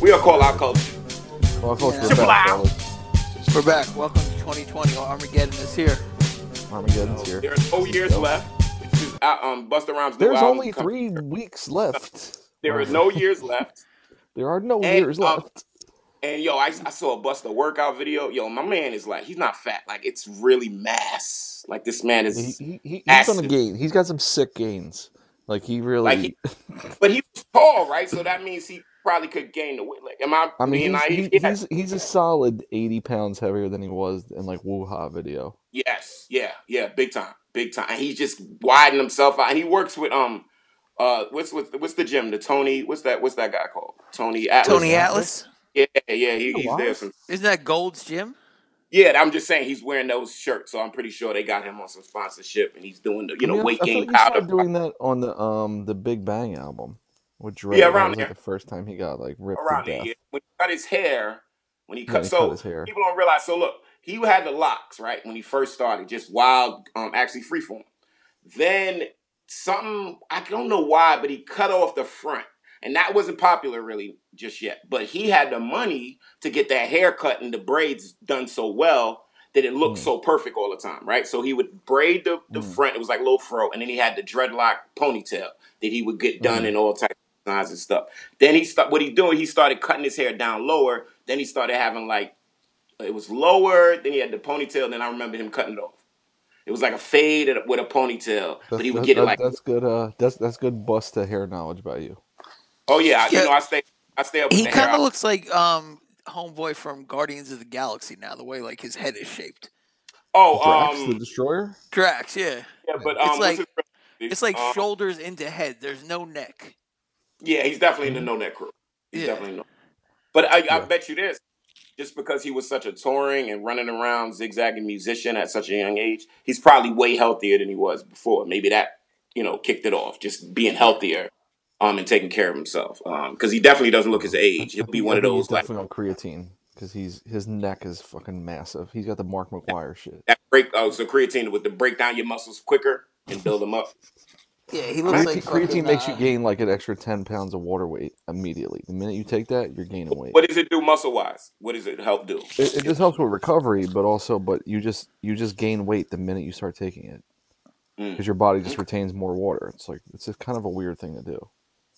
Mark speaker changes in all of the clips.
Speaker 1: We'll call our coach.
Speaker 2: Well, folks,
Speaker 3: Yeah.
Speaker 2: we're back,
Speaker 1: Blah.
Speaker 2: fellas.
Speaker 3: We're back. Welcome to 2020. Armageddon is here.
Speaker 2: Armageddon's here.
Speaker 1: There's no years left. I, um, Busta Rhymes. new
Speaker 2: There's
Speaker 1: album
Speaker 2: only
Speaker 1: com-
Speaker 2: three weeks left.
Speaker 1: There are no years left.
Speaker 2: There are no
Speaker 1: And,
Speaker 2: years
Speaker 1: um,
Speaker 2: left.
Speaker 1: And yo, I, I saw a Busta workout video. Yo, my man is like, he's not fat. Like it's really mass. Like this man
Speaker 2: He,
Speaker 1: is.
Speaker 2: he, he, he's on a
Speaker 1: acid.
Speaker 2: gain. He's got some sick gains. Like he really.
Speaker 1: Like, he- But he was tall, right? So that means he probably could gain the weight. Like, am I?
Speaker 2: I mean,
Speaker 1: being
Speaker 2: he's,
Speaker 1: naive?
Speaker 2: he-
Speaker 1: Yeah.
Speaker 2: he's he's a solid eighty pounds heavier than he was in like Wuha video.
Speaker 1: Yes, yeah, yeah, big time, big time. And he's just widened himself out. And he works with um, uh, what's what's what's the gym? The Tony, what's that? What's that guy called? Tony Atlas.
Speaker 3: Tony Atlas.
Speaker 1: Yeah, yeah, he,
Speaker 2: Oh,
Speaker 1: he's
Speaker 2: wow.
Speaker 1: there. Some,
Speaker 3: Isn't that Gold's Gym?
Speaker 1: yeah, I'm just saying he's wearing those shirts, so I'm pretty sure they got him on some sponsorship, and he's doing the you know
Speaker 2: I mean, I-
Speaker 1: weight
Speaker 2: I
Speaker 1: gain
Speaker 2: feel like he started
Speaker 1: powder.
Speaker 2: doing that on the um the Big Bang album with Dre.
Speaker 1: Yeah,
Speaker 2: That
Speaker 1: around
Speaker 2: was, like,
Speaker 1: there.
Speaker 2: the first time he got like ripped
Speaker 1: around
Speaker 2: to
Speaker 1: it.
Speaker 2: death.
Speaker 1: yeah. When he cut his hair, when he
Speaker 2: Yeah,
Speaker 1: cut,
Speaker 2: he cut
Speaker 1: so
Speaker 2: his hair.
Speaker 1: people don't realize. So look, he had the locks right when he first started, just wild, um, actually freeform. Then something I don't know why, but he cut off the front, and that wasn't popular really just yet. But he had the money to get that haircut and the braids done so well that it looked
Speaker 2: Mm.
Speaker 1: so perfect all the time, right? So he would braid the, the
Speaker 2: Mm.
Speaker 1: front; it was like low fro, and then he had the dreadlock ponytail that he would get done
Speaker 2: Mm.
Speaker 1: in all types of designs and stuff. Then he started what he doing. He started cutting his hair down lower. Then he started having like it was lower. Then he had the ponytail. Then I remember him cutting it off. It was like a fade and- with a ponytail,
Speaker 2: That's,
Speaker 1: but he would
Speaker 2: that-
Speaker 1: get it
Speaker 2: that-
Speaker 1: like,
Speaker 2: that's good. Uh, that's that's good. Busta hair knowledge by you.
Speaker 1: oh yeah,
Speaker 3: Yeah.
Speaker 1: you know, I stay, I stay up. With
Speaker 3: He
Speaker 1: the hair.
Speaker 3: kind of looks like um homeboy from Guardians of the Galaxy now. The way like his head is shaped.
Speaker 1: Oh,
Speaker 2: Drax the
Speaker 1: um,
Speaker 2: Destroyer.
Speaker 3: Drax, yeah.
Speaker 1: yeah, but um,
Speaker 3: It's
Speaker 1: what's
Speaker 3: like-
Speaker 1: his real-
Speaker 3: It's like
Speaker 1: um,
Speaker 3: shoulders into head. There's no neck.
Speaker 1: yeah, he's definitely in the no net crew. He's
Speaker 3: Yeah.
Speaker 1: definitely no. But I, I
Speaker 2: Mm-hmm. Yeah.
Speaker 1: bet you this, just because he was such a touring and running around zigzagging musician at such a young age, he's probably way healthier than he was before. Maybe that, you know, kicked it off, just being healthier, um, and taking care of himself. Um, because he definitely doesn't look his age. He'll be
Speaker 2: I
Speaker 1: one of
Speaker 2: think
Speaker 1: those
Speaker 2: He's
Speaker 1: like
Speaker 2: definitely on creatine because he's his neck is fucking massive. He's got the Mark McGuire shit.
Speaker 1: that break. Oh, so creatine would the break down your muscles quicker and build them up.
Speaker 3: Yeah, he
Speaker 2: Creatine,
Speaker 3: looks like
Speaker 2: creatine
Speaker 3: fucking,
Speaker 2: makes you
Speaker 3: uh,
Speaker 2: gain like an extra ten pounds of water weight immediately. The minute you take that, you're gaining weight.
Speaker 1: What does it do muscle wise? What does it help do?
Speaker 2: It, it just helps with recovery, but also, but you just you just gain weight the minute you start taking it
Speaker 1: Mm.
Speaker 2: because your body just retains more water. It's like it's just kind of a weird thing to do.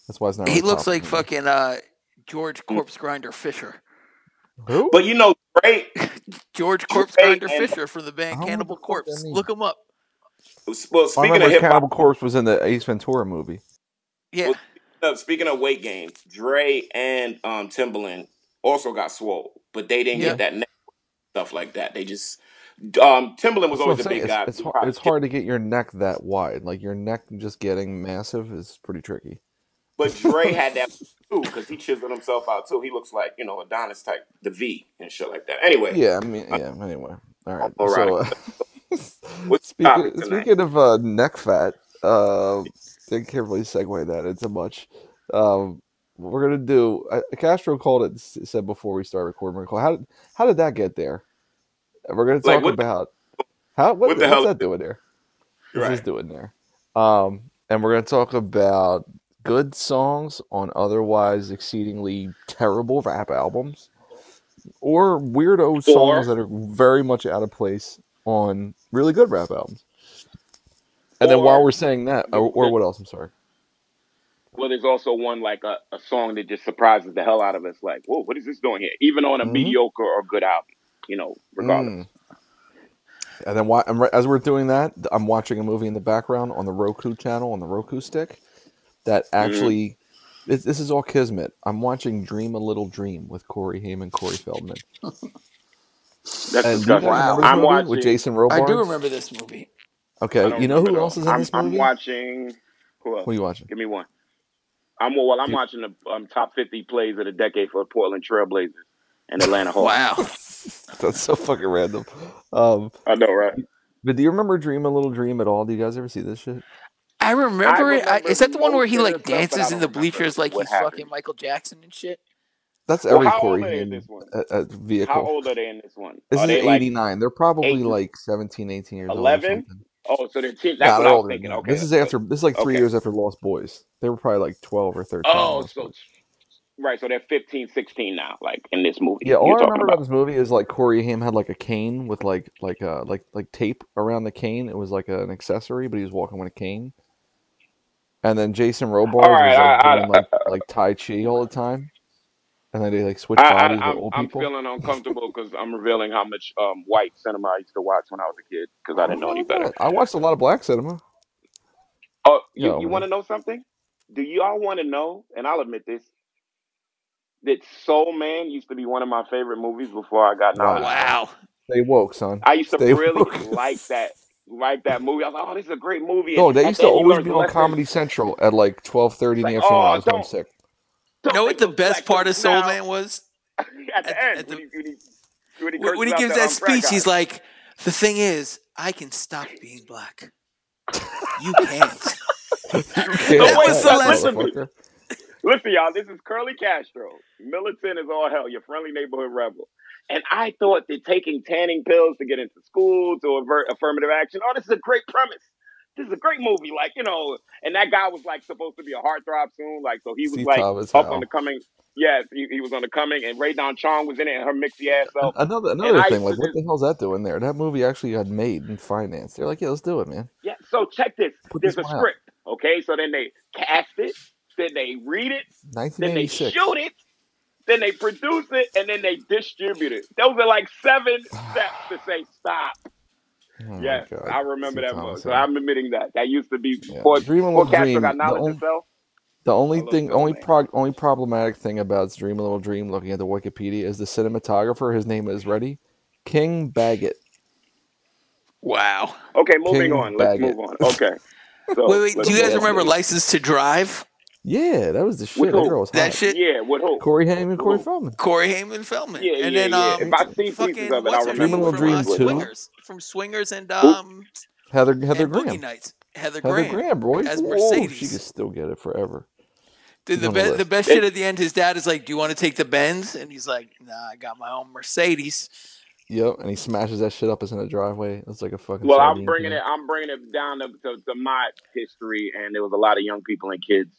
Speaker 2: That's why it's not.
Speaker 3: He
Speaker 2: really
Speaker 3: looks like
Speaker 2: popular.
Speaker 3: fucking uh George Corpse Grinder Fisher.
Speaker 2: Who?
Speaker 1: But you know, Drake.
Speaker 3: George Corpse
Speaker 1: Drake
Speaker 3: Grinder
Speaker 1: and-
Speaker 3: Fisher from the
Speaker 2: I
Speaker 3: band
Speaker 2: don't know
Speaker 3: Cannibal
Speaker 2: what the fuck that
Speaker 3: Corpse.
Speaker 2: means.
Speaker 3: Look him up.
Speaker 1: Well,
Speaker 2: I
Speaker 1: speaking of
Speaker 2: remember
Speaker 1: hip hop,
Speaker 2: Cannibal Corpse was in the Ace Ventura movie.
Speaker 3: Yeah.
Speaker 1: Well, Uh, speaking of weight gain, Dre and um, Timbaland also got swole, but they didn't
Speaker 3: Yeah.
Speaker 1: get that neck stuff like that. They just um, Timbaland was
Speaker 2: That's
Speaker 1: always
Speaker 2: what I'm
Speaker 1: a
Speaker 2: saying.
Speaker 1: big
Speaker 2: It's,
Speaker 1: guy.
Speaker 2: it's, hard, it's hard to get your neck that wide. Like your neck just getting massive is pretty tricky.
Speaker 1: but Dre had that too because he chiseled himself out too. He looks like you know Adonis type, the V and shit like that. Anyway,
Speaker 2: Yeah, I mean, yeah. Anyway, all right.
Speaker 1: all
Speaker 2: So,
Speaker 1: right.
Speaker 2: uh,
Speaker 1: What's the topic
Speaker 2: speaking,
Speaker 1: tonight?
Speaker 2: speaking of uh, neck fat, uh, I can't really segue that into much. Um, we're gonna do. I, Castro called it. s- Said before we start recording. we're gonna call- How did how did that get there? And We're gonna talk
Speaker 1: Like, what-
Speaker 2: about how what,
Speaker 1: what the
Speaker 2: what's
Speaker 1: hell-
Speaker 2: that doing there? What's this
Speaker 1: Right.
Speaker 2: doing there? Um, and we're gonna talk about good songs on otherwise exceedingly terrible rap albums or weirdo
Speaker 1: Or-
Speaker 2: songs that are very much out of place on really good rap albums. And then while
Speaker 1: Or-
Speaker 2: we're saying that, or, or what else? I'm sorry.
Speaker 1: well, there's also one like a, a song that just surprises the hell out of us. Like, whoa, what is this doing here? Even on a
Speaker 2: Mhm.
Speaker 1: mediocre or good album, you know, regardless.
Speaker 2: Mm. And then why, I'm, re- as we're doing that, th- I'm watching a movie in the background on the Roku channel on the Roku stick. That
Speaker 1: Mm-hmm.
Speaker 2: actually, this, this is all kismet. I'm watching Dream a Little Dream with Corey Haim and Corey Feldman.
Speaker 1: That's
Speaker 2: Mm. And do you guys
Speaker 1: disgusting.
Speaker 2: remember this
Speaker 1: I'm
Speaker 2: movie
Speaker 1: watching.
Speaker 2: with Jason Robards.
Speaker 3: I do remember this movie.
Speaker 1: I
Speaker 2: Okay,
Speaker 1: don't
Speaker 2: you know who
Speaker 1: remember
Speaker 2: else is in
Speaker 1: I'm,
Speaker 2: this
Speaker 1: I'm
Speaker 2: movie?
Speaker 1: watching. Who else?
Speaker 2: Who are you watching?
Speaker 1: Give me one. I'm well. I'm
Speaker 2: Dude.
Speaker 1: watching the um, top 50 plays of the decade for Portland Trailblazers and Atlanta Hawks.
Speaker 3: Wow.
Speaker 2: That's so fucking random. Um,
Speaker 1: I know, right?
Speaker 2: but do you remember Dream a Little Dream at all? Do you guys ever see this shit?
Speaker 3: I remember it. I,
Speaker 1: remember
Speaker 3: is that the one where he
Speaker 1: most of
Speaker 3: like
Speaker 1: the stuff, but I
Speaker 3: dances in
Speaker 1: don't
Speaker 3: the
Speaker 1: remember
Speaker 3: bleachers like
Speaker 1: what
Speaker 3: he's
Speaker 1: happened.
Speaker 3: fucking Michael Jackson and shit?
Speaker 2: That's
Speaker 1: Well,
Speaker 2: every
Speaker 1: how
Speaker 2: Corey
Speaker 1: old are they in
Speaker 2: Haim
Speaker 1: this one?
Speaker 2: uh, uh, vehicle.
Speaker 1: How old are they in this one?
Speaker 2: This
Speaker 1: are
Speaker 2: is
Speaker 1: they like,
Speaker 2: 89. They're probably
Speaker 1: eight-
Speaker 2: like 17, 18 years old.
Speaker 1: 11?
Speaker 2: or something.
Speaker 1: oh, so they're 10.
Speaker 2: Nah,
Speaker 1: That's what
Speaker 2: they're
Speaker 1: I
Speaker 2: older
Speaker 1: was
Speaker 2: than
Speaker 1: thinking.
Speaker 2: that.
Speaker 1: Okay.
Speaker 2: This is after this is like three
Speaker 1: okay.
Speaker 2: years after Lost Boys. They were probably like 12 or 13. when
Speaker 1: Oh,
Speaker 2: Lost
Speaker 1: so
Speaker 2: Boys-
Speaker 1: Right, so they're 15, 16 now, like in this movie.
Speaker 2: Yeah, all
Speaker 1: you're
Speaker 2: I
Speaker 1: talking
Speaker 2: remember about this movie is like Corey Haim had like a cane with like like uh like like tape around the cane. It was like an accessory, but he was walking with a cane. And then Jason Robards was
Speaker 1: right,
Speaker 2: like
Speaker 1: I- I-
Speaker 2: doing like like Tai Chi all the time. And then they like switch
Speaker 1: I,
Speaker 2: bodies
Speaker 1: I,
Speaker 2: with
Speaker 1: I'm,
Speaker 2: old
Speaker 1: I'm
Speaker 2: people.
Speaker 1: feeling uncomfortable because I'm revealing how much um, white cinema I used to watch when I was a kid because I didn't know
Speaker 2: No,
Speaker 1: any
Speaker 2: I'm
Speaker 1: better.
Speaker 2: not. I watched a lot of black cinema.
Speaker 1: Oh, you,
Speaker 2: Yo,
Speaker 1: you want
Speaker 2: man.
Speaker 1: to know something? Do y'all want to know? And I'll admit this that Soul Man used to be one of my favorite movies before I got
Speaker 3: Uh,
Speaker 1: knowledge.
Speaker 2: Wow.
Speaker 3: Wow.
Speaker 2: Stay woke, son.
Speaker 1: I used to
Speaker 2: Stay
Speaker 1: really
Speaker 2: woke.
Speaker 1: like that like that movie. I was like, oh, this is a great movie. And
Speaker 2: No, they
Speaker 1: at
Speaker 2: used
Speaker 1: the
Speaker 2: to
Speaker 1: end, you
Speaker 2: always
Speaker 1: learn
Speaker 2: be on
Speaker 1: lessons.
Speaker 2: Comedy Central at like twelve thirty
Speaker 1: It's
Speaker 2: in
Speaker 1: like,
Speaker 2: the afternoon. I
Speaker 1: oh,
Speaker 2: was
Speaker 1: don't
Speaker 2: homesick.
Speaker 3: You
Speaker 1: don't
Speaker 3: know
Speaker 1: make
Speaker 3: what the
Speaker 1: those black
Speaker 3: best part
Speaker 1: folks
Speaker 3: of Soul
Speaker 1: now.
Speaker 3: Man was
Speaker 1: at the
Speaker 3: at the,
Speaker 1: end
Speaker 3: at the
Speaker 1: when he when he when he curses
Speaker 3: wh- when he
Speaker 1: out
Speaker 3: gives
Speaker 1: the
Speaker 3: that
Speaker 1: um, frat
Speaker 3: speech,
Speaker 1: guy.
Speaker 3: he's like, "The thing is, I can stop being black. You can't."
Speaker 1: So
Speaker 2: you can't
Speaker 3: that
Speaker 1: wait,
Speaker 3: was
Speaker 2: stop,
Speaker 3: the
Speaker 1: li-
Speaker 3: lesson.
Speaker 1: listen,
Speaker 2: motherfucker.
Speaker 1: Listen, y'all, this is Curly Castro. Militant is all hell, your friendly neighborhood rebel. And I thought that taking tanning pills to get into school, to avert affirmative action, oh, this is a great premise. This is a great movie. Like, you know, and that guy was like supposed to be a heartthrob soon. Like, so he was
Speaker 2: See
Speaker 1: like
Speaker 2: Tom as
Speaker 1: up on the
Speaker 2: hell.
Speaker 1: coming. Yes, he, he was on the coming, and Ray Don Chong was in it and her mixy ass
Speaker 2: An-
Speaker 1: self.
Speaker 2: Another
Speaker 1: And
Speaker 2: another
Speaker 1: I
Speaker 2: thing,
Speaker 1: used
Speaker 2: like
Speaker 1: to
Speaker 2: what
Speaker 1: just,
Speaker 2: the hell's that doing there? That movie actually got made and financed. They're like, yeah, let's do it, man.
Speaker 1: yeah, so check this.
Speaker 2: Put
Speaker 1: There's
Speaker 2: this
Speaker 1: a
Speaker 2: one out.
Speaker 1: script. Okay, so then they cast it, then they read it, then they shoot
Speaker 2: 1986.
Speaker 1: it, then they produce it, and then they distribute it. Those are like seven steps to say stop.
Speaker 2: Oh my
Speaker 1: Yes,
Speaker 2: god.
Speaker 1: I remember
Speaker 2: See
Speaker 1: that
Speaker 2: Tom
Speaker 1: much.
Speaker 2: as
Speaker 1: So
Speaker 2: hell.
Speaker 1: I'm admitting that. That used to be
Speaker 2: Yeah.
Speaker 1: before
Speaker 2: Dream a
Speaker 1: before
Speaker 2: Little
Speaker 1: Castro got
Speaker 2: Dream. The
Speaker 1: knowledge
Speaker 2: only
Speaker 1: himself.
Speaker 2: the
Speaker 1: I
Speaker 2: only
Speaker 1: love
Speaker 2: thing,
Speaker 1: Soul
Speaker 2: only
Speaker 1: Man.
Speaker 2: prog- only problematic thing about Dream a Little Dream, looking at the Wikipedia, is the cinematographer. His name is ready, King Baggett.
Speaker 3: Wow.
Speaker 1: Okay, moving
Speaker 2: King
Speaker 1: on. Let's move
Speaker 2: Baggett.
Speaker 1: on. Okay,
Speaker 3: Wait,
Speaker 1: so
Speaker 3: wait.
Speaker 1: let's
Speaker 3: Do you
Speaker 1: move
Speaker 3: guys
Speaker 1: on
Speaker 2: Yes,
Speaker 1: from
Speaker 3: remember
Speaker 1: this.
Speaker 3: License to Drive?
Speaker 2: yeah, that was the
Speaker 1: With
Speaker 2: shit. That
Speaker 1: who?
Speaker 2: girl was
Speaker 3: That
Speaker 2: hot.
Speaker 3: shit.
Speaker 1: Yeah, with who?
Speaker 2: Corey Haim and
Speaker 1: With
Speaker 2: Corey
Speaker 1: who?
Speaker 2: Feldman.
Speaker 3: Corey Haim and Feldman,
Speaker 1: Yeah,
Speaker 3: and
Speaker 1: yeah,
Speaker 3: then
Speaker 1: yeah. If
Speaker 3: um,
Speaker 1: I see pieces
Speaker 3: fucking
Speaker 1: of it, I
Speaker 3: what's her
Speaker 2: Dream a
Speaker 1: remember
Speaker 3: name
Speaker 1: what she
Speaker 2: Little Dream
Speaker 3: from uh,
Speaker 1: was with.
Speaker 2: two.
Speaker 3: Swingers, from Swingers and
Speaker 1: Who?
Speaker 3: um
Speaker 2: Heather Heather
Speaker 3: and Boogie
Speaker 2: Graham.
Speaker 3: Nights.
Speaker 2: Heather
Speaker 3: Heather Graham
Speaker 2: Graham, boy.
Speaker 3: as
Speaker 2: Ooh, she
Speaker 3: Mercedes.
Speaker 2: could still get it forever.
Speaker 3: Dude,
Speaker 2: She's
Speaker 3: the
Speaker 2: on the
Speaker 3: be- the
Speaker 2: list.
Speaker 3: best
Speaker 1: It,
Speaker 3: shit at the end. His dad is like, "Do you want to take the Benz?" And he's like, "Nah, I got my own Mercedes."
Speaker 2: Yep, and he smashes that shit up. It's in the driveway. It's like a fucking
Speaker 1: well, I'm
Speaker 2: sardine
Speaker 1: bringing it.
Speaker 2: can.
Speaker 1: I'm bringing it down to, to, to my history, and there was a lot of young people and kids.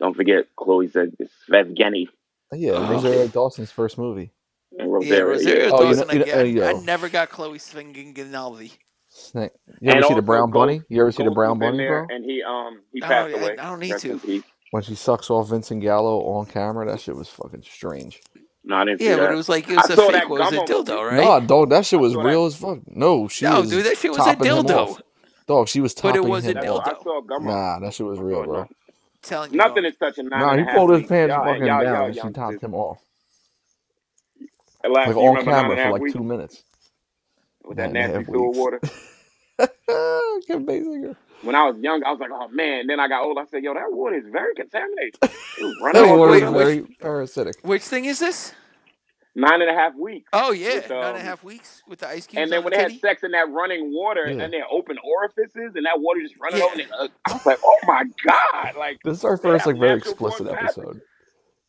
Speaker 1: Don't forget, Chloe said it's Evgeny
Speaker 2: Yeah,
Speaker 1: and them
Speaker 3: Oh,
Speaker 2: Rosario
Speaker 1: kids
Speaker 2: Dawson's first movie.
Speaker 1: and
Speaker 3: yeah,
Speaker 1: Rosario. Yeah.
Speaker 2: Oh,
Speaker 3: Rosario
Speaker 2: you know,
Speaker 3: Dawson. I
Speaker 2: you know, uh,
Speaker 3: get. I
Speaker 2: yo,
Speaker 3: never got Chloe Swinging Ginaldi.
Speaker 2: Snake. You ever
Speaker 1: And
Speaker 2: see the
Speaker 1: also
Speaker 2: brown
Speaker 1: Ghost.
Speaker 2: bunny? You ever see
Speaker 1: Ghost
Speaker 2: the
Speaker 1: was
Speaker 2: brown
Speaker 1: in
Speaker 2: bunny,
Speaker 1: there
Speaker 2: bro?
Speaker 1: and he um he
Speaker 3: I don't.
Speaker 1: passed
Speaker 3: I,
Speaker 1: away.
Speaker 3: Oh, I don't need
Speaker 1: Rest in
Speaker 3: to.
Speaker 1: peace.
Speaker 2: When she sucks off Vincent Gallo on camera, that shit was fucking strange.
Speaker 1: No, I didn't see
Speaker 3: Yeah, but it
Speaker 1: that.
Speaker 3: was like it
Speaker 1: I
Speaker 3: was a
Speaker 1: saw that
Speaker 3: fake. What was a
Speaker 1: Gummo movie.
Speaker 3: dildo, right?
Speaker 2: Nah, dog, that shit
Speaker 1: I
Speaker 2: was
Speaker 1: saw that
Speaker 2: real as fuck. No, she
Speaker 3: No,
Speaker 2: is
Speaker 3: dude, that shit was a
Speaker 2: topping him off.
Speaker 3: dildo.
Speaker 2: Dog, she was
Speaker 3: But it
Speaker 2: topping
Speaker 3: was a
Speaker 2: him
Speaker 1: that's what
Speaker 2: off.
Speaker 1: I
Speaker 3: dildo.
Speaker 1: saw Gummo.
Speaker 2: Nah, that shit was
Speaker 1: I
Speaker 2: real,
Speaker 1: saw
Speaker 2: bro.
Speaker 1: nothing.
Speaker 3: telling you, dog.
Speaker 1: Nothing is touching nine
Speaker 2: Nah,
Speaker 1: and a
Speaker 2: he
Speaker 1: half
Speaker 2: pulled his
Speaker 1: weeks.
Speaker 2: pants
Speaker 1: Y'all
Speaker 2: fucking
Speaker 1: y'all
Speaker 2: down
Speaker 1: y'all
Speaker 2: and she topped
Speaker 1: youngsters.
Speaker 2: him off.
Speaker 1: Last
Speaker 2: Like
Speaker 1: you
Speaker 2: on
Speaker 1: remember nine
Speaker 2: camera
Speaker 1: and a
Speaker 2: for
Speaker 1: half
Speaker 2: like
Speaker 1: weeks
Speaker 2: two minutes.
Speaker 1: with that
Speaker 2: Nine and a
Speaker 1: nasty
Speaker 2: half
Speaker 1: sewer
Speaker 2: weeks.
Speaker 1: water.
Speaker 2: Kim Basinger.
Speaker 1: When I was young, I was like, oh man. Then I got old. I said, yo, that water is very contaminated. It was running
Speaker 2: That
Speaker 3: Wait,
Speaker 1: all
Speaker 2: water
Speaker 1: through
Speaker 2: is
Speaker 1: them.
Speaker 3: wait,
Speaker 2: very
Speaker 3: which
Speaker 2: parasitic.
Speaker 3: which thing is this?
Speaker 1: Nine and a half weeks
Speaker 3: Oh
Speaker 1: with
Speaker 3: yeah, nine and a
Speaker 1: um
Speaker 3: half weeks with the ice cubes
Speaker 1: And
Speaker 3: on
Speaker 1: then
Speaker 3: the
Speaker 1: when they had
Speaker 3: titty.
Speaker 1: sex in that running water
Speaker 2: Yeah.
Speaker 1: and their open orifices and that water just running over,
Speaker 3: Yeah.
Speaker 1: and they, I was like, oh my God, like
Speaker 2: This is our
Speaker 1: they
Speaker 2: first
Speaker 1: have
Speaker 2: like very
Speaker 1: natural forms
Speaker 2: explicit
Speaker 1: of
Speaker 2: episode.
Speaker 1: happiness.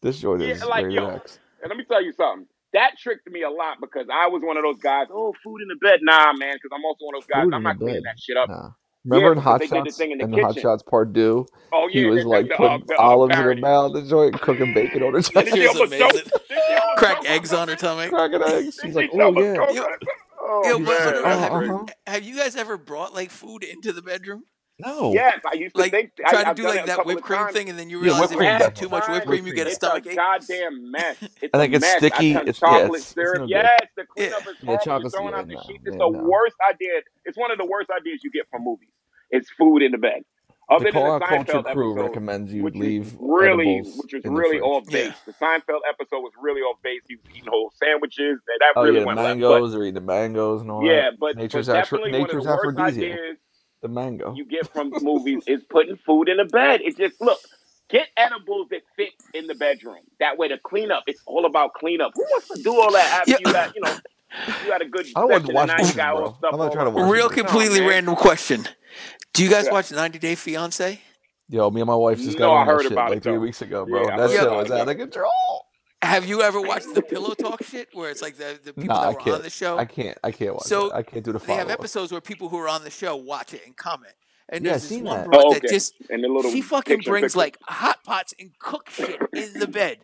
Speaker 2: This joint
Speaker 1: Yeah,
Speaker 2: is
Speaker 1: like,
Speaker 2: rated
Speaker 1: yo,
Speaker 2: X.
Speaker 1: and let me tell you something. That tricked me a lot because I was one of those guys, oh, food in the bed. Nah, man, because I'm also one of those guys,
Speaker 2: Food
Speaker 1: I'm
Speaker 2: in the
Speaker 1: not cleaning
Speaker 2: bed.
Speaker 1: that shit up.
Speaker 2: Nah.
Speaker 1: Yeah,
Speaker 2: Remember in
Speaker 1: because
Speaker 2: Hot
Speaker 1: they did the
Speaker 2: Shots
Speaker 1: thing in the
Speaker 2: in the Hot
Speaker 1: kitchen.
Speaker 2: Shots Part Two,
Speaker 1: Oh,
Speaker 2: he
Speaker 1: yeah,
Speaker 2: was
Speaker 1: the, the,
Speaker 2: like
Speaker 1: the, uh,
Speaker 2: putting
Speaker 1: the uh,
Speaker 2: olives in her
Speaker 1: parody.
Speaker 2: mouth and joint, cooking bacon on her
Speaker 1: Did
Speaker 2: tongue,
Speaker 1: she
Speaker 3: She was
Speaker 1: almost choke?
Speaker 3: amazing.
Speaker 1: Did she almost
Speaker 3: Cracked
Speaker 1: choke on
Speaker 3: eggs on her
Speaker 1: something?
Speaker 3: tummy.
Speaker 2: cracking eggs.
Speaker 1: Did
Speaker 2: She's
Speaker 1: she
Speaker 2: like, "Oh
Speaker 1: almost
Speaker 2: yeah,"
Speaker 1: choke
Speaker 3: Yo,
Speaker 1: on something? Oh,
Speaker 3: yo,
Speaker 2: and she's like,
Speaker 1: man,
Speaker 3: Mano,
Speaker 1: that's
Speaker 2: "Oh,
Speaker 3: have
Speaker 2: uh
Speaker 3: you
Speaker 1: crazy.
Speaker 2: huh."
Speaker 3: have you guys ever brought like food into the bedroom?
Speaker 2: No,
Speaker 1: Yes, I used to
Speaker 3: Like
Speaker 1: think I,
Speaker 3: try to
Speaker 1: I've
Speaker 3: do
Speaker 1: done
Speaker 3: like
Speaker 1: it a
Speaker 3: that
Speaker 1: couple
Speaker 3: whipped
Speaker 1: of
Speaker 3: cream
Speaker 1: times.
Speaker 3: thing, and then you
Speaker 2: yeah,
Speaker 3: realize
Speaker 2: whipped
Speaker 3: if you
Speaker 2: cream
Speaker 1: Last
Speaker 3: do
Speaker 2: doesn't
Speaker 3: too
Speaker 2: help.
Speaker 3: much whipped
Speaker 1: time,
Speaker 2: Whipped
Speaker 3: cream, you
Speaker 2: cream
Speaker 3: get a
Speaker 2: doesn't
Speaker 1: it's
Speaker 2: help.
Speaker 1: a
Speaker 3: stomach ache.
Speaker 1: goddamn mess. It's
Speaker 2: And
Speaker 1: a
Speaker 2: it gets
Speaker 1: mess. I
Speaker 2: sticky.
Speaker 1: done
Speaker 2: It's yeah,
Speaker 1: chocolate
Speaker 2: it's it's
Speaker 1: syrup.
Speaker 2: no good.
Speaker 1: Yes, the cleanup
Speaker 3: Yeah.
Speaker 1: is
Speaker 2: Yeah,
Speaker 1: horrible. You're
Speaker 2: chocolate's
Speaker 1: throwing
Speaker 2: yeah,
Speaker 1: out the
Speaker 2: no,
Speaker 1: sheets. It's
Speaker 2: yeah,
Speaker 1: the
Speaker 2: no.
Speaker 1: worst idea. It's one of the worst ideas you get from movies. It's food in the bed.
Speaker 2: The
Speaker 1: Other than the
Speaker 2: Call Out Culture
Speaker 1: Seinfeld
Speaker 2: crew
Speaker 1: episode,
Speaker 2: recommends you
Speaker 1: which was
Speaker 2: leave
Speaker 1: really,
Speaker 2: edibles
Speaker 1: which was
Speaker 2: in the
Speaker 1: really
Speaker 2: fridge.
Speaker 1: off
Speaker 3: Yeah.
Speaker 1: base. The Seinfeld episode was really off base. He was eating whole sandwiches. and That
Speaker 2: Oh
Speaker 1: really
Speaker 2: yeah, the
Speaker 1: went left. But
Speaker 2: mangoes or eat the mangoes and all that.
Speaker 1: yeah, but
Speaker 2: Nature's
Speaker 1: but
Speaker 2: atro-
Speaker 1: definitely one of the
Speaker 2: nature's
Speaker 1: worst
Speaker 2: aphrodisiac.
Speaker 1: ideas
Speaker 2: The mango.
Speaker 1: you get from movies is putting food in the bed. It just look, get edibles that fit in the bedroom. That way, the cleanup. It's all about cleanup. Who wants to do all that
Speaker 3: Yo,
Speaker 1: after you got you know you had a good
Speaker 2: I don't want to
Speaker 1: session and
Speaker 2: wash
Speaker 1: now you
Speaker 2: dishes,
Speaker 1: got all
Speaker 2: bro.
Speaker 1: stuff
Speaker 2: I'm not
Speaker 1: all
Speaker 2: trying to
Speaker 1: over?
Speaker 2: wash
Speaker 3: real
Speaker 2: dishes.
Speaker 1: No,
Speaker 3: completely
Speaker 1: man.
Speaker 3: random question. Do you guys
Speaker 1: Yeah.
Speaker 3: watch 90 Day Fiance?
Speaker 2: Yo, me and my wife just got
Speaker 1: No, I
Speaker 2: on that
Speaker 1: heard
Speaker 2: shit
Speaker 1: about it
Speaker 2: like three
Speaker 1: though.
Speaker 2: weeks ago, bro.
Speaker 1: Yeah, I
Speaker 2: That
Speaker 1: heard
Speaker 3: Yo,
Speaker 2: shit
Speaker 1: about
Speaker 2: was
Speaker 1: it
Speaker 2: out
Speaker 1: though.
Speaker 2: of control.
Speaker 3: have you ever watched the Pillow Talk shit where it's like the, the people
Speaker 2: Nah,
Speaker 3: that
Speaker 2: I
Speaker 3: were on
Speaker 2: can't.
Speaker 3: the
Speaker 2: I
Speaker 3: show?
Speaker 2: can't. I can't watch that.
Speaker 3: So
Speaker 2: I can't do the
Speaker 3: they have
Speaker 2: follow up.
Speaker 3: episodes where people who are on the show watch it and comment. And
Speaker 2: Yeah, I
Speaker 3: there's this
Speaker 2: seen
Speaker 3: one
Speaker 2: that.
Speaker 3: broad
Speaker 1: Oh,
Speaker 3: that
Speaker 1: okay.
Speaker 3: just
Speaker 1: And the
Speaker 3: she
Speaker 1: little
Speaker 3: fucking
Speaker 1: picture in
Speaker 3: brings
Speaker 1: picture.
Speaker 3: like hot pots and cook shit in the bed.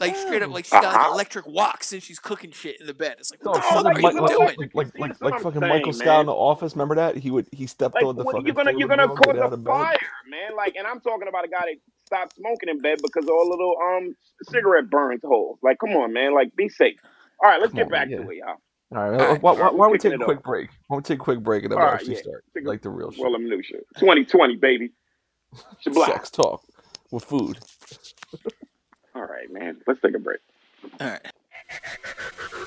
Speaker 3: like straight up
Speaker 2: Oh.
Speaker 3: like she's got
Speaker 1: Uh-huh.
Speaker 3: like, electric walks and she's cooking shit in the bed. It's like, what the fuck
Speaker 2: like,
Speaker 3: are
Speaker 2: like,
Speaker 3: you
Speaker 2: like,
Speaker 3: doing?
Speaker 2: like, like, like,
Speaker 1: what I'm
Speaker 2: fucking
Speaker 1: saying,
Speaker 2: Michael Scott in
Speaker 1: man.
Speaker 2: the office. Remember that? He would he stepped
Speaker 1: Like
Speaker 2: on the
Speaker 1: what-
Speaker 2: fucking
Speaker 1: you're gonna
Speaker 2: fluid
Speaker 1: you're gonna
Speaker 2: wall, get
Speaker 1: cause
Speaker 2: out
Speaker 1: a
Speaker 2: of bed.
Speaker 1: fire, man. Like, and I'm talking about a guy that stopped smoking in bed because of a little um cigarette burns holes. Like, come on, man. Like, be safe. All right, let's
Speaker 2: Come
Speaker 1: get
Speaker 2: on,
Speaker 1: back
Speaker 2: yeah.
Speaker 1: to it, y'all.
Speaker 2: All right, uh,
Speaker 3: All right,
Speaker 2: why,
Speaker 1: all
Speaker 2: why,
Speaker 1: right,
Speaker 2: why don't
Speaker 1: we're
Speaker 2: we take a
Speaker 1: kicking it
Speaker 2: quick break? Why don't we take a quick break and then we'll
Speaker 1: All right,
Speaker 2: actually
Speaker 1: yeah.
Speaker 2: start
Speaker 1: Take a-
Speaker 2: like the real shit.
Speaker 1: Well, I'm new shit. 2020, baby. It's your block.
Speaker 2: Sex talk with food.
Speaker 1: All right, man. Let's take a break.
Speaker 3: All right.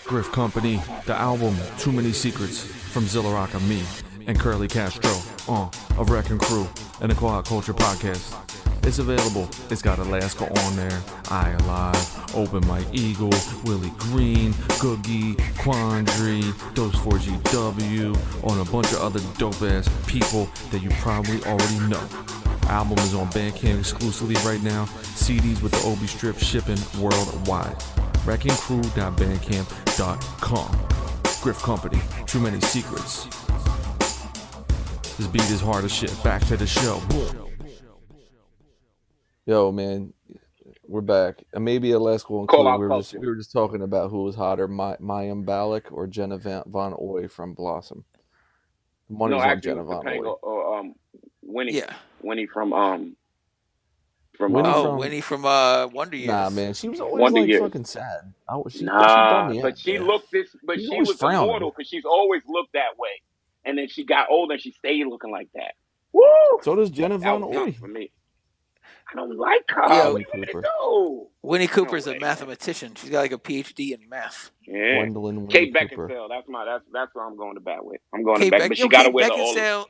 Speaker 4: Griff Company, the album Too Many Secrets from Zilla Rock and me and Curly Castro on uh, of Wreck and Crew and the Quad Culture Podcast. It's available. It's got Alaska on there, I Alive, Open Mike Eagle, Willie Green, Googie, Quandry, Dose4GW, on a bunch of other dope ass people that you probably already know. Album is on Bandcamp exclusively right now. CDs with the Obi Strip shipping worldwide. WreckingCrew.bandcamp.com. Griff Company. Too many secrets. This beat is hard as shit. Back to the show.
Speaker 2: Yo, man, we're back. And maybe Alaska will
Speaker 1: Call out
Speaker 2: include. We were just
Speaker 1: culture.
Speaker 2: we were just talking about who was hotter, Ma- Mayim Balik or Jenna Van, Von Oy from Blossom. The money's
Speaker 1: no,
Speaker 2: on
Speaker 1: actually,
Speaker 2: Jenna
Speaker 1: it was
Speaker 2: Von
Speaker 1: Topanga
Speaker 2: Oy.
Speaker 1: or, or um, Winnie.
Speaker 3: Yeah.
Speaker 1: Winnie from um from
Speaker 2: Winnie
Speaker 1: uh,
Speaker 3: oh,
Speaker 2: from-
Speaker 3: Winnie from uh, Wonder Years.
Speaker 2: Nah, man, she was always
Speaker 1: Wonder
Speaker 2: like
Speaker 1: Years.
Speaker 2: fucking sad. I was, she, she bummed
Speaker 1: Nah,
Speaker 2: me
Speaker 1: but
Speaker 2: out,
Speaker 1: she
Speaker 2: man.
Speaker 1: looked this, but
Speaker 2: She's
Speaker 1: she
Speaker 2: always
Speaker 1: was
Speaker 2: frowning.
Speaker 1: immortal because she's always looked that way. And then she got older and she stayed looking like that. Woo!
Speaker 2: So does Jenna
Speaker 1: That
Speaker 2: Von
Speaker 1: was tough
Speaker 2: Oy.
Speaker 1: for me. I don't like her.
Speaker 3: Yeah,
Speaker 1: what do you want me to
Speaker 2: Cooper.
Speaker 1: do?
Speaker 3: Winnie Cooper's
Speaker 1: way.
Speaker 3: a mathematician. She's got like a PhD in math.
Speaker 1: Yeah.
Speaker 2: Gwendolyn
Speaker 1: Kate
Speaker 2: Winnie Cooper.
Speaker 1: Beckinsale. That's my. That's that's what I'm going to bat with. I'm going
Speaker 3: Kate
Speaker 1: to bet,
Speaker 3: Beck-
Speaker 1: but she
Speaker 3: yo,
Speaker 1: got to
Speaker 3: Kate
Speaker 1: wear the old.
Speaker 3: Beckinsale.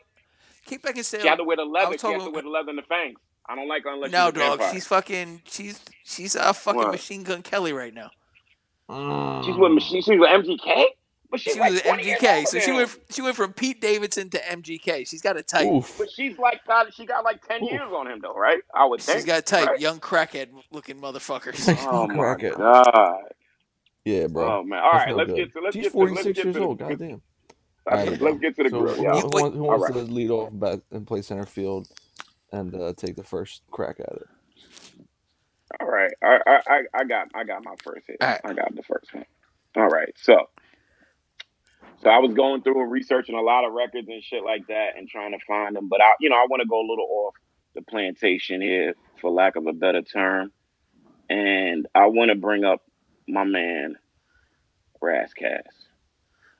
Speaker 3: Kate Beckinsale.
Speaker 1: She had to wear the
Speaker 3: I
Speaker 1: leather.
Speaker 3: was
Speaker 1: She had to
Speaker 3: talking-
Speaker 1: wear the leather and the fangs. I don't like her unless
Speaker 3: No,
Speaker 1: she's a
Speaker 3: dog.
Speaker 1: vampire.
Speaker 3: She's fucking. She's she's a fucking
Speaker 1: What?
Speaker 3: machine gun Kelly right now.
Speaker 2: Ah,
Speaker 1: She's with she, she's with MGK, but she's
Speaker 3: she
Speaker 1: like
Speaker 3: was
Speaker 1: 20 years
Speaker 3: MGK,
Speaker 1: older
Speaker 3: so
Speaker 1: than
Speaker 3: she
Speaker 1: him.
Speaker 3: went f- she went from Pete Davidson to MGK. She's got a type.
Speaker 2: Oof.
Speaker 1: But she's like got she got like 10
Speaker 2: Ooh.
Speaker 1: years on him though, right? I would
Speaker 3: She's
Speaker 1: think.
Speaker 3: got a type.
Speaker 1: right?
Speaker 3: Young crackhead looking motherfuckers.
Speaker 1: Oh my
Speaker 2: Crack it.
Speaker 1: god.
Speaker 2: Yeah, bro.
Speaker 1: Oh man. All
Speaker 2: That's
Speaker 1: right,
Speaker 2: no
Speaker 1: let's
Speaker 2: good.
Speaker 1: get to let's
Speaker 2: She's
Speaker 1: get to let's
Speaker 2: 46
Speaker 1: get
Speaker 2: years
Speaker 1: to
Speaker 2: old.
Speaker 1: the let's,
Speaker 2: Goddamn. All
Speaker 1: let's,
Speaker 2: right.
Speaker 1: let's get to the
Speaker 2: So
Speaker 1: grill,
Speaker 2: who,
Speaker 1: y'all.
Speaker 2: wants- who,
Speaker 3: You- wait.
Speaker 2: wants- who
Speaker 1: All
Speaker 2: wants
Speaker 1: right.
Speaker 2: to lead off bat and play center field and uh, take the first crack at it?
Speaker 1: All right. I I I I got I got my first hit.
Speaker 3: All right.
Speaker 1: I got the first one. All right. So so I was going through and researching a lot of records and shit like that and trying to find them, but I you know, I want to go a little off the plantation here for lack of a better term, and I want to bring up my man Razzcast.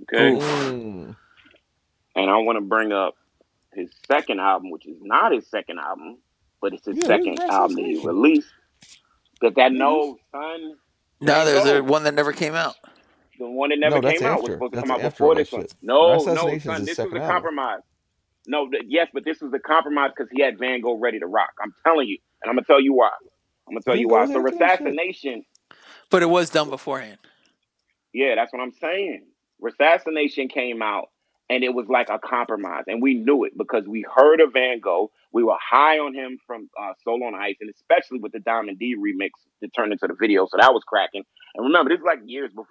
Speaker 1: Okay?
Speaker 2: Mm.
Speaker 1: and I want to bring up his second album, which is not his second album, but it's his
Speaker 2: Yeah, this is
Speaker 1: second
Speaker 2: Rap
Speaker 1: album that he
Speaker 2: Nation.
Speaker 1: released. That that
Speaker 2: Yeah,
Speaker 1: no son,
Speaker 3: No,
Speaker 1: Ain't
Speaker 3: there's a
Speaker 1: gold.
Speaker 3: one that never came out.
Speaker 1: the one that
Speaker 2: No,
Speaker 1: never
Speaker 2: that's
Speaker 1: came out was
Speaker 2: after.
Speaker 1: supposed to
Speaker 2: That's
Speaker 1: come out
Speaker 2: after
Speaker 1: before
Speaker 2: all that
Speaker 1: this one.
Speaker 2: shit. Rap
Speaker 1: No, no,
Speaker 2: Assassination is
Speaker 1: son,
Speaker 2: his
Speaker 1: this was
Speaker 2: second
Speaker 1: a
Speaker 2: album.
Speaker 1: compromise. No, th- yes, but this was a compromise because he had Van Gogh ready to rock. I'm telling you, and I'm gonna tell you why. I'm gonna tell
Speaker 2: Van
Speaker 1: you
Speaker 2: Gogh
Speaker 1: why.
Speaker 2: was
Speaker 1: So
Speaker 2: after that shit.
Speaker 1: assassination,
Speaker 3: But it was done beforehand.
Speaker 1: Yeah, that's what I'm saying. Assassination came out and it was like a compromise. And we knew it because we heard of Van Gogh. We were high on him from uh, Soul on Ice and especially with the Diamond D remix that turned into the video. So that was cracking. And remember, this is like years bef-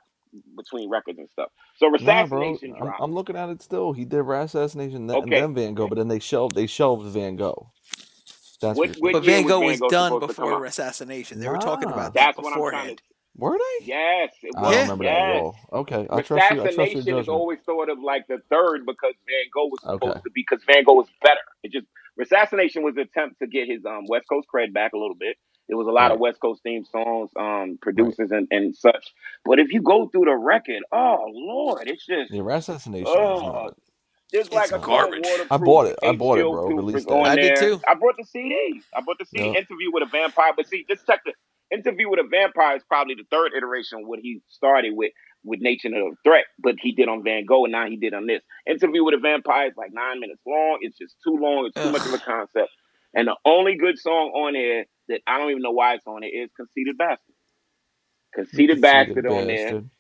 Speaker 1: between records and stuff. So
Speaker 2: Nah, bro.
Speaker 1: Assassination
Speaker 2: I'm,
Speaker 1: dropped.
Speaker 2: I'm looking at it still. He did Rap Assassination th- and
Speaker 1: Okay.
Speaker 2: then Van Gogh, but then they shelved they shelved Van Gogh.
Speaker 1: What,
Speaker 2: That's what it
Speaker 1: what
Speaker 2: was.
Speaker 3: But
Speaker 1: year
Speaker 3: Van
Speaker 1: was
Speaker 3: Gogh
Speaker 1: Van
Speaker 3: was
Speaker 1: Gogh
Speaker 3: done
Speaker 1: supposed to come
Speaker 3: before
Speaker 1: out?
Speaker 3: assassination. They were talking
Speaker 2: Nah.
Speaker 3: about that
Speaker 1: That's what I'm trying to.
Speaker 3: beforehand.
Speaker 2: Were they?
Speaker 1: Yes, it
Speaker 2: I don't
Speaker 1: was.
Speaker 3: Yeah.
Speaker 2: remember that at
Speaker 1: Yes.
Speaker 2: all. Okay. I trust you. I trust your
Speaker 1: Assassination is
Speaker 2: judgment.
Speaker 1: always sort of like the third because Van Gogh was
Speaker 2: Okay.
Speaker 1: supposed to be because Van Gogh was better. It just Assassination was an attempt to get his um, West Coast cred back a little bit. There was a lot of
Speaker 2: Right.
Speaker 1: West Coast themed songs, um,
Speaker 2: Right.
Speaker 1: producers and, and such. But if you go through the record, oh lord, it's just
Speaker 2: Yeah, Rap Assassination is
Speaker 1: oh,
Speaker 2: not.
Speaker 1: there's
Speaker 3: It's
Speaker 1: like a song
Speaker 3: garbage.
Speaker 2: I
Speaker 1: waterproof,
Speaker 2: bought it. I bought it,
Speaker 1: HBO
Speaker 2: bro.
Speaker 1: proof
Speaker 2: Release
Speaker 1: is
Speaker 2: that.
Speaker 1: on
Speaker 3: I
Speaker 1: there.
Speaker 3: did too.
Speaker 1: I brought the CD. I brought the CD.
Speaker 2: Yep.
Speaker 1: Interview with a vampire, but see, this check the interview with a vampire is probably the third iteration of what he started with with Nature of the Threat, but he did on Van Gogh, and now he did on this interview with a vampire is like nine minutes long. It's just too long. It's too much of a
Speaker 3: Ugh.
Speaker 1: concept. And the only good song on there that I don't even know why it's on it is "Conceited Bastard."
Speaker 2: You
Speaker 1: "Conceited Bastard"
Speaker 2: conceited
Speaker 1: on there
Speaker 2: bastard.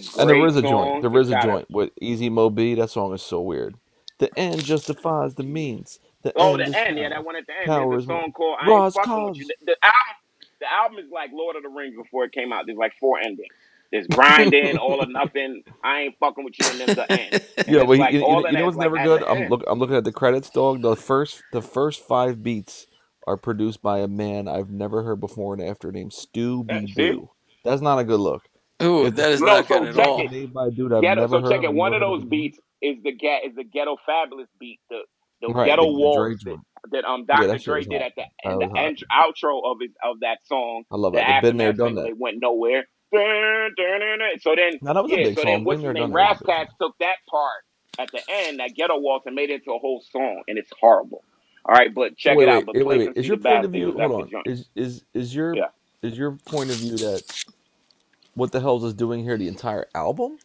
Speaker 1: is a
Speaker 2: And there is
Speaker 1: great
Speaker 2: a joint.
Speaker 1: song.
Speaker 2: There
Speaker 1: It's
Speaker 2: is a
Speaker 1: got a
Speaker 2: joint with Easy Mo B. That song is so weird. The end justifies the means. The
Speaker 1: Oh, the
Speaker 2: end is
Speaker 1: end, yeah,
Speaker 2: power.
Speaker 1: that one at the end. There's
Speaker 2: Power
Speaker 1: a
Speaker 2: is what.
Speaker 1: song called "I Ain't
Speaker 2: Roz
Speaker 1: Fucking With You."
Speaker 2: Cause.
Speaker 1: The, the album, the album is like Lord of the Rings before it came out. There's like four endings. There's grinding, all or nothing. I ain't fucking with you, and then the end. And
Speaker 2: Yeah,
Speaker 1: it's
Speaker 2: but you,
Speaker 1: like
Speaker 2: you,
Speaker 1: all of
Speaker 2: you
Speaker 1: that's
Speaker 2: know what's
Speaker 1: like
Speaker 2: never
Speaker 1: at the
Speaker 2: good? I'm
Speaker 1: end.
Speaker 2: look. I'm looking at the credits, dog. The first the first five beats are produced by a man I've never heard before and after named Stu
Speaker 1: Uh,
Speaker 2: B
Speaker 1: See,
Speaker 2: Boo. That's not a good look.
Speaker 3: Ooh,
Speaker 2: It's-
Speaker 3: that is
Speaker 1: No,
Speaker 3: not
Speaker 1: so
Speaker 3: good at
Speaker 1: check
Speaker 3: all.
Speaker 1: it.
Speaker 2: Made by a dude I've
Speaker 1: Ghetto,
Speaker 2: never
Speaker 1: so
Speaker 2: heard
Speaker 1: check
Speaker 2: of,
Speaker 1: it. One of
Speaker 2: never
Speaker 1: those
Speaker 2: heard
Speaker 1: beats is the ga- is the ghetto fabulous beat, the the
Speaker 2: Right,
Speaker 1: ghetto
Speaker 2: the- the
Speaker 1: waltz
Speaker 2: Dre's
Speaker 1: that,
Speaker 2: one.
Speaker 1: that um
Speaker 2: Yeah,
Speaker 1: Dr.
Speaker 2: that shit
Speaker 1: Dre
Speaker 2: was
Speaker 1: did
Speaker 2: hot.
Speaker 1: at the
Speaker 2: That
Speaker 1: and
Speaker 2: was
Speaker 1: the
Speaker 2: hot.
Speaker 1: ent- outro of his of that song.
Speaker 2: I love
Speaker 1: The
Speaker 2: that. The been there,
Speaker 1: aftermath
Speaker 2: done
Speaker 1: single
Speaker 2: that.
Speaker 1: that went nowhere. Dun, dun, dun, dun. So then,
Speaker 2: Now that was a
Speaker 1: yeah,
Speaker 2: big
Speaker 1: so
Speaker 2: song.
Speaker 1: then
Speaker 2: Been
Speaker 1: what's
Speaker 2: there,
Speaker 1: his name?
Speaker 2: done that. was
Speaker 1: Rap
Speaker 2: big.
Speaker 1: Cats took that part at the end, that ghetto waltz, and made it into a whole song, and it's horrible. All right, but check
Speaker 2: wait,
Speaker 1: it
Speaker 2: wait,
Speaker 1: out. But
Speaker 2: wait,
Speaker 1: play
Speaker 2: wait,
Speaker 1: some
Speaker 2: Is
Speaker 1: See the
Speaker 2: your point
Speaker 1: Bad
Speaker 2: of view?
Speaker 1: Things. That's
Speaker 2: Hold
Speaker 1: the
Speaker 2: on.
Speaker 1: joint.
Speaker 2: Is is is your
Speaker 1: Yeah.
Speaker 2: is your point of view that what the hell is this doing here? The entire album?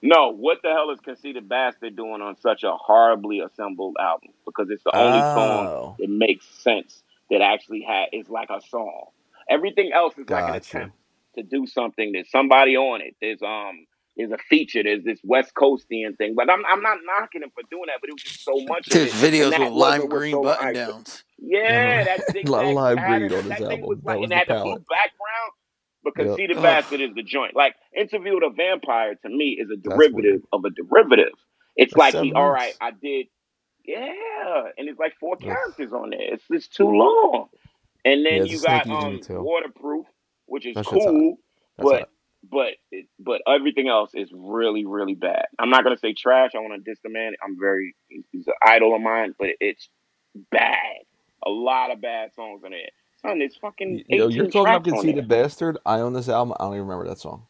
Speaker 1: No, what the hell is Conceited Bastard doing on such a horribly assembled album? Because it's the only song
Speaker 2: Oh,
Speaker 1: that makes sense that actually had is like a song. Everything else is like an
Speaker 2: gotcha.
Speaker 1: attempt to do something. There's somebody on it. There's um there's a feature. There's this West Coastian thing. But I'm I'm not knocking him for doing that, but it was just so much of
Speaker 3: There's
Speaker 1: it. And
Speaker 3: videos
Speaker 1: that
Speaker 3: with lime
Speaker 1: wasn't what's
Speaker 3: green
Speaker 1: so
Speaker 3: button
Speaker 1: nice.
Speaker 3: downs.
Speaker 2: Yeah,
Speaker 1: Yeah, that
Speaker 2: a
Speaker 1: zigzag
Speaker 2: lot of uh, live
Speaker 1: pattern.
Speaker 2: greed on this
Speaker 1: That thing was
Speaker 2: album. That
Speaker 1: like, and
Speaker 2: was
Speaker 1: it
Speaker 2: the
Speaker 1: had the blue
Speaker 2: palette.
Speaker 1: background because
Speaker 2: Yep,
Speaker 1: See the
Speaker 3: Ugh.
Speaker 1: Bastard is the joint. Like, Interview with a Vampire to me is a
Speaker 2: that's weird.
Speaker 1: derivative of a derivative. It's
Speaker 2: That's
Speaker 1: like he,
Speaker 2: seven
Speaker 1: all right,
Speaker 2: minutes.
Speaker 1: I did, yeah, and it's like four
Speaker 2: Ugh.
Speaker 1: characters on there. It's it's too long. And
Speaker 2: Yeah,
Speaker 1: then
Speaker 2: it's a
Speaker 1: you got
Speaker 2: snake eating you
Speaker 1: um
Speaker 2: too.
Speaker 1: waterproof, which is
Speaker 2: That shit's hot.
Speaker 1: cool,
Speaker 2: That's
Speaker 1: but
Speaker 2: hot.
Speaker 1: but it, but everything else is really really bad. I'm not gonna say trash. I want to diss the man. I'm very he's an idol of mine, but it's bad. A lot of bad songs on there. Son, there's fucking
Speaker 2: You, you know, you're
Speaker 1: 18
Speaker 2: talking about
Speaker 1: tracks on there.
Speaker 2: conceited bastard. I own this album. I don't even remember that song.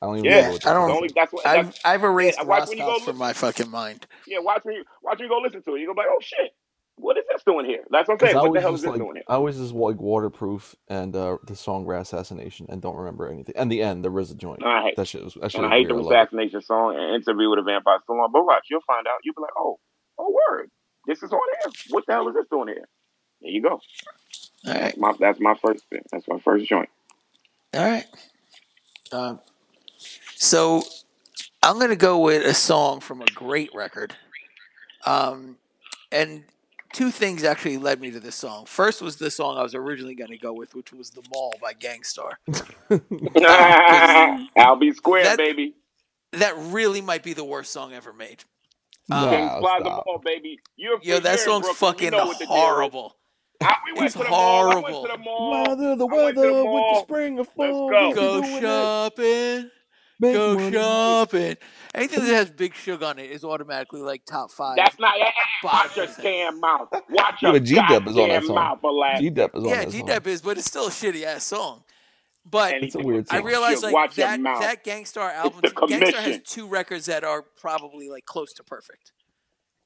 Speaker 2: I don't even
Speaker 1: Yeah,
Speaker 2: remember what
Speaker 3: Yeah, I
Speaker 1: the
Speaker 2: that song
Speaker 3: don't.
Speaker 1: only
Speaker 2: is.
Speaker 1: that's what that's
Speaker 3: I've I've
Speaker 1: yeah.
Speaker 3: erased
Speaker 1: Watch when you go
Speaker 3: Roscoe
Speaker 1: listen.
Speaker 3: from my fucking mind.
Speaker 1: Yeah, watch when you watch when you go listen to it. You go like, oh shit, what is this doing here? That's what I'm
Speaker 2: Because
Speaker 1: saying.
Speaker 2: I
Speaker 1: What the
Speaker 2: always
Speaker 1: hell is
Speaker 2: just
Speaker 1: this
Speaker 2: like
Speaker 1: doing here?
Speaker 2: I always just like waterproof and uh, the song "Grass Assassination" and don't remember anything. And the end, there was a joint.
Speaker 1: And I hate
Speaker 2: That shit was that shit
Speaker 1: and I hate
Speaker 2: was weird.
Speaker 1: the
Speaker 2: I love it.
Speaker 1: assassination song and interview with a vampire so long. But watch, you'll find out. You'll be like, oh, oh word, this is on here. What the hell is this doing here? There you go.
Speaker 3: All
Speaker 1: That's
Speaker 3: right,
Speaker 1: my that's my first bit. That's my first joint.
Speaker 3: all right. Um, so I'm gonna go with a song from a great record. Um, and two things actually led me to this song. First was the song I was originally gonna go with, which was "The Mall" by Gangstar, because
Speaker 1: I'll be square,
Speaker 3: that
Speaker 1: baby.
Speaker 3: that really might be the worst song ever made. Um,
Speaker 1: Kings
Speaker 2: Nah,
Speaker 1: fly the
Speaker 2: stop.
Speaker 1: mall, baby. You're
Speaker 3: yo, that
Speaker 1: you're in
Speaker 3: song's
Speaker 1: Brooklyn. You
Speaker 3: fucking
Speaker 1: know what the deal is.
Speaker 3: horrible.
Speaker 1: I, we
Speaker 3: It's
Speaker 1: went to the mall. I went to
Speaker 3: horrible.
Speaker 1: the mall.
Speaker 2: Weather, the
Speaker 1: I went to the
Speaker 2: weather, with the
Speaker 1: mall.
Speaker 2: spring or
Speaker 1: Let's
Speaker 2: fall, we
Speaker 1: go.
Speaker 2: be
Speaker 3: Go
Speaker 2: doing it.
Speaker 3: shopping.
Speaker 2: Make
Speaker 3: Go
Speaker 2: money. Make
Speaker 3: shopping. Anything that has Big Sugar on it is automatically like top five
Speaker 1: That's not. eh, eh, watch
Speaker 3: bottom
Speaker 1: your
Speaker 3: percent.
Speaker 1: damn mouth. Watch
Speaker 2: Yeah,
Speaker 1: your
Speaker 2: but G Dep is on that
Speaker 1: goddamn
Speaker 2: song.
Speaker 1: mouth, Black.
Speaker 2: G Dep is on
Speaker 3: Yeah,
Speaker 2: that
Speaker 3: G
Speaker 2: song.
Speaker 3: Dep is, but it's still a shitty ass song.
Speaker 2: It's
Speaker 3: But
Speaker 2: a
Speaker 1: Anything with
Speaker 2: weird
Speaker 3: I
Speaker 1: Big
Speaker 2: song.
Speaker 3: realized
Speaker 1: Sugar.
Speaker 3: like
Speaker 1: Watch your
Speaker 3: that
Speaker 1: mouth.
Speaker 3: that Gangstar
Speaker 1: It's
Speaker 3: album.
Speaker 1: the
Speaker 3: Gangstar has
Speaker 1: commission.
Speaker 3: two records that are probably like close to perfect,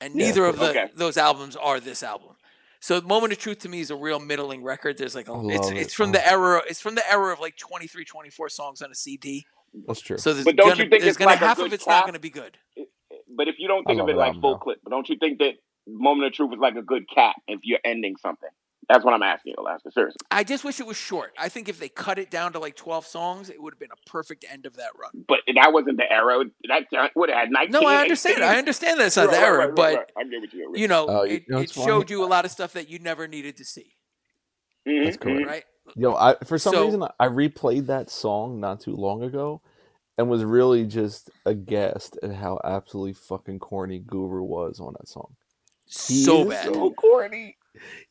Speaker 3: and
Speaker 2: Yeah,
Speaker 3: neither of
Speaker 2: but
Speaker 3: the
Speaker 1: Okay.
Speaker 3: those albums are this album. So "Moment of Truth" to me is a real middling record. There's like
Speaker 2: I
Speaker 3: a it's
Speaker 2: love it.
Speaker 3: it's from
Speaker 2: Oh,
Speaker 3: the era it's from the era of like 23, 24 songs on a CD.
Speaker 2: that's true.
Speaker 3: So there's
Speaker 1: But don't
Speaker 3: gonna
Speaker 1: you think
Speaker 3: there's
Speaker 1: it's
Speaker 3: gonna
Speaker 1: like a
Speaker 3: half of
Speaker 1: good
Speaker 3: it's not
Speaker 1: cap?
Speaker 3: gonna be good.
Speaker 1: But if you don't
Speaker 2: I
Speaker 1: think of
Speaker 2: love
Speaker 1: it
Speaker 2: that
Speaker 1: like
Speaker 2: album
Speaker 1: full
Speaker 2: though.
Speaker 1: clip, don't you think that moment of truth is like a good cap if you're ending something? That's what I'm asking you, Alaska. Seriously.
Speaker 3: I just wish it was short. I think if they cut it down to like twelve songs, it would have been a perfect end of that run.
Speaker 1: But that wasn't the arrow. That would have had
Speaker 3: No,
Speaker 1: 19,
Speaker 3: I understand. I
Speaker 1: 18.
Speaker 3: understand that's not
Speaker 1: Right,
Speaker 3: the
Speaker 1: right,
Speaker 3: error,
Speaker 1: right, right,
Speaker 3: but
Speaker 1: right. I get what you're
Speaker 3: you know,
Speaker 2: Oh, you
Speaker 3: it,
Speaker 2: know
Speaker 3: it
Speaker 2: it's why?
Speaker 3: showed you a lot of stuff that you never needed to see,
Speaker 2: That's
Speaker 1: Mm-hmm,
Speaker 2: correct.
Speaker 1: mm-hmm.
Speaker 3: right?
Speaker 2: Yo, I for some
Speaker 3: So
Speaker 2: reason I I replayed that song not too long ago and was really just aghast at how absolutely fucking corny Guru was on that song. He
Speaker 3: so
Speaker 2: is
Speaker 3: bad.
Speaker 2: so corny.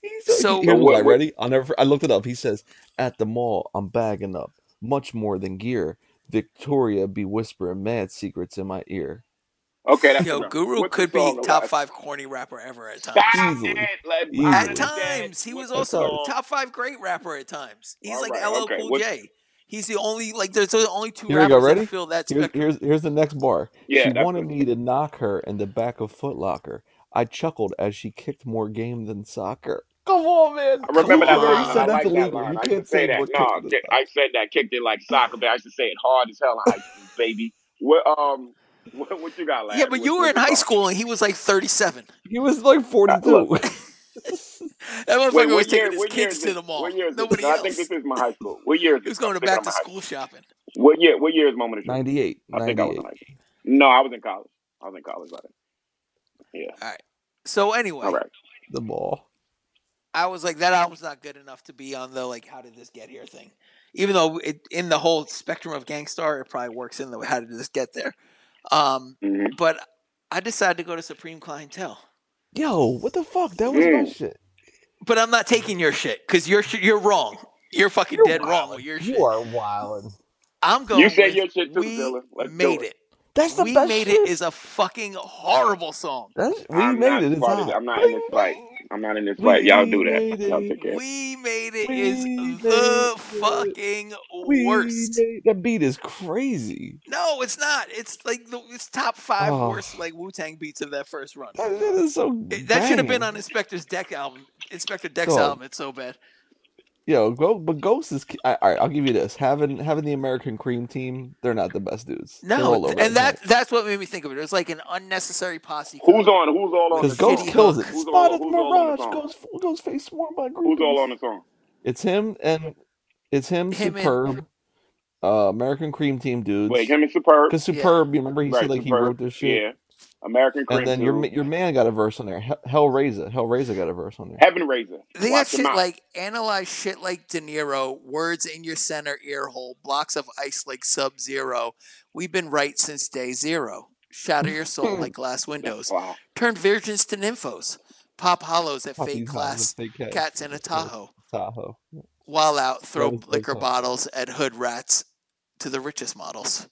Speaker 2: He's so, he,
Speaker 3: So
Speaker 1: So
Speaker 2: here's why.
Speaker 1: what? What?
Speaker 2: Ready? I never. for- I looked it up. He says, "At the mall, I'm bagging up much more than gear. Victoria be whispering mad secrets in my ear,
Speaker 1: Okay, that's
Speaker 3: yo,
Speaker 1: enough.
Speaker 3: Guru
Speaker 1: What's the
Speaker 3: could be
Speaker 1: song,
Speaker 3: top
Speaker 1: Alaska?
Speaker 3: five corny rapper ever at
Speaker 1: Stop
Speaker 3: times.
Speaker 2: easily,
Speaker 1: it. Let, I
Speaker 3: At
Speaker 2: easily."
Speaker 1: understand.
Speaker 3: times, he was
Speaker 1: What's the
Speaker 2: That's
Speaker 3: also
Speaker 2: all.
Speaker 1: song?
Speaker 3: top five great rapper at times. He's
Speaker 1: All
Speaker 3: like
Speaker 1: right.
Speaker 3: LL
Speaker 1: Okay.
Speaker 3: Cool
Speaker 1: What's?
Speaker 3: J. He's the only like there's the only two
Speaker 2: Here we go.
Speaker 3: rappers that
Speaker 2: Ready?
Speaker 3: fill that
Speaker 2: Here's
Speaker 3: spectrum.
Speaker 2: here's here's the next bar. She
Speaker 1: Yeah, that's
Speaker 2: wanted
Speaker 1: good.
Speaker 2: me to knock her in the back of Foot Locker. I chuckled as she kicked more game than soccer. Come on, man.
Speaker 1: I
Speaker 2: You
Speaker 1: remember
Speaker 3: Come
Speaker 1: that
Speaker 2: you
Speaker 1: line.
Speaker 2: already
Speaker 1: I
Speaker 2: said
Speaker 3: on.
Speaker 2: that's
Speaker 1: like that
Speaker 2: illegal.
Speaker 1: line.
Speaker 2: You
Speaker 1: I used to
Speaker 2: can't
Speaker 1: say
Speaker 2: say
Speaker 1: that.
Speaker 2: more kicked
Speaker 1: No,
Speaker 2: than
Speaker 1: kick- I
Speaker 2: soccer.
Speaker 1: said that kicked it like soccer, but I used to say it hard as hell in high school, baby. What um, what, what you got, lad?
Speaker 3: Yeah, but
Speaker 1: What's
Speaker 3: you were
Speaker 1: what's
Speaker 3: in
Speaker 1: the
Speaker 3: high
Speaker 1: song?
Speaker 3: school and he was like 37.
Speaker 2: He was like
Speaker 1: Uh, look,
Speaker 2: 42.
Speaker 3: That
Speaker 1: wait, what
Speaker 3: motherfucker was taking
Speaker 1: year?
Speaker 3: his
Speaker 1: What year is
Speaker 3: kids to
Speaker 1: this?
Speaker 3: the
Speaker 1: What
Speaker 3: mall.
Speaker 1: year is this?
Speaker 3: Nobody
Speaker 1: No, I think this
Speaker 3: else.
Speaker 1: is my high school. What year is
Speaker 3: He
Speaker 1: this?
Speaker 3: was
Speaker 1: I
Speaker 3: going to
Speaker 1: think
Speaker 3: back
Speaker 1: I'm
Speaker 3: to
Speaker 1: in high school.
Speaker 3: school shopping.
Speaker 1: What year? What year is Moment of Truth?
Speaker 2: 98.
Speaker 1: I think I was in
Speaker 2: 98.
Speaker 1: high school. No, I was in college. I was in college by then. Yeah.
Speaker 3: All right. So
Speaker 1: All
Speaker 3: anyway,
Speaker 1: right.
Speaker 2: The ball.
Speaker 3: I was like, that album's not good enough to be on the like, how did this get here thing. Even though it, in the whole spectrum of Gangstar, it probably works in the how did this get there. Um,
Speaker 1: Mm-hmm.
Speaker 3: but I decided to go to Supreme Clientele.
Speaker 2: Yo, what the fuck? That was my
Speaker 1: Mm.
Speaker 2: shit.
Speaker 3: But I'm not taking your shit because your shit, you're wrong. You're fucking dead wrong with your shit.
Speaker 5: You are wilding.
Speaker 3: I'm going.
Speaker 1: You say
Speaker 3: with
Speaker 1: your shit too,
Speaker 3: we
Speaker 1: Dylan. Let's do
Speaker 3: made
Speaker 1: it.
Speaker 3: it.
Speaker 5: That's the
Speaker 3: we
Speaker 5: best
Speaker 3: made
Speaker 5: shit.
Speaker 3: it is a fucking horrible song.
Speaker 5: That's, we
Speaker 1: I'm
Speaker 5: made
Speaker 1: not
Speaker 5: it. It's
Speaker 1: part of it.
Speaker 5: hot.
Speaker 1: I'm not in this fight. I'm not in this fight. Y'all do
Speaker 5: made
Speaker 1: that.
Speaker 5: it.
Speaker 1: Y'all take care.
Speaker 3: We made it
Speaker 5: We
Speaker 3: is
Speaker 5: made
Speaker 3: the
Speaker 5: it.
Speaker 3: fucking
Speaker 5: We
Speaker 3: worst.
Speaker 5: made it.
Speaker 2: That beat is crazy.
Speaker 3: No, it's not. It's like the, it's top five
Speaker 2: Oh.
Speaker 3: worst like Wu Tang beats of that first run.
Speaker 2: That, that is so.
Speaker 3: It- that should have been
Speaker 2: banging.
Speaker 3: on Inspector's Deck album. Inspector Deck's
Speaker 2: Dog.
Speaker 3: album. It's so bad.
Speaker 2: Yo, go, but Ghost is. I, all right, I'll give you this. Having having the American Cream team, they're not the best dudes. They're all
Speaker 3: No,
Speaker 2: over
Speaker 3: th-
Speaker 2: the
Speaker 3: and that
Speaker 2: joint.
Speaker 3: that's what made me think of it. It was like an unnecessary posse.
Speaker 1: Who's on? Who's all on?
Speaker 2: because
Speaker 1: the
Speaker 3: Ghost
Speaker 2: Ghost
Speaker 1: song?
Speaker 3: Kitty
Speaker 2: kills
Speaker 3: Hook.
Speaker 2: it.
Speaker 1: Who's all-
Speaker 2: Spotted
Speaker 1: who's all on the
Speaker 2: Mirage.
Speaker 1: song?
Speaker 2: Ghost Ghost face swarmed by
Speaker 1: Who's all
Speaker 2: groupies.
Speaker 1: on the song?
Speaker 2: It's him and it's him.
Speaker 3: Him and-
Speaker 2: superb. Uh, American Cream team dudes.
Speaker 1: Wait, him and Superb.
Speaker 2: Because
Speaker 3: Yeah.
Speaker 2: superb, you remember he said like
Speaker 1: Superb.
Speaker 2: he wrote this shit.
Speaker 1: Yeah. American Cream.
Speaker 2: And then your ma-
Speaker 1: dude.
Speaker 2: your man got a verse on there. Hell Hellraiser, Hellraiser got a verse on there.
Speaker 1: Heaven Raiser.
Speaker 3: They got
Speaker 1: Watch
Speaker 3: shit
Speaker 1: him out.
Speaker 3: like analyze shit like De Niro, words in your center ear hole, blocks of ice like Sub Zero. We've been right since day zero. Shatter your soul like glass windows.
Speaker 1: Wow.
Speaker 3: Turn virgins to nymphos. Pop hollows at
Speaker 2: Fuck,
Speaker 3: fake
Speaker 2: he's not
Speaker 3: class.
Speaker 2: even fake
Speaker 3: Cats in a
Speaker 2: That's right.
Speaker 3: Tahoe.
Speaker 2: Tahoe.
Speaker 3: While out, throw
Speaker 2: was fake
Speaker 3: liquor
Speaker 2: class.
Speaker 3: bottles at hood rats to the richest models.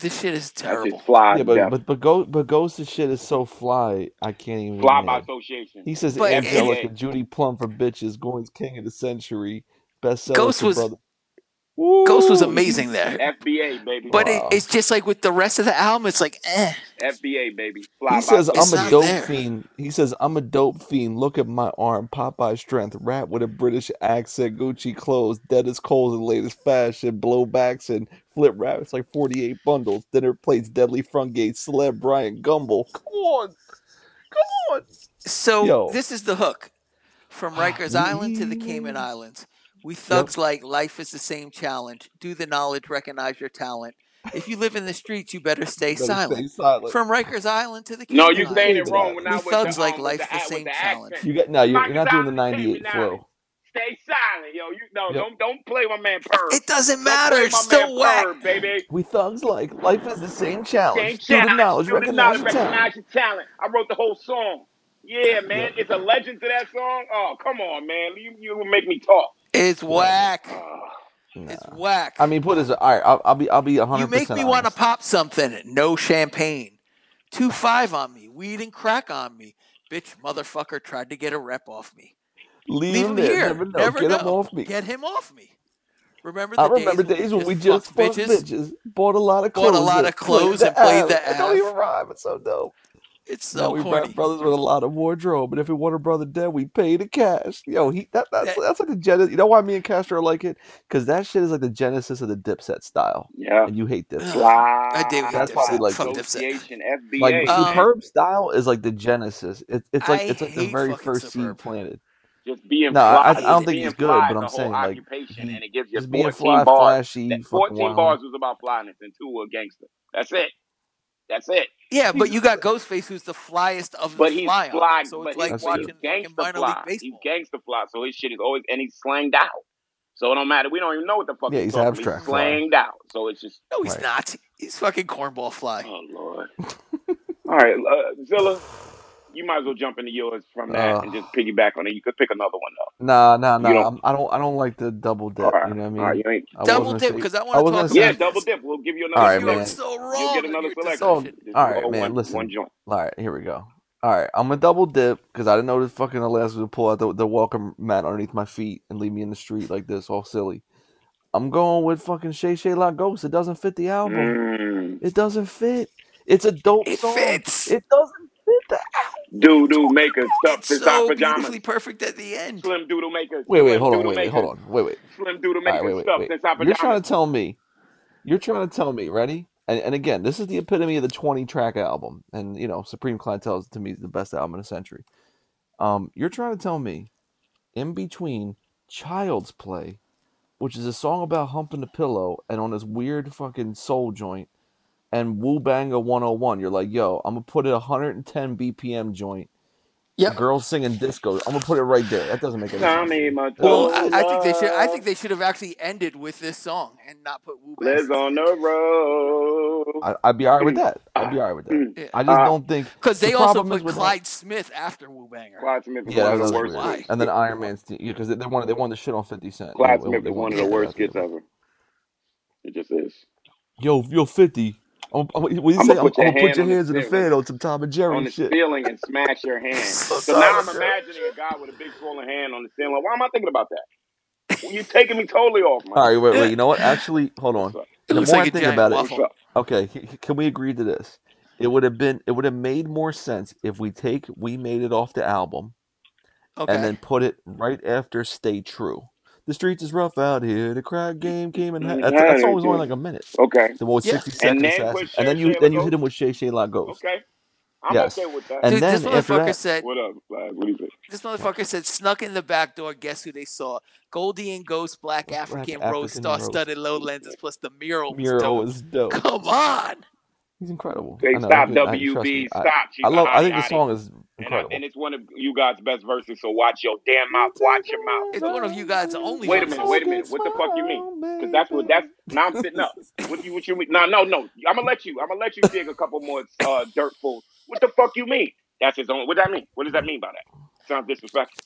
Speaker 3: This shit is
Speaker 1: That shit
Speaker 3: terrible.
Speaker 1: fly.
Speaker 2: Yeah,
Speaker 1: as
Speaker 2: but
Speaker 1: death.
Speaker 2: but but Ghost but Ghost's shit is so fly. I can't even.
Speaker 1: fly by
Speaker 2: imagine.
Speaker 1: association.
Speaker 2: He says
Speaker 3: But-
Speaker 2: Angelica, Judy Plum for bitches, Goins King of the Century, bestseller.
Speaker 3: Ghost
Speaker 2: for
Speaker 3: was-
Speaker 2: brother.
Speaker 3: Ghost was
Speaker 2: Woo!
Speaker 3: amazing there.
Speaker 1: FBA baby.
Speaker 3: But
Speaker 2: Wow.
Speaker 3: it, it's just like with the rest of the album, it's like, eh.
Speaker 1: FBA baby. Fly
Speaker 2: He
Speaker 1: by
Speaker 2: says
Speaker 3: It's
Speaker 2: I'm
Speaker 3: not
Speaker 2: a dope
Speaker 3: there.
Speaker 2: fiend. He says I'm a dope fiend. Look at my arm, Popeye strength, rap with a British accent, Gucci clothes, dead as coals in latest fashion, blowbacks and flip rap. It's like 48 bundles, dinner plates, deadly front gate, celeb Brian Gumble. Come on, come on.
Speaker 3: So
Speaker 2: Yo. Ah,
Speaker 3: this is the hook. From Rikers Island to the Cayman
Speaker 2: Mm.
Speaker 3: Islands. We thugs like life is the same challenge. Do the knowledge, recognize your talent. If you live in the streets, you better stay
Speaker 2: Better
Speaker 3: silent.
Speaker 2: stay silent.
Speaker 3: From Rikers Island to the Cayman
Speaker 1: No, you
Speaker 3: Islands.
Speaker 1: saying it
Speaker 2: Island.
Speaker 1: wrong when I
Speaker 3: We
Speaker 1: was
Speaker 3: thugs
Speaker 1: the,
Speaker 3: like
Speaker 1: um,
Speaker 3: life
Speaker 1: with
Speaker 3: the
Speaker 1: the,
Speaker 3: same
Speaker 1: with the
Speaker 3: challenge.
Speaker 1: accent.
Speaker 2: You got no, you're,
Speaker 1: Rock
Speaker 2: you're not doing the
Speaker 1: is out of the
Speaker 2: 98
Speaker 1: Cayman
Speaker 2: flow.
Speaker 1: Stay silent, yo. You no,
Speaker 2: Yep.
Speaker 1: don't don't play my man Perv.
Speaker 3: It doesn't
Speaker 1: Don't
Speaker 3: matter.
Speaker 1: play
Speaker 3: It's
Speaker 1: my man
Speaker 3: still whack.
Speaker 1: Perv, baby.
Speaker 2: We thugs like life is the
Speaker 1: Same
Speaker 2: same challenge. Do the
Speaker 1: challenge.
Speaker 2: knowledge,
Speaker 1: Do the
Speaker 2: recognize
Speaker 1: knowledge,
Speaker 2: your talent.
Speaker 1: recognize your talent. I wrote the whole song. Yeah, man. It's a legend to that song. Oh, come on, man. You you will make me talk.
Speaker 3: It's whack.
Speaker 2: Nah.
Speaker 3: It's whack.
Speaker 2: I mean, put it. All right, I'll, I'll be. I'll be 100.
Speaker 3: you make me want to pop something. No champagne. Two five on me. Weed and crack on me. Bitch, motherfucker tried to get a rep off me.
Speaker 2: leave,
Speaker 3: Leave him
Speaker 2: there.
Speaker 3: here.
Speaker 2: Never know.
Speaker 3: Never
Speaker 2: Get
Speaker 3: know.
Speaker 2: him off me.
Speaker 3: Get him off me. Remember the
Speaker 2: I remember
Speaker 3: days,
Speaker 2: days when we just fucked
Speaker 3: fucked
Speaker 2: bitches. bought a lot of
Speaker 3: Bought a
Speaker 2: clothes,
Speaker 3: lot of clothes and played the
Speaker 2: app. Don't
Speaker 3: app.
Speaker 2: even rhyme. It's so dope.
Speaker 3: It's
Speaker 2: now
Speaker 3: so
Speaker 2: we
Speaker 3: corny.
Speaker 2: rap brothers with a lot of wardrobe, and if we want a brother dead, we pay the cash. Yo, he that, that's
Speaker 3: That-
Speaker 2: that's like the genesis. You know why me and Castro like it? Because that shit is like the genesis of the Dipset style,
Speaker 1: Yeah.
Speaker 2: and you hate Dipset.
Speaker 1: Wow.
Speaker 3: I do hate
Speaker 2: That's why we
Speaker 3: Dipset.
Speaker 2: like
Speaker 3: Fuck
Speaker 2: it.
Speaker 3: Dipset.
Speaker 1: Association FBA.
Speaker 2: Like
Speaker 3: Um,
Speaker 2: superb style is like the genesis. It's it's like
Speaker 3: I
Speaker 2: it's like the
Speaker 3: hate
Speaker 2: very
Speaker 3: fucking
Speaker 2: first seed
Speaker 3: Superb.
Speaker 2: planted.
Speaker 1: just being
Speaker 2: No, I-
Speaker 1: fly-
Speaker 2: I don't
Speaker 1: just
Speaker 2: think
Speaker 1: being
Speaker 2: he's good,
Speaker 1: fly is
Speaker 2: but I'm
Speaker 1: a whole
Speaker 2: saying, like,
Speaker 1: occupation,
Speaker 2: he-
Speaker 1: and it gives you
Speaker 2: Just being
Speaker 1: 14
Speaker 2: fly,
Speaker 1: bars.
Speaker 2: flashy,
Speaker 1: That
Speaker 2: fucking
Speaker 1: 14
Speaker 2: wild.
Speaker 1: bars was about flyness, and two were gangster. That's it. That's it.
Speaker 3: Yeah, but you got Ghostface, who's the flyest of the
Speaker 1: But he's
Speaker 3: fly. on
Speaker 1: fly,
Speaker 3: it, so
Speaker 1: but
Speaker 3: it's like
Speaker 2: That's
Speaker 1: he's,
Speaker 2: true.
Speaker 1: but he's
Speaker 3: watching fucking
Speaker 1: gangster
Speaker 3: minor league
Speaker 1: fly. He's
Speaker 3: baseball.
Speaker 1: gangster fly, so his shit is always and he's slanged out. So it don't matter. We don't even know what the fuck
Speaker 2: Yeah,
Speaker 1: he's,
Speaker 2: he's
Speaker 1: talking.
Speaker 2: abstract
Speaker 1: He's
Speaker 2: fly.
Speaker 1: slanged out. So it's just
Speaker 3: No, he's
Speaker 2: Right.
Speaker 3: not. He's fucking cornball fly.
Speaker 1: oh lord. All right, uh, Zilla, you might as well jump into yours from
Speaker 2: Uh,
Speaker 1: that and just piggyback on it. You could pick another one though.
Speaker 2: Nah, nah, nah.
Speaker 1: You don't-
Speaker 2: I'm, I don't. I don't like the double dip.
Speaker 1: All right,
Speaker 2: You know what I mean?
Speaker 1: all right, you ain't,
Speaker 2: I
Speaker 3: double
Speaker 2: wasn't
Speaker 3: dip
Speaker 2: say-
Speaker 3: because I
Speaker 2: I
Speaker 3: want to
Speaker 2: was
Speaker 3: talk
Speaker 2: gonna
Speaker 3: about
Speaker 2: say-
Speaker 1: yeah,
Speaker 3: this.
Speaker 1: double dip. We'll give you
Speaker 2: All
Speaker 1: another
Speaker 2: right,
Speaker 3: You are
Speaker 2: man.
Speaker 1: selection.
Speaker 3: so
Speaker 1: You'll
Speaker 3: wrong.
Speaker 1: get
Speaker 3: in
Speaker 1: another
Speaker 3: your
Speaker 1: selection.
Speaker 2: Oh,
Speaker 3: discussion.
Speaker 1: Just
Speaker 2: all right,
Speaker 1: all
Speaker 2: man,
Speaker 1: One,
Speaker 2: listen.
Speaker 1: one joint.
Speaker 2: All right, here we go. All right, I'm gonna double dip because I didn't know this fucking Alaska would pull out the, the welcome mat underneath my feet and leave me in the street like this, all silly. I'm going with fucking Shay Shay La Ghost. It doesn't fit the album.
Speaker 1: Mm.
Speaker 2: It doesn't fit. It's a dope
Speaker 3: It
Speaker 2: song.
Speaker 3: fits.
Speaker 2: It doesn't fit the
Speaker 1: Doo doo makers, stuff
Speaker 3: It's
Speaker 1: to stop
Speaker 3: so
Speaker 1: pajamas.
Speaker 3: beautifully perfect at the end.
Speaker 1: Slim doodle makers.
Speaker 2: Wait, wait,
Speaker 1: Slim
Speaker 2: hold on,
Speaker 1: doodle
Speaker 2: wait, wait,
Speaker 1: makers.
Speaker 2: hold on, wait, wait.
Speaker 1: Slim doodle
Speaker 2: All right,
Speaker 1: makers,
Speaker 2: wait, wait,
Speaker 1: stuff
Speaker 2: wait.
Speaker 1: to stop
Speaker 2: You're
Speaker 1: pajamas.
Speaker 2: trying to tell me, you're trying to tell me, ready? And, and again, this is the epitome of the 20 track album, and you know, Supreme Clientele is to me the best album in a century. Um, you're trying to tell me, in between Child's Play, which is a song about humping the pillow, and on this weird fucking soul joint, oh and Woo Banga 101, you're like, yo, I'm gonna put it 110 BPM joint
Speaker 3: Yep.
Speaker 2: Girls singing disco. I'm gonna put it right there. That doesn't make any sense.
Speaker 1: Tommy Mottola.
Speaker 3: Well, I, I think they should. I think they should have actually ended with this song and not put Wu
Speaker 1: Liz uh, on the road.
Speaker 2: I, I'd be alright with that. I'd be alright with that.
Speaker 3: Yeah.
Speaker 2: I just
Speaker 1: Mm. Uh,
Speaker 2: don't think
Speaker 3: Because they
Speaker 2: the
Speaker 3: also
Speaker 2: problem is
Speaker 3: put
Speaker 2: with-
Speaker 3: Clyde Smith after Wu Banger.
Speaker 1: Clyde Smith is
Speaker 2: Yeah,
Speaker 1: one
Speaker 2: that
Speaker 1: of
Speaker 2: was
Speaker 1: the worst.
Speaker 3: why.
Speaker 2: weird. And then Iron Man's because they, they wanted they wanted the shit on Fifty Cent.
Speaker 1: Clyde
Speaker 2: They- they
Speaker 1: Smith is
Speaker 2: wanted
Speaker 1: one of
Speaker 2: to
Speaker 1: the
Speaker 2: shit
Speaker 1: worst
Speaker 2: out of
Speaker 1: skits
Speaker 2: him.
Speaker 1: ever. It just is.
Speaker 2: Yo, yo, Fifty. I'm, I'm, what do you
Speaker 1: I'ma
Speaker 2: say? I'm,
Speaker 1: put your
Speaker 2: I'm gonna
Speaker 1: hand
Speaker 2: put your
Speaker 1: on the
Speaker 2: hands in the
Speaker 1: steering.
Speaker 2: fan on some Tom and Jerry
Speaker 1: on the
Speaker 2: shit.
Speaker 1: ceiling and smash your hand.
Speaker 3: So
Speaker 1: So now I'm
Speaker 3: sorry.
Speaker 1: imagining a guy with a big swollen hand on the ceiling. Why am I thinking about that? Well, you're taking me totally off,
Speaker 2: All
Speaker 1: man.
Speaker 2: right, wait, wait. You know what? Actually, hold on.
Speaker 1: What's up?
Speaker 3: It
Speaker 2: The
Speaker 3: looks
Speaker 2: more I
Speaker 3: like a
Speaker 2: think
Speaker 3: giant
Speaker 2: about it,
Speaker 3: waffle.
Speaker 1: What's up?
Speaker 2: okay, c- c- can we agree to this? It would have been, it would have made more sense if we take "We Made It" off the album
Speaker 3: Okay.
Speaker 2: and then put it right after "Stay True." The streets is rough out here. The crowd game came and ha-
Speaker 1: Mm,
Speaker 2: that's
Speaker 1: how
Speaker 2: that
Speaker 1: did
Speaker 2: song was
Speaker 1: you-
Speaker 2: only like a minute.
Speaker 1: Okay.
Speaker 2: The what was
Speaker 3: Yeah.
Speaker 2: sixty
Speaker 1: And
Speaker 2: second
Speaker 1: then put
Speaker 2: assassin, and
Speaker 1: Shay
Speaker 2: then you
Speaker 1: Shay La
Speaker 2: then you hit
Speaker 1: Ghost.
Speaker 2: him with Shay Shay La Ghost.
Speaker 1: Okay. I'm
Speaker 2: Yes,
Speaker 1: okay with that.
Speaker 2: and
Speaker 3: Dude, this
Speaker 2: then after
Speaker 3: motherfucker
Speaker 2: that,
Speaker 3: said
Speaker 1: What up, Clyde? What do you think?
Speaker 3: this motherfucker said snuck in the back door, guess who they saw? Goldie and Ghost, black
Speaker 2: Black
Speaker 3: African, rose
Speaker 2: African
Speaker 3: star
Speaker 2: Rose
Speaker 3: studded lowlanders, plus the mural was
Speaker 2: mural
Speaker 3: dope.
Speaker 2: is dope.
Speaker 3: Come on.
Speaker 2: He's incredible.
Speaker 1: Hey,
Speaker 2: I know. That
Speaker 1: stop,
Speaker 2: dude, I, trust
Speaker 1: WB.
Speaker 2: me. I,
Speaker 1: Stop. She's
Speaker 2: I
Speaker 1: a
Speaker 2: love. I
Speaker 1: hottie,
Speaker 2: think the
Speaker 1: hottie.
Speaker 2: song is
Speaker 1: And, I,
Speaker 2: incredible.
Speaker 1: and it's one of you guys' best verses, so watch your damn mouth. Watch your mouth.
Speaker 3: It's one of you guys' only
Speaker 1: Wait a
Speaker 3: verses.
Speaker 1: minute, wait a minute. What the fuck you mean? Because that's what that's now I'm sitting up. What you what you mean? No, no, no. I'm gonna let you. I'm gonna let you dig a couple more uh, dirt fools. What the fuck you mean? That's his own. What that mean? What does that mean by that? Sounds disrespectful.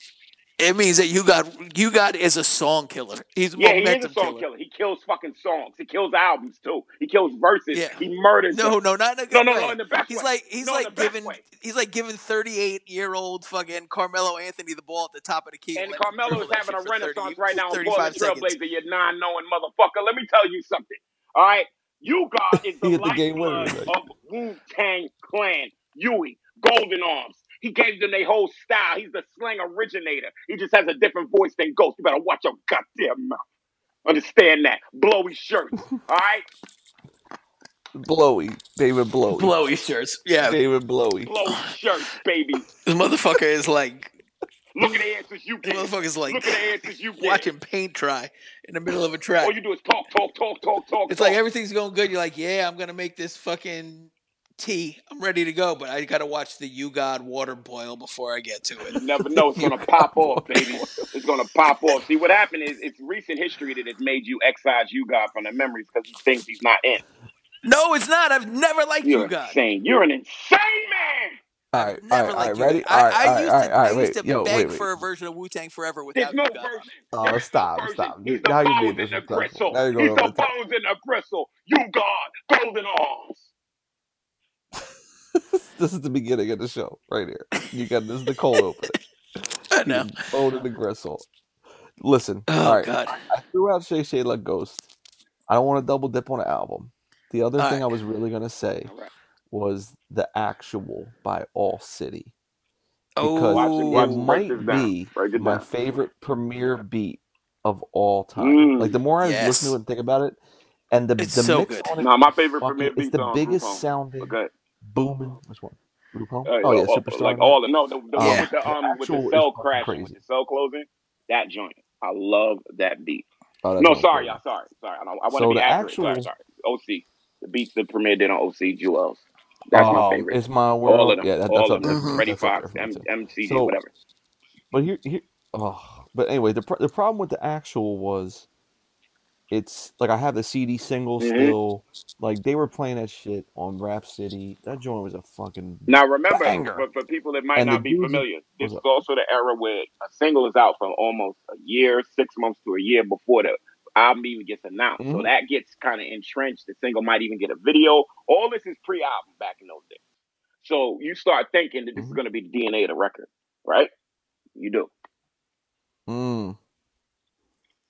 Speaker 3: It means that you got you got is a song killer. He's a
Speaker 1: Yeah, he is a
Speaker 3: momentum
Speaker 1: song
Speaker 3: killer.
Speaker 1: killer. He kills fucking songs. He kills albums too. He kills verses.
Speaker 3: Yeah.
Speaker 1: He murders.
Speaker 3: No,
Speaker 1: them.
Speaker 3: no, not in
Speaker 1: no,
Speaker 3: a good
Speaker 1: no, no.
Speaker 3: way.
Speaker 1: In the best
Speaker 3: He's
Speaker 1: way.
Speaker 3: like he's
Speaker 1: No, in
Speaker 3: like
Speaker 1: the best
Speaker 3: giving
Speaker 1: way.
Speaker 3: he's like giving thirty eight year old fucking Carmelo Anthony the ball at the top of the key and
Speaker 1: And
Speaker 3: letting him
Speaker 1: Carmelo
Speaker 3: dribble
Speaker 1: is
Speaker 3: that
Speaker 1: having
Speaker 3: shit
Speaker 1: a
Speaker 3: for 30,
Speaker 1: renaissance right now in Portland
Speaker 3: 35 seconds.
Speaker 1: Trailblazer, you non knowing motherfucker. Let me tell you something. All right. You God is the
Speaker 2: He hit the game winner
Speaker 1: lifeblood
Speaker 2: tonight.
Speaker 1: of Wu Tang Clan, Yui, Golden Arms. He gave them their whole style. He's the slang originator. He just has a different voice than Ghost. You better watch your goddamn mouth. Understand that. Blowy shirts. All right?
Speaker 2: Blowy, David Blowy,
Speaker 3: Blowy shirts. Yeah.
Speaker 2: David Blowy.
Speaker 1: Blowy shirts, baby.
Speaker 3: The motherfucker is like
Speaker 1: Look at the answers you
Speaker 3: the
Speaker 1: get.
Speaker 3: motherfucker is like
Speaker 1: Look at the answers you get.
Speaker 3: watching paint dry in the middle of a track.
Speaker 1: All you oh. do is talk, talk, talk, talk, talk.
Speaker 3: It's
Speaker 1: talk.
Speaker 3: like everything's going good. You're like, yeah, I'm gonna make this fucking tea. I'm ready to go, but I gotta watch the You God water boil before I get to it.
Speaker 1: You never know. It's gonna pop off, baby. It's gonna pop off. See what happened is it's recent history that has made you excise you God from the memories because he thinks he's not in.
Speaker 3: No, it's not. I've never liked
Speaker 1: You're
Speaker 3: You God.
Speaker 1: insane. You're an insane man.
Speaker 2: All right, all
Speaker 3: Never
Speaker 2: right, all
Speaker 3: liked
Speaker 2: right.
Speaker 3: You God.
Speaker 2: Ready? All
Speaker 3: I,
Speaker 2: right, all
Speaker 3: I
Speaker 2: right, all
Speaker 3: used to
Speaker 2: right, all
Speaker 3: I
Speaker 2: right.
Speaker 3: used
Speaker 2: Wait,
Speaker 3: to
Speaker 2: yo,
Speaker 3: beg
Speaker 2: wait, wait.
Speaker 3: for a version of Wu Tang Forever
Speaker 1: There's
Speaker 3: without
Speaker 1: no
Speaker 3: You God on
Speaker 1: version.
Speaker 3: it.
Speaker 2: Oh,
Speaker 1: There's no
Speaker 2: stop,
Speaker 1: version.
Speaker 2: stop.
Speaker 1: He's the
Speaker 2: Now you
Speaker 1: bones
Speaker 2: made
Speaker 1: and
Speaker 2: this
Speaker 1: the
Speaker 2: respectful.
Speaker 1: gristle.
Speaker 2: Now you're
Speaker 1: He's
Speaker 2: going over
Speaker 1: the
Speaker 2: the top.
Speaker 1: bones and the gristle. You God, golden arms.
Speaker 2: This is the beginning of the show right here. You got this is the cold opening.
Speaker 3: I
Speaker 2: He's
Speaker 3: know.
Speaker 2: bone and the gristle. Listen, all
Speaker 3: Oh
Speaker 2: right.
Speaker 3: God.
Speaker 2: I threw out Shay Shay La Ghost. I don't want to double dip on an album. The other
Speaker 3: All
Speaker 2: thing
Speaker 3: right.
Speaker 2: I was really gonna say
Speaker 1: All right.
Speaker 2: was the actual by All City because
Speaker 1: Watch it.
Speaker 2: it
Speaker 1: Watch.
Speaker 3: Oh.
Speaker 1: Break this
Speaker 2: might
Speaker 1: down.
Speaker 2: be
Speaker 1: Break it
Speaker 2: my
Speaker 1: down.
Speaker 2: favorite premiere beat of all time. Like the
Speaker 1: Mm.
Speaker 2: more I listen to it
Speaker 3: Yes.
Speaker 2: and think about it, and the
Speaker 3: It's
Speaker 2: the
Speaker 3: so
Speaker 2: mix
Speaker 3: good.
Speaker 2: on it
Speaker 1: Now my
Speaker 2: is
Speaker 1: favorite
Speaker 2: fucking.
Speaker 1: premiere
Speaker 2: It's
Speaker 1: beat
Speaker 2: the
Speaker 1: song, Group
Speaker 2: biggest
Speaker 1: Home. But
Speaker 2: sounding
Speaker 1: good.
Speaker 2: booming. Which one? RuPaul.
Speaker 1: uh,
Speaker 2: Oh yeah,
Speaker 1: oh, oh,
Speaker 2: Superstar
Speaker 1: like
Speaker 2: and that.
Speaker 1: all the no the, the one
Speaker 2: Um,
Speaker 3: Yeah.
Speaker 1: with the
Speaker 2: the
Speaker 1: um with the
Speaker 2: actual is
Speaker 1: cell
Speaker 2: fucking
Speaker 1: crashing with
Speaker 2: crazy.
Speaker 1: the cell closing that joint I love that beat
Speaker 2: Oh, that
Speaker 1: no
Speaker 2: joint's
Speaker 1: sorry
Speaker 2: crazy.
Speaker 1: y'all sorry sorry I, don't- I want to
Speaker 2: So
Speaker 1: be
Speaker 2: the
Speaker 1: accurate sorry
Speaker 2: actual.
Speaker 1: sorry OC the beat the premiere did on OC Jewels that's my
Speaker 2: Oh,
Speaker 1: favorite
Speaker 2: it's my
Speaker 1: all
Speaker 2: world.
Speaker 1: of them
Speaker 2: Yeah, that, that's
Speaker 1: all
Speaker 2: up
Speaker 1: of them
Speaker 2: there for me.
Speaker 3: Mm-hmm.
Speaker 1: Freddie
Speaker 2: That's up
Speaker 1: Fox
Speaker 2: there for me
Speaker 1: M,
Speaker 2: too.
Speaker 1: MCG
Speaker 2: So,
Speaker 1: whatever
Speaker 2: but here, here. Oh, but anyway, the pro- the problem with the actual was it's like I have the CD single
Speaker 1: hmm
Speaker 2: still. Like they were playing that shit on Rap City. That joint was a fucking
Speaker 1: now remember
Speaker 2: banger.
Speaker 1: for, for people that might
Speaker 2: And the
Speaker 1: not be
Speaker 2: dudes that
Speaker 1: familiar this
Speaker 2: was
Speaker 1: is
Speaker 2: up.
Speaker 1: also the era where a single is out for almost a year six months to a year before the album even gets announced so
Speaker 2: hmm
Speaker 1: that gets kind of entrenched the single might even get a video all this is pre-album back in those days So you start thinking that this is
Speaker 2: hmm
Speaker 1: going to be the DNA of the record, right? You do.
Speaker 2: Mm.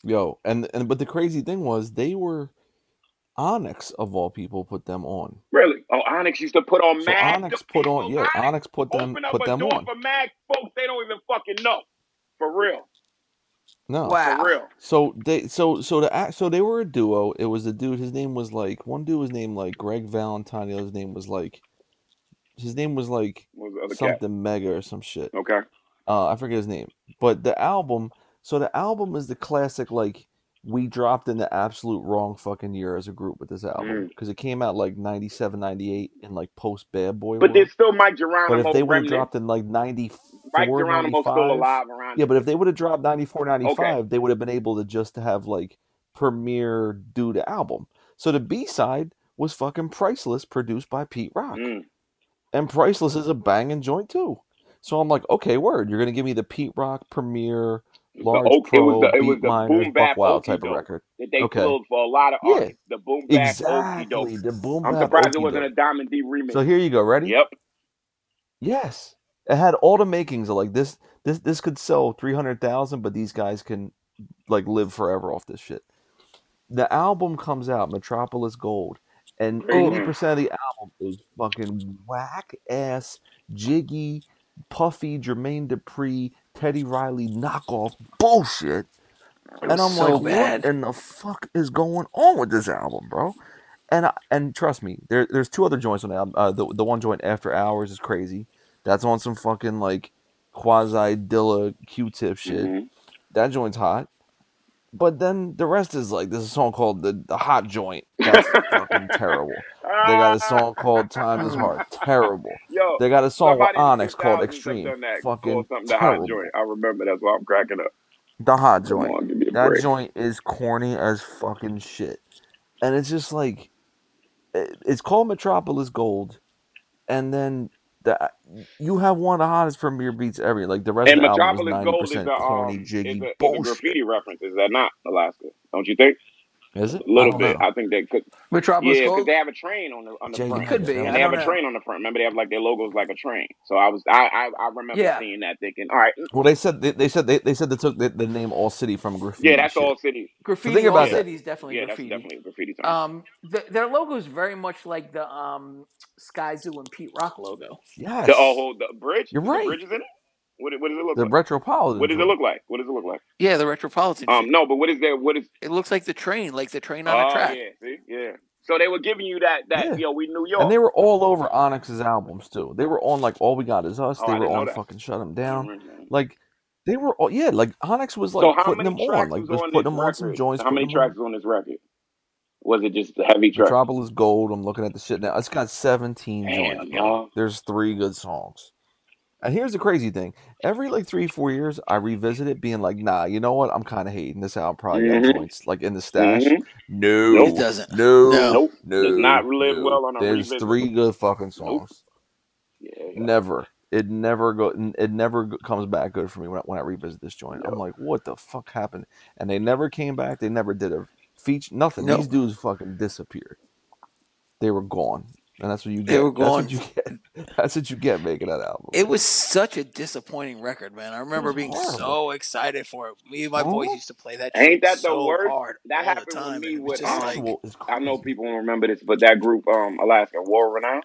Speaker 2: Yo, and and but the crazy thing was they were Onyx of all people put them on.
Speaker 1: Really? Oh, Onyx used to put on
Speaker 2: So
Speaker 1: mad. The
Speaker 2: Onyx put on
Speaker 1: people,
Speaker 2: yeah,
Speaker 1: Onyx,
Speaker 2: Onyx put them
Speaker 1: open up
Speaker 2: put
Speaker 1: a
Speaker 2: them
Speaker 1: door
Speaker 2: on.
Speaker 1: for mad folks they don't even fucking know. For real.
Speaker 2: No.
Speaker 1: For
Speaker 3: Wow.
Speaker 1: real.
Speaker 2: So they so so the act so they were a duo. It was a dude. His name was like one dude was named like Greg Valentine. The other's name was like his name was like
Speaker 1: What was Oh, the other cat?
Speaker 2: something Mega or some shit.
Speaker 1: Okay.
Speaker 2: Uh, I forget his name. But the album. So the album is the classic. Like we dropped in the absolute wrong fucking year as a group with this album
Speaker 1: Mm.
Speaker 2: because it came out like 97, 98 in like post Bad Boy
Speaker 1: But there's
Speaker 2: world.
Speaker 1: still Mike
Speaker 2: But if
Speaker 1: Geronimo
Speaker 2: they would have
Speaker 1: remnants.
Speaker 2: dropped in like ninety
Speaker 1: Mike
Speaker 2: 94,
Speaker 1: Geronimo's
Speaker 2: 95.
Speaker 1: still alive around.
Speaker 2: Yeah, but if they would have dropped 94, 95, they would have been able to just have like premiere due to album. So the B side was fucking Priceless, produced by Pete Rock.
Speaker 1: Mm.
Speaker 2: And Priceless is a banging joint too. So I'm like, okay, word, you're gonna give me the Pete Rock premiere, large
Speaker 1: oak- it was
Speaker 2: pro,
Speaker 1: the- it was
Speaker 2: beat
Speaker 1: the
Speaker 2: minors,
Speaker 1: boom
Speaker 2: buck
Speaker 1: bap
Speaker 2: wild type of
Speaker 1: okey-doke.
Speaker 2: record.
Speaker 1: That they
Speaker 2: Okay.
Speaker 1: pulled for a lot of
Speaker 2: Yeah.
Speaker 1: artists. The boom bap, okey doke.
Speaker 2: Exactly. The boom
Speaker 1: I'm
Speaker 2: bap
Speaker 1: surprised it wasn't a
Speaker 2: okey-doke.
Speaker 1: Diamond D remix.
Speaker 2: So here you go. Ready?
Speaker 1: Yep.
Speaker 2: Yes. It had all the makings of like this this this could sell 300,000 but these guys can like live forever off this shit. The album comes out Metropolis Gold and
Speaker 1: Praise him.
Speaker 2: 80% of the album is fucking whack ass jiggy puffy Jermaine Dupri Teddy Riley knockoff bullshit and
Speaker 3: It was
Speaker 2: I'm like,
Speaker 3: so
Speaker 2: what
Speaker 3: bad.
Speaker 2: in the fuck is going on with this album, bro? And I, and trust me, there, there's two other joints on the album. Uh, the the one joint after hours is crazy. That's on some fucking like quasi Dilla Q-tip shit.
Speaker 1: hmm
Speaker 2: That joint's hot. But then the rest is like there's a song called the the hot joint. That's fucking terrible. They got a song called Times is
Speaker 3: Mm.
Speaker 2: Hard. Terrible.
Speaker 1: Ah, Yo,
Speaker 2: They got a song with
Speaker 1: somebody in the
Speaker 2: Onyx called
Speaker 1: 2000s have
Speaker 2: Extreme.
Speaker 1: done that. Called
Speaker 2: Fucking
Speaker 1: something the hot joint.
Speaker 2: terrible.
Speaker 1: I remember that's why I'm cracking up.
Speaker 2: The hot
Speaker 1: Come
Speaker 2: joint.
Speaker 1: on, give me a
Speaker 2: That
Speaker 1: break.
Speaker 2: joint is corny as fucking shit. and it's just like it- it's called Metropolis Gold, and then the you have one of the hottest premiere beats ever. Like the rest of
Speaker 1: And
Speaker 2: the album is
Speaker 1: Metropolis Gold is
Speaker 2: ninety percent
Speaker 1: a
Speaker 2: corny,
Speaker 1: um is
Speaker 2: jiggy
Speaker 1: a is a
Speaker 2: bullshit.
Speaker 1: graffiti reference, is that not, Alaska? Don't you think?
Speaker 2: Is
Speaker 1: A
Speaker 2: it? I
Speaker 1: little
Speaker 2: don't
Speaker 1: bit.
Speaker 2: know.
Speaker 1: I think they could
Speaker 3: Metropolis
Speaker 1: Yeah, because
Speaker 3: Gold?
Speaker 1: they have a train on the on the
Speaker 2: Jiggy
Speaker 3: It
Speaker 1: front.
Speaker 3: could
Speaker 2: nuggets. I
Speaker 3: be.
Speaker 1: And
Speaker 3: I
Speaker 1: they
Speaker 2: don't
Speaker 1: have
Speaker 3: don't
Speaker 1: a
Speaker 2: know.
Speaker 3: know.
Speaker 1: train on the front. Remember they have like their logos like a train. So I was I I, I remember
Speaker 3: Yeah.
Speaker 1: seeing that thinking, all right, mm,
Speaker 2: Well, they said they, they said they, they said they took the, the name All City from
Speaker 1: yeah,
Speaker 2: graffiti
Speaker 1: that's
Speaker 2: shit.
Speaker 1: all city.
Speaker 2: So think
Speaker 3: Graffiti, all
Speaker 2: about
Speaker 1: Yeah.
Speaker 2: that.
Speaker 3: cities, definitely
Speaker 1: Yeah, that's
Speaker 3: graffiti.
Speaker 1: definitely a graffiti term.
Speaker 3: Um, th- their logo is very much like the um, Sky Zoo and Pete Rock logo.
Speaker 1: The oh
Speaker 2: Yes,
Speaker 1: hold the bridge?
Speaker 2: you're
Speaker 1: Is the
Speaker 2: right.
Speaker 1: bridge is in it? What what does it look
Speaker 2: The
Speaker 1: like? What
Speaker 2: Retropolitan
Speaker 1: does it
Speaker 2: joint.
Speaker 1: look like? What does it look like?
Speaker 3: Yeah, the Retropolitan shit.
Speaker 1: Um, no, but what is there? What is
Speaker 3: It looks like the train, like the train on a
Speaker 1: Oh
Speaker 3: track.
Speaker 1: yeah, see, yeah. So they were giving you that that
Speaker 2: Yeah,
Speaker 1: yo, we New
Speaker 2: and
Speaker 1: York.
Speaker 2: they were all over Onyx's albums too. They were on like All We Got Is Us.
Speaker 1: Oh,
Speaker 2: They
Speaker 1: I
Speaker 2: were
Speaker 1: didn't know
Speaker 2: on
Speaker 1: that.
Speaker 2: fucking Shut 'Em
Speaker 1: I didn't
Speaker 2: Down.
Speaker 1: realize that.
Speaker 2: Like they were all yeah. Like Onyx was
Speaker 1: Mm-hmm. So
Speaker 2: like
Speaker 1: how
Speaker 2: putting
Speaker 1: many
Speaker 2: them on,
Speaker 1: tracks
Speaker 2: like
Speaker 1: was
Speaker 2: just
Speaker 1: on this
Speaker 2: putting them on some
Speaker 1: record?
Speaker 2: joints,
Speaker 1: How
Speaker 2: putting
Speaker 1: many
Speaker 2: them on
Speaker 1: tracks was on this record? Was it just the heavy tracks?
Speaker 2: Metropolis Gold. I'm looking at the shit now. It's got 17 joints,
Speaker 1: Damn,
Speaker 2: bro.
Speaker 1: y'all.
Speaker 2: There's three good songs. And here's the crazy thing: every like three four years, I revisit it, being like, nah, you know what? I'm kind of hating this album. Probably got
Speaker 1: Mm-hmm.
Speaker 2: joints like in the stash.
Speaker 1: Mm-hmm.
Speaker 3: It
Speaker 2: No,
Speaker 1: Nope.
Speaker 3: doesn't.
Speaker 2: no,
Speaker 3: No.
Speaker 1: Nope. Does not
Speaker 2: no,
Speaker 1: live
Speaker 2: no.
Speaker 1: well on a
Speaker 2: There's
Speaker 1: revisit.
Speaker 2: three good fucking
Speaker 1: Nope.
Speaker 2: songs.
Speaker 1: Yeah, yo.
Speaker 2: never it never go n- it never g- comes back good for me when I, when I revisit this joint i'm
Speaker 1: Yo.
Speaker 2: like what the fuck happened and they never came back they never did a feature nothing
Speaker 3: No.
Speaker 2: these dudes fucking disappeared they were gone and that's what you
Speaker 3: They
Speaker 2: get
Speaker 3: were
Speaker 2: that's what
Speaker 3: gone.
Speaker 2: you get that's what you get making that album
Speaker 3: It
Speaker 2: bro
Speaker 3: was such a disappointing record, man. I
Speaker 2: it was
Speaker 3: remember being
Speaker 2: horrible
Speaker 3: so excited for it. Me and my boys
Speaker 2: hmm
Speaker 3: used to play that
Speaker 1: Ain't
Speaker 3: shit
Speaker 1: that the
Speaker 3: so
Speaker 1: worst?
Speaker 3: hard
Speaker 1: That
Speaker 3: all the
Speaker 1: happened with
Speaker 3: time, and
Speaker 1: me
Speaker 3: it was
Speaker 1: with
Speaker 3: just
Speaker 1: um
Speaker 3: like,
Speaker 2: actual is
Speaker 1: I know
Speaker 2: crazy
Speaker 1: people won't remember this, but that group, um, Alaska, War Renown.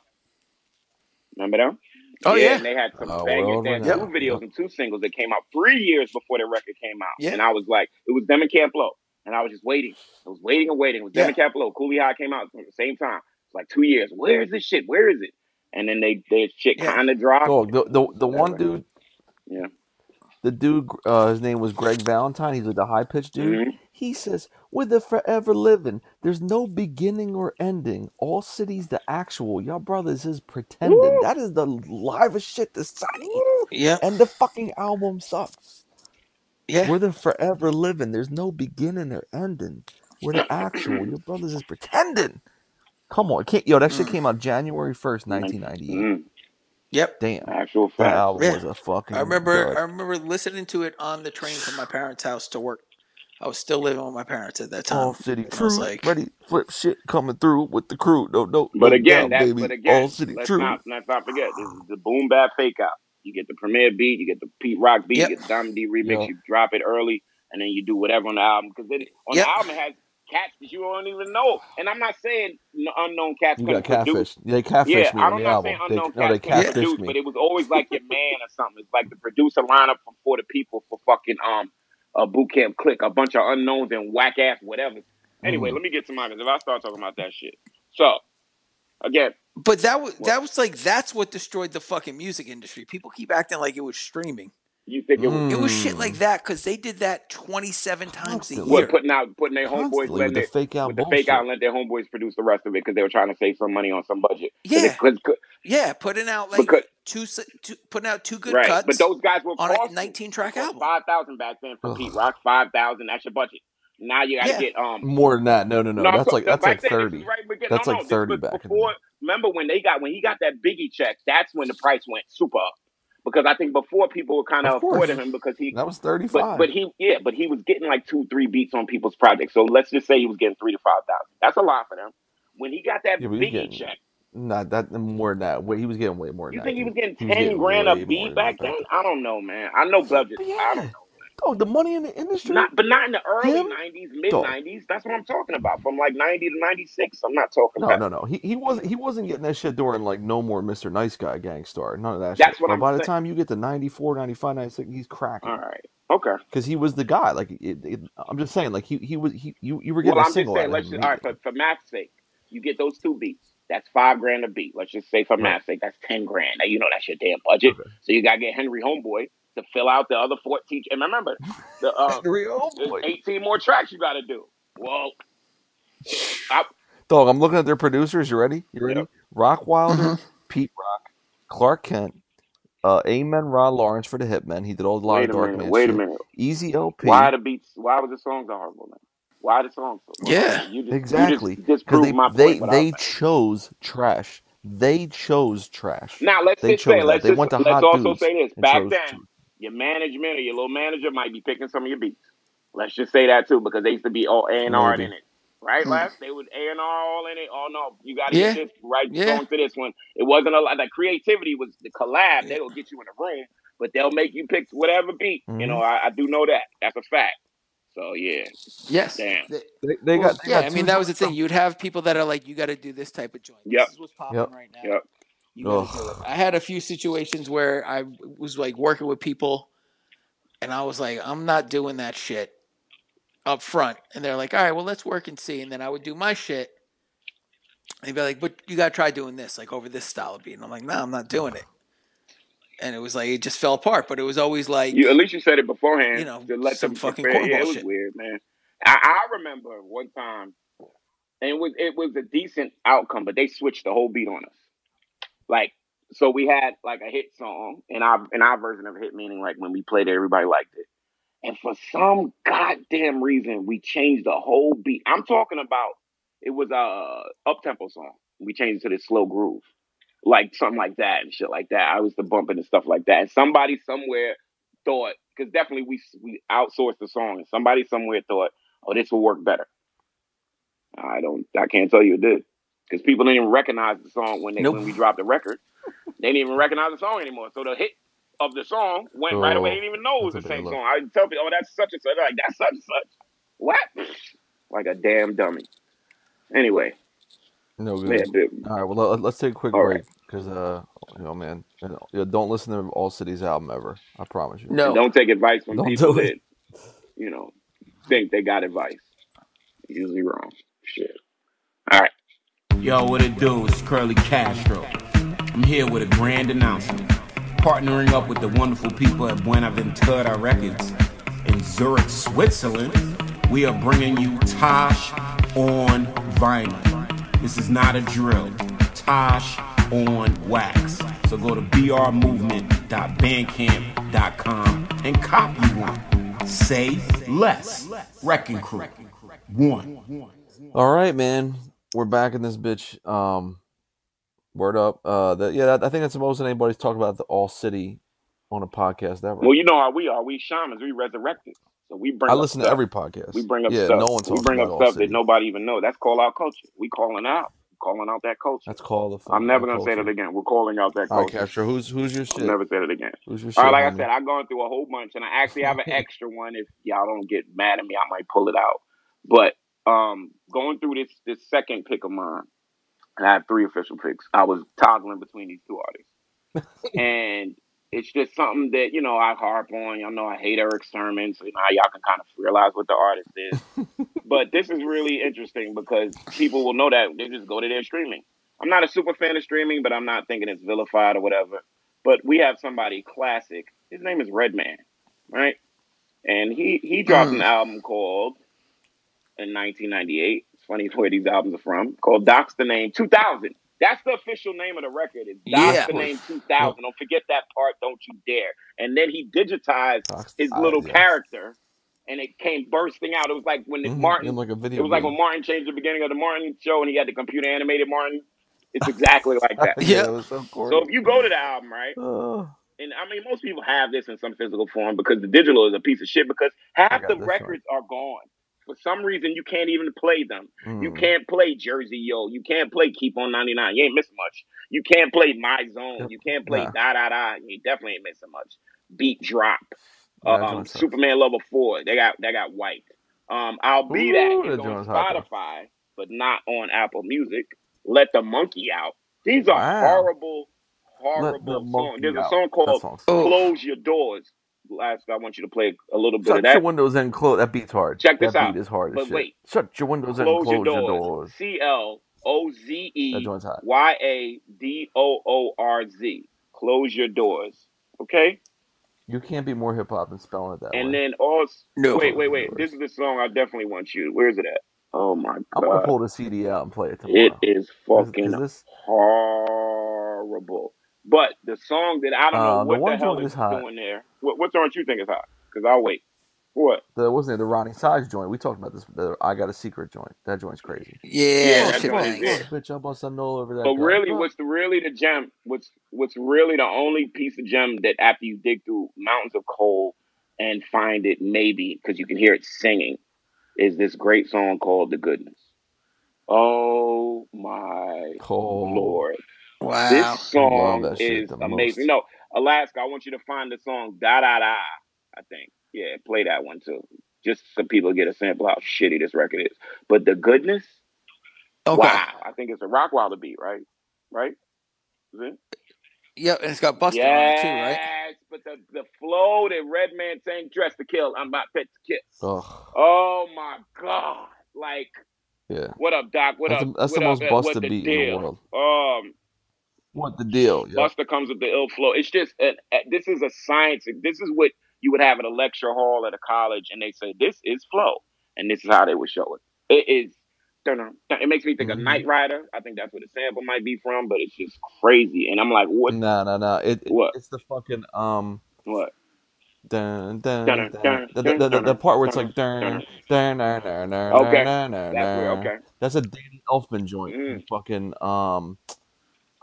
Speaker 1: Remember them?
Speaker 3: oh
Speaker 1: Yeah,
Speaker 3: yeah,
Speaker 1: and they had some
Speaker 2: uh,
Speaker 1: bangers.
Speaker 2: world
Speaker 1: They had
Speaker 3: yep,
Speaker 1: two
Speaker 2: renowned
Speaker 1: videos
Speaker 2: yep
Speaker 1: and two singles that came out three years before their record came out.
Speaker 3: yeah,
Speaker 1: And I was like, it was them and Camp Lo. And I was just waiting. I was waiting and waiting. It was them
Speaker 3: yeah.
Speaker 1: and Camp Lo. Cooley High came out at the same time. It's like two years. Where is this shit? Where is it? And then they their shit
Speaker 3: Yeah.
Speaker 1: kind of dropped.
Speaker 2: dog Oh, the,
Speaker 1: It was
Speaker 2: the,
Speaker 1: just
Speaker 2: the one
Speaker 1: whatever.
Speaker 2: dude
Speaker 1: Yeah.
Speaker 2: the dude uh, his name was greg valentine he's like the high-pitched dude
Speaker 1: hmm
Speaker 2: he says we're the forever living there's no beginning or ending all cities the actual y'all brothers is
Speaker 1: Woo!
Speaker 2: pretending that is the livest shit to say
Speaker 1: Woo!
Speaker 3: Yeah.
Speaker 2: and the fucking album sucks
Speaker 3: Yeah.
Speaker 2: we're the forever living there's no beginning or ending we're the actual your brothers is pretending come on can't, yo that shit
Speaker 3: Mm.
Speaker 2: came out january 1st
Speaker 1: Nice.
Speaker 2: 1998
Speaker 1: Mm.
Speaker 3: Yep.
Speaker 2: damn
Speaker 1: Actual
Speaker 2: that
Speaker 1: fact.
Speaker 2: album
Speaker 3: Yeah.
Speaker 2: was a
Speaker 3: I
Speaker 2: fucking
Speaker 3: remember. I
Speaker 2: dud
Speaker 3: remember listening to it on the train from my parents' house to work. I was still living with my parents at that
Speaker 2: All
Speaker 3: time,
Speaker 2: city
Speaker 3: and I was
Speaker 2: true,
Speaker 3: like,
Speaker 2: ready flip shit coming through with the crew. No, no,
Speaker 1: But
Speaker 2: no
Speaker 1: again,
Speaker 2: doubt,
Speaker 1: that. But
Speaker 2: baby.
Speaker 1: again,
Speaker 2: All city
Speaker 1: let's
Speaker 2: true.
Speaker 1: not let's not forget. This is the boom bap fake out. You get the premiere beat, you get the Pete Rock beat, you
Speaker 3: "Yep,
Speaker 1: get the Diamond D remix.
Speaker 2: Yo,
Speaker 1: You drop it early, and then you do whatever on the album. Because then on the
Speaker 3: yep,
Speaker 1: album it has cats that you don't even know. And I'm not saying n- unknown cats
Speaker 2: you
Speaker 1: couldn't
Speaker 2: got
Speaker 1: produce.
Speaker 2: catfished. They
Speaker 1: Yeah,
Speaker 2: catfished me
Speaker 1: I
Speaker 2: on
Speaker 1: don't not
Speaker 2: the
Speaker 1: saying
Speaker 2: album. They
Speaker 1: unknown
Speaker 2: no,
Speaker 1: cats
Speaker 2: they
Speaker 1: couldn't
Speaker 3: yeah,
Speaker 1: produce,
Speaker 2: catfished me.
Speaker 1: but it was always like your man or something. It's like the producer lineup for, for the people for fucking um a boot camp click, a bunch of unknowns and whack ass whatever. Anyway,
Speaker 2: Mm.
Speaker 1: let me get to mine because if I start talking about that shit, so again,
Speaker 3: But that was
Speaker 1: what
Speaker 3: that was like that's what destroyed the fucking music industry. People keep acting like it was streaming.
Speaker 1: you think it was
Speaker 3: It was shit like
Speaker 2: Mm.
Speaker 3: that because they did that twenty seven times a
Speaker 2: Constantly,
Speaker 1: what
Speaker 3: year.
Speaker 1: putting out putting their homeboys
Speaker 2: constantly with
Speaker 1: letting
Speaker 2: the
Speaker 1: it
Speaker 2: fake out
Speaker 1: with the fake out
Speaker 2: bullshit.
Speaker 1: and let their homeboys produce the rest of it because they were trying to save some money on some budget because it
Speaker 3: Yeah,
Speaker 1: cause, 'cause-
Speaker 3: yeah, putting out like
Speaker 1: because
Speaker 3: two, si- two putting out two good
Speaker 1: right.
Speaker 3: cuts
Speaker 1: But those guys were
Speaker 3: on a
Speaker 1: costing
Speaker 3: 19 track album.
Speaker 1: five thousand back then for
Speaker 2: Ugh.
Speaker 1: Pete Rock. Five thousand. That's your budget. Now you got to
Speaker 3: Yeah.
Speaker 1: get um
Speaker 2: More than that. No, no, no.
Speaker 1: No, I'm
Speaker 2: that's
Speaker 1: talking
Speaker 2: like that's
Speaker 1: back then.
Speaker 2: like
Speaker 1: This
Speaker 2: thirty.
Speaker 1: is right. We get,
Speaker 2: That's
Speaker 1: no,
Speaker 2: like
Speaker 1: no, this
Speaker 2: 30
Speaker 1: was
Speaker 2: back in the
Speaker 1: before. Remember when they got when he got that Biggie check? That's when the price went super up because I think before people were kind
Speaker 2: Of
Speaker 1: of
Speaker 2: course.
Speaker 1: affording him because he,
Speaker 2: That was
Speaker 1: but
Speaker 2: thirty-five.
Speaker 1: but he yeah, but he was getting like two three beats on people's projects. So let's just say he was getting three to five thousand. That's a lot for them. When he got that
Speaker 2: Yeah, but he was
Speaker 1: Biggie
Speaker 2: getting-
Speaker 1: check,
Speaker 2: Nah, that more than that. Wait, he was getting way more than
Speaker 1: you
Speaker 2: that.
Speaker 1: think he was getting
Speaker 2: he was
Speaker 1: ten
Speaker 2: getting
Speaker 1: grand
Speaker 2: way
Speaker 1: a
Speaker 2: more
Speaker 1: beat
Speaker 2: than
Speaker 1: back
Speaker 2: that
Speaker 1: then?
Speaker 2: back then.
Speaker 1: I don't know, man. I know budget. I
Speaker 2: But
Speaker 1: don't
Speaker 2: yeah.
Speaker 1: know.
Speaker 2: Oh, the money in the industry.
Speaker 1: Not, but not in the early
Speaker 2: Him?
Speaker 1: '90s, mid
Speaker 2: Dog.
Speaker 1: '90s. That's what I'm talking about. From like '90 to '96, I'm not talking
Speaker 2: No,
Speaker 1: about.
Speaker 2: no, no. He he wasn't he wasn't getting that shit during like no more Mr. Nice Guy Gangstar. None of that shit.
Speaker 1: That's what
Speaker 2: But
Speaker 1: I'm
Speaker 2: by the
Speaker 1: saying.
Speaker 2: time you get to 94, 95, 96, he's cracking.
Speaker 1: All right. Okay.
Speaker 2: Because he was the guy. Like it, it, I'm just saying, like he he was he you, you were
Speaker 1: Well,
Speaker 2: getting a
Speaker 1: I'm just
Speaker 2: single out
Speaker 1: saying,
Speaker 2: of him
Speaker 1: let's just, all right, for,
Speaker 2: immediately.
Speaker 1: for math's sake, you get those two beats. That's five grand a beat. Let's just say for
Speaker 2: Right.
Speaker 1: math's sake, that's 10 grand. Now, you know that's your damn budget.
Speaker 2: Okay.
Speaker 1: So you got to get Henry Homeboy to fill out the other 14. And remember, the uh,
Speaker 2: Henry, oh
Speaker 1: there's
Speaker 2: boy.
Speaker 1: 18 more tracks you got to do. Well, I,
Speaker 2: Dog, I'm looking at their producers. You ready? You
Speaker 1: yeah.
Speaker 2: ready? Rock Wilder,
Speaker 3: hmm
Speaker 1: Mm-hmm.
Speaker 2: Pete Rock, Clark Kent, uh, Amen Rod Lawrence for the Hitmen. He did all a lot
Speaker 1: Wait
Speaker 2: of
Speaker 1: a
Speaker 2: Dark
Speaker 1: minute.
Speaker 2: Man
Speaker 1: Wait a
Speaker 2: shit.
Speaker 1: minute.
Speaker 2: Easy
Speaker 1: Why
Speaker 2: LP.
Speaker 1: the beats? Why was the songs so horrible? Man? Why the songs so horrible?
Speaker 3: Yeah.
Speaker 1: Man? You just you just
Speaker 2: Exactly. Because
Speaker 1: disproved
Speaker 2: they
Speaker 1: my point.
Speaker 2: they
Speaker 1: What I was
Speaker 2: they chose trash. They chose trash.
Speaker 1: Now let's
Speaker 2: They
Speaker 1: just say,
Speaker 2: chose that.
Speaker 1: let's
Speaker 2: They
Speaker 1: just
Speaker 2: went to
Speaker 1: let's
Speaker 2: hot
Speaker 1: also
Speaker 2: dudes
Speaker 1: say this.
Speaker 2: and
Speaker 1: Back
Speaker 2: chose
Speaker 1: then,
Speaker 2: trash.
Speaker 1: your management or your little manager might be picking some of your beats. Let's just say that too, because they used to be all A and R in
Speaker 2: Maybe.
Speaker 1: it. Right,
Speaker 3: Mm.
Speaker 1: Les? They would A and R all in it. Oh no, you gotta get
Speaker 3: Yeah.
Speaker 1: this right
Speaker 3: Yeah.
Speaker 1: song to this one. It wasn't a lot that creativity was the collab,
Speaker 3: Yeah.
Speaker 1: they'll get you in a room, but they'll make you pick whatever beat. You
Speaker 2: hmm
Speaker 1: know, I, I do know that. That's a fact. So yeah,
Speaker 3: Yes.
Speaker 1: damn.
Speaker 3: They-
Speaker 2: They, they
Speaker 3: well,
Speaker 2: got they
Speaker 3: yeah.
Speaker 2: got
Speaker 3: I mean,
Speaker 2: two
Speaker 3: that
Speaker 2: joints
Speaker 3: was the thing.
Speaker 2: from.
Speaker 3: You'd have people that are like, you got to do this type of joint.
Speaker 1: Yep,
Speaker 3: This is what's popping
Speaker 2: Yep.
Speaker 3: right now.
Speaker 1: yep.
Speaker 3: You got to do it.
Speaker 2: Ugh.
Speaker 3: I had a few situations where I was like working with people and I was like, I'm not doing that shit up front. And they're like, all right, well, let's work and see. And then I would do my shit. And they'd be like, but you got to try doing this, like over this style of beat. And I'm like, no, I'm not doing it. And it was like, it just fell apart. But it was always
Speaker 1: You at
Speaker 3: like,
Speaker 1: least you said it
Speaker 3: you
Speaker 1: beforehand
Speaker 3: know,
Speaker 1: to let
Speaker 3: some
Speaker 1: them
Speaker 3: fucking
Speaker 1: prepare. Yeah, it
Speaker 3: cornball
Speaker 1: was
Speaker 3: shit.
Speaker 1: weird, man. I, I remember one time and it was it was a decent outcome, but they switched the whole beat on us. Like so we had like a hit song and our in our version of a hit meaning like when we played it, everybody liked it. And for some goddamn reason we changed the whole beat. I'm talking about it was a uh, up tempo song. We changed it to this slow groove. Like something like that and shit like that. I was the bumping and stuff like that. And somebody somewhere thought because definitely we we outsourced the song and somebody somewhere thought, oh, this will work better. I don't. I can't tell you it did because people didn't even recognize the song when they
Speaker 3: Nope.
Speaker 1: when we dropped the record. They didn't even recognize the song anymore. So the hit of the song went right away. They
Speaker 2: Oh,
Speaker 1: didn't even know it was
Speaker 2: that's
Speaker 1: the
Speaker 2: a bad
Speaker 1: same
Speaker 2: look.
Speaker 1: song. I would tell people, "Oh, that's such and such." They're Like that's such and such. What? Like a damn dummy. Anyway,
Speaker 2: No
Speaker 1: yeah,
Speaker 2: good.
Speaker 1: dude.
Speaker 2: All right. Well, let, let's take a quick
Speaker 1: All right,
Speaker 2: break because uh, you know, man, you know, yeah, don't listen to All Cities album ever. I promise you.
Speaker 1: and
Speaker 3: No.
Speaker 1: don't take advice from
Speaker 2: Oh. Don't
Speaker 1: people
Speaker 2: do it.
Speaker 1: that you know think they got advice. Usually wrong. Shit. All right.
Speaker 5: Yo, what it do? It's Curly Castro. I'm here with a grand announcement. Partnering up with the wonderful people at Buena Ventura Records in Zurich, Switzerland, we are bringing you Tosh on vinyl. This is not a drill. Tosh on wax. So go to brmovement.bandcamp.com and copy one. Say less. Wrecking Crew. One.
Speaker 2: All right, man. We're back in this bitch. Um, word up. Uh, that yeah, that, I think that's the most that anybody's talked about the All City on a podcast ever.
Speaker 1: Well, you know how we are. We shamans. We resurrected. So we
Speaker 2: I
Speaker 1: bring up
Speaker 2: listen to
Speaker 1: stuff.
Speaker 2: every
Speaker 1: We
Speaker 2: podcast.
Speaker 1: bring up
Speaker 2: Yeah,
Speaker 1: stuff.
Speaker 2: no one
Speaker 1: We
Speaker 2: talks
Speaker 1: bring up
Speaker 2: about All
Speaker 1: stuff that
Speaker 2: City.
Speaker 1: nobody even know. That's call out culture. We calling out, calling out that culture.
Speaker 2: Let's call the
Speaker 1: I'm
Speaker 2: fucking
Speaker 1: never
Speaker 2: out
Speaker 1: gonna say that
Speaker 2: culture.
Speaker 1: again. We're calling out that
Speaker 2: All right,
Speaker 1: culture.
Speaker 2: Castro, Oh, who's who's your
Speaker 1: I'll
Speaker 2: shit?
Speaker 1: never say that again.
Speaker 2: Who's your
Speaker 1: All
Speaker 2: shit,
Speaker 1: right, like I
Speaker 2: homie?
Speaker 1: said, I've gone through a whole bunch, and I actually have an extra one. If y'all don't get mad at me, I might pull it out. But um, going through this this second pick of mine, and I have three official picks. I was toggling between these two artists and it's just something that you know I harp on. Y'all know I hate Eric Sermon, so you know how y'all can kind of realize what the artist is. But this is really interesting because people will know that they just go to their streaming. I'm not a super fan of streaming, but I'm not thinking it's vilified or whatever. But we have somebody classic. His name is Redman, right? And he he dropped an
Speaker 3: Mm.
Speaker 1: album called in 1998. It's funny where these albums are from. Called Doc's the Name 2000. That's the official name of the record. It's Dox
Speaker 3: Yeah.
Speaker 1: the name 2000. Don't forget that part. Don't you dare. And then he digitized
Speaker 2: Dox-
Speaker 1: his
Speaker 2: I-
Speaker 1: little
Speaker 2: Ah, yeah.
Speaker 1: character, and it came bursting out. It was like when
Speaker 2: Mhm, in
Speaker 1: Martin.
Speaker 2: like a video.
Speaker 1: It was like
Speaker 2: game.
Speaker 1: when Martin changed the beginning of the Martin show, and he had the computer animated Martin. It's exactly like that.
Speaker 2: yeah,
Speaker 3: Yeah.
Speaker 2: that was so
Speaker 1: So
Speaker 2: corny.
Speaker 1: if you go to the album, right,
Speaker 2: Oh,
Speaker 1: and I mean most people have this in some physical form because the digital is a piece of shit because
Speaker 2: I
Speaker 1: half
Speaker 2: got
Speaker 1: the
Speaker 2: this one.
Speaker 1: records are gone. For some reason, you can't even play them. You
Speaker 2: mm,
Speaker 1: can't play Jersey Yo. You can't play Keep on 99. You ain't missing much. You can't play My Zone.
Speaker 2: Yep.
Speaker 1: You can't play
Speaker 2: Nah.
Speaker 1: Da Da Da. You definitely ain't missing much. Beat Drop.
Speaker 2: that
Speaker 1: Um,
Speaker 2: joint sucks.
Speaker 1: Superman Level 4. They got they got wiped. Um, I'll Be
Speaker 2: Ooh,
Speaker 1: That
Speaker 2: that
Speaker 1: is on
Speaker 2: joint's hot, though.
Speaker 1: Spotify, but not on Apple Music. Let the Monkey Out. These are
Speaker 2: Wow.
Speaker 1: horrible,
Speaker 2: Let the
Speaker 1: horrible songs.
Speaker 2: monkey
Speaker 1: There's a
Speaker 2: out.
Speaker 1: song
Speaker 2: That
Speaker 1: called
Speaker 2: song sucks.
Speaker 3: Oh.
Speaker 1: Close Your Doors. Last, I want you to play a little bit of
Speaker 2: Shut
Speaker 1: that.
Speaker 2: your windows and close. That beat's hard.
Speaker 1: Check this
Speaker 2: that
Speaker 1: out.
Speaker 2: beat is hard as
Speaker 1: But
Speaker 2: shit.
Speaker 1: wait,
Speaker 2: Shut your windows and
Speaker 1: Close Your
Speaker 2: close your
Speaker 1: Doors.
Speaker 2: doors.
Speaker 1: C L O Z
Speaker 2: That
Speaker 1: E
Speaker 2: joint's hot.
Speaker 1: Y A D O O R Z. Close Your Doors. Okay?
Speaker 2: You can't be more hip hop than spelling it that
Speaker 1: And
Speaker 2: way.
Speaker 1: then also,
Speaker 3: No.
Speaker 1: wait,
Speaker 2: Close
Speaker 1: wait,
Speaker 2: your
Speaker 1: wait. This is
Speaker 2: doors.
Speaker 1: the song I definitely want you. Where is it at? Oh my
Speaker 2: I'm gonna
Speaker 1: God.
Speaker 2: pull the CD out and play it
Speaker 1: It
Speaker 2: tomorrow.
Speaker 1: is
Speaker 2: Because
Speaker 1: fucking
Speaker 2: this,
Speaker 1: horrible. But the song that I don't know
Speaker 2: uh, the
Speaker 1: what the
Speaker 2: one
Speaker 1: hell
Speaker 2: joint
Speaker 1: it's
Speaker 2: is hot.
Speaker 1: doing there. What, what song do you think is hot? Because I'll wait. What?
Speaker 2: The wasn't it the Ronnie Size joint? We talked about this. The I got a secret joint. That joint's crazy.
Speaker 3: Yeah,
Speaker 1: Yeah,
Speaker 3: that
Speaker 2: Fuck,
Speaker 1: that
Speaker 3: Oh, shit
Speaker 1: joint
Speaker 2: fuck,
Speaker 1: is
Speaker 3: bangs.
Speaker 1: it.
Speaker 2: fuck, bitch! I bust a null over that
Speaker 1: But
Speaker 2: guy.
Speaker 1: really,
Speaker 2: Fuck.
Speaker 1: what's the, really the gem? What's what's really the only piece of gem that after you dig through mountains of coal and find it, maybe because you can hear it singing, is this great song called "The Goodness." Oh my
Speaker 2: Cold.
Speaker 1: lord, this
Speaker 3: Wow.
Speaker 2: Love
Speaker 1: song
Speaker 2: that shit
Speaker 1: is
Speaker 2: the
Speaker 1: amazing.
Speaker 2: most.
Speaker 1: No, Alaska, I want you to find the song "Da Da Da." I think, yeah, play that one too, just so people get a sample how shitty this record is. But "The Goodness,"
Speaker 3: Okay.
Speaker 1: wow, I think it's a Rockwilder beat, right? Right? Is it?
Speaker 3: Yep, and it's got Buster on it too, right?
Speaker 1: Yes, but the, the flow that Redman sang "Dressed to Kill," I'm about to kill.
Speaker 2: Ugh.
Speaker 1: Oh my god! Like,
Speaker 2: Yeah.
Speaker 1: what up, Doc? What
Speaker 2: That's
Speaker 1: up?
Speaker 2: the, that's the
Speaker 1: What up?
Speaker 2: most
Speaker 1: Uh, What
Speaker 2: busted
Speaker 1: the
Speaker 2: beat in the
Speaker 1: deal?
Speaker 2: world.
Speaker 1: Um,
Speaker 2: What the deal? Yep.
Speaker 1: Buster comes with the ill flow. It's just uh, uh, this is a science. This is what you would have at a lecture hall at a college, and they say this is flow, and this is how they would show it. It is. dun-dun, dun. It makes me think of
Speaker 2: hmm
Speaker 1: Knight Rider. I think that's where the sample might be from, but it's just crazy. And I'm like, what?
Speaker 2: No, no, no. It, it
Speaker 1: What?
Speaker 2: it's the fucking um
Speaker 1: What?
Speaker 2: dun dun
Speaker 1: Dun
Speaker 2: dun
Speaker 1: dun
Speaker 2: the the,
Speaker 1: dun
Speaker 2: the, the
Speaker 1: dun
Speaker 2: part where it's
Speaker 1: dun
Speaker 2: like dun
Speaker 1: dun.
Speaker 2: dun dun dun dun dun
Speaker 1: Okay,
Speaker 2: dun dun.
Speaker 1: that's where.
Speaker 2: dun.
Speaker 1: Okay,
Speaker 2: That's a Danny Elfman joint
Speaker 1: mm.
Speaker 2: from fucking um.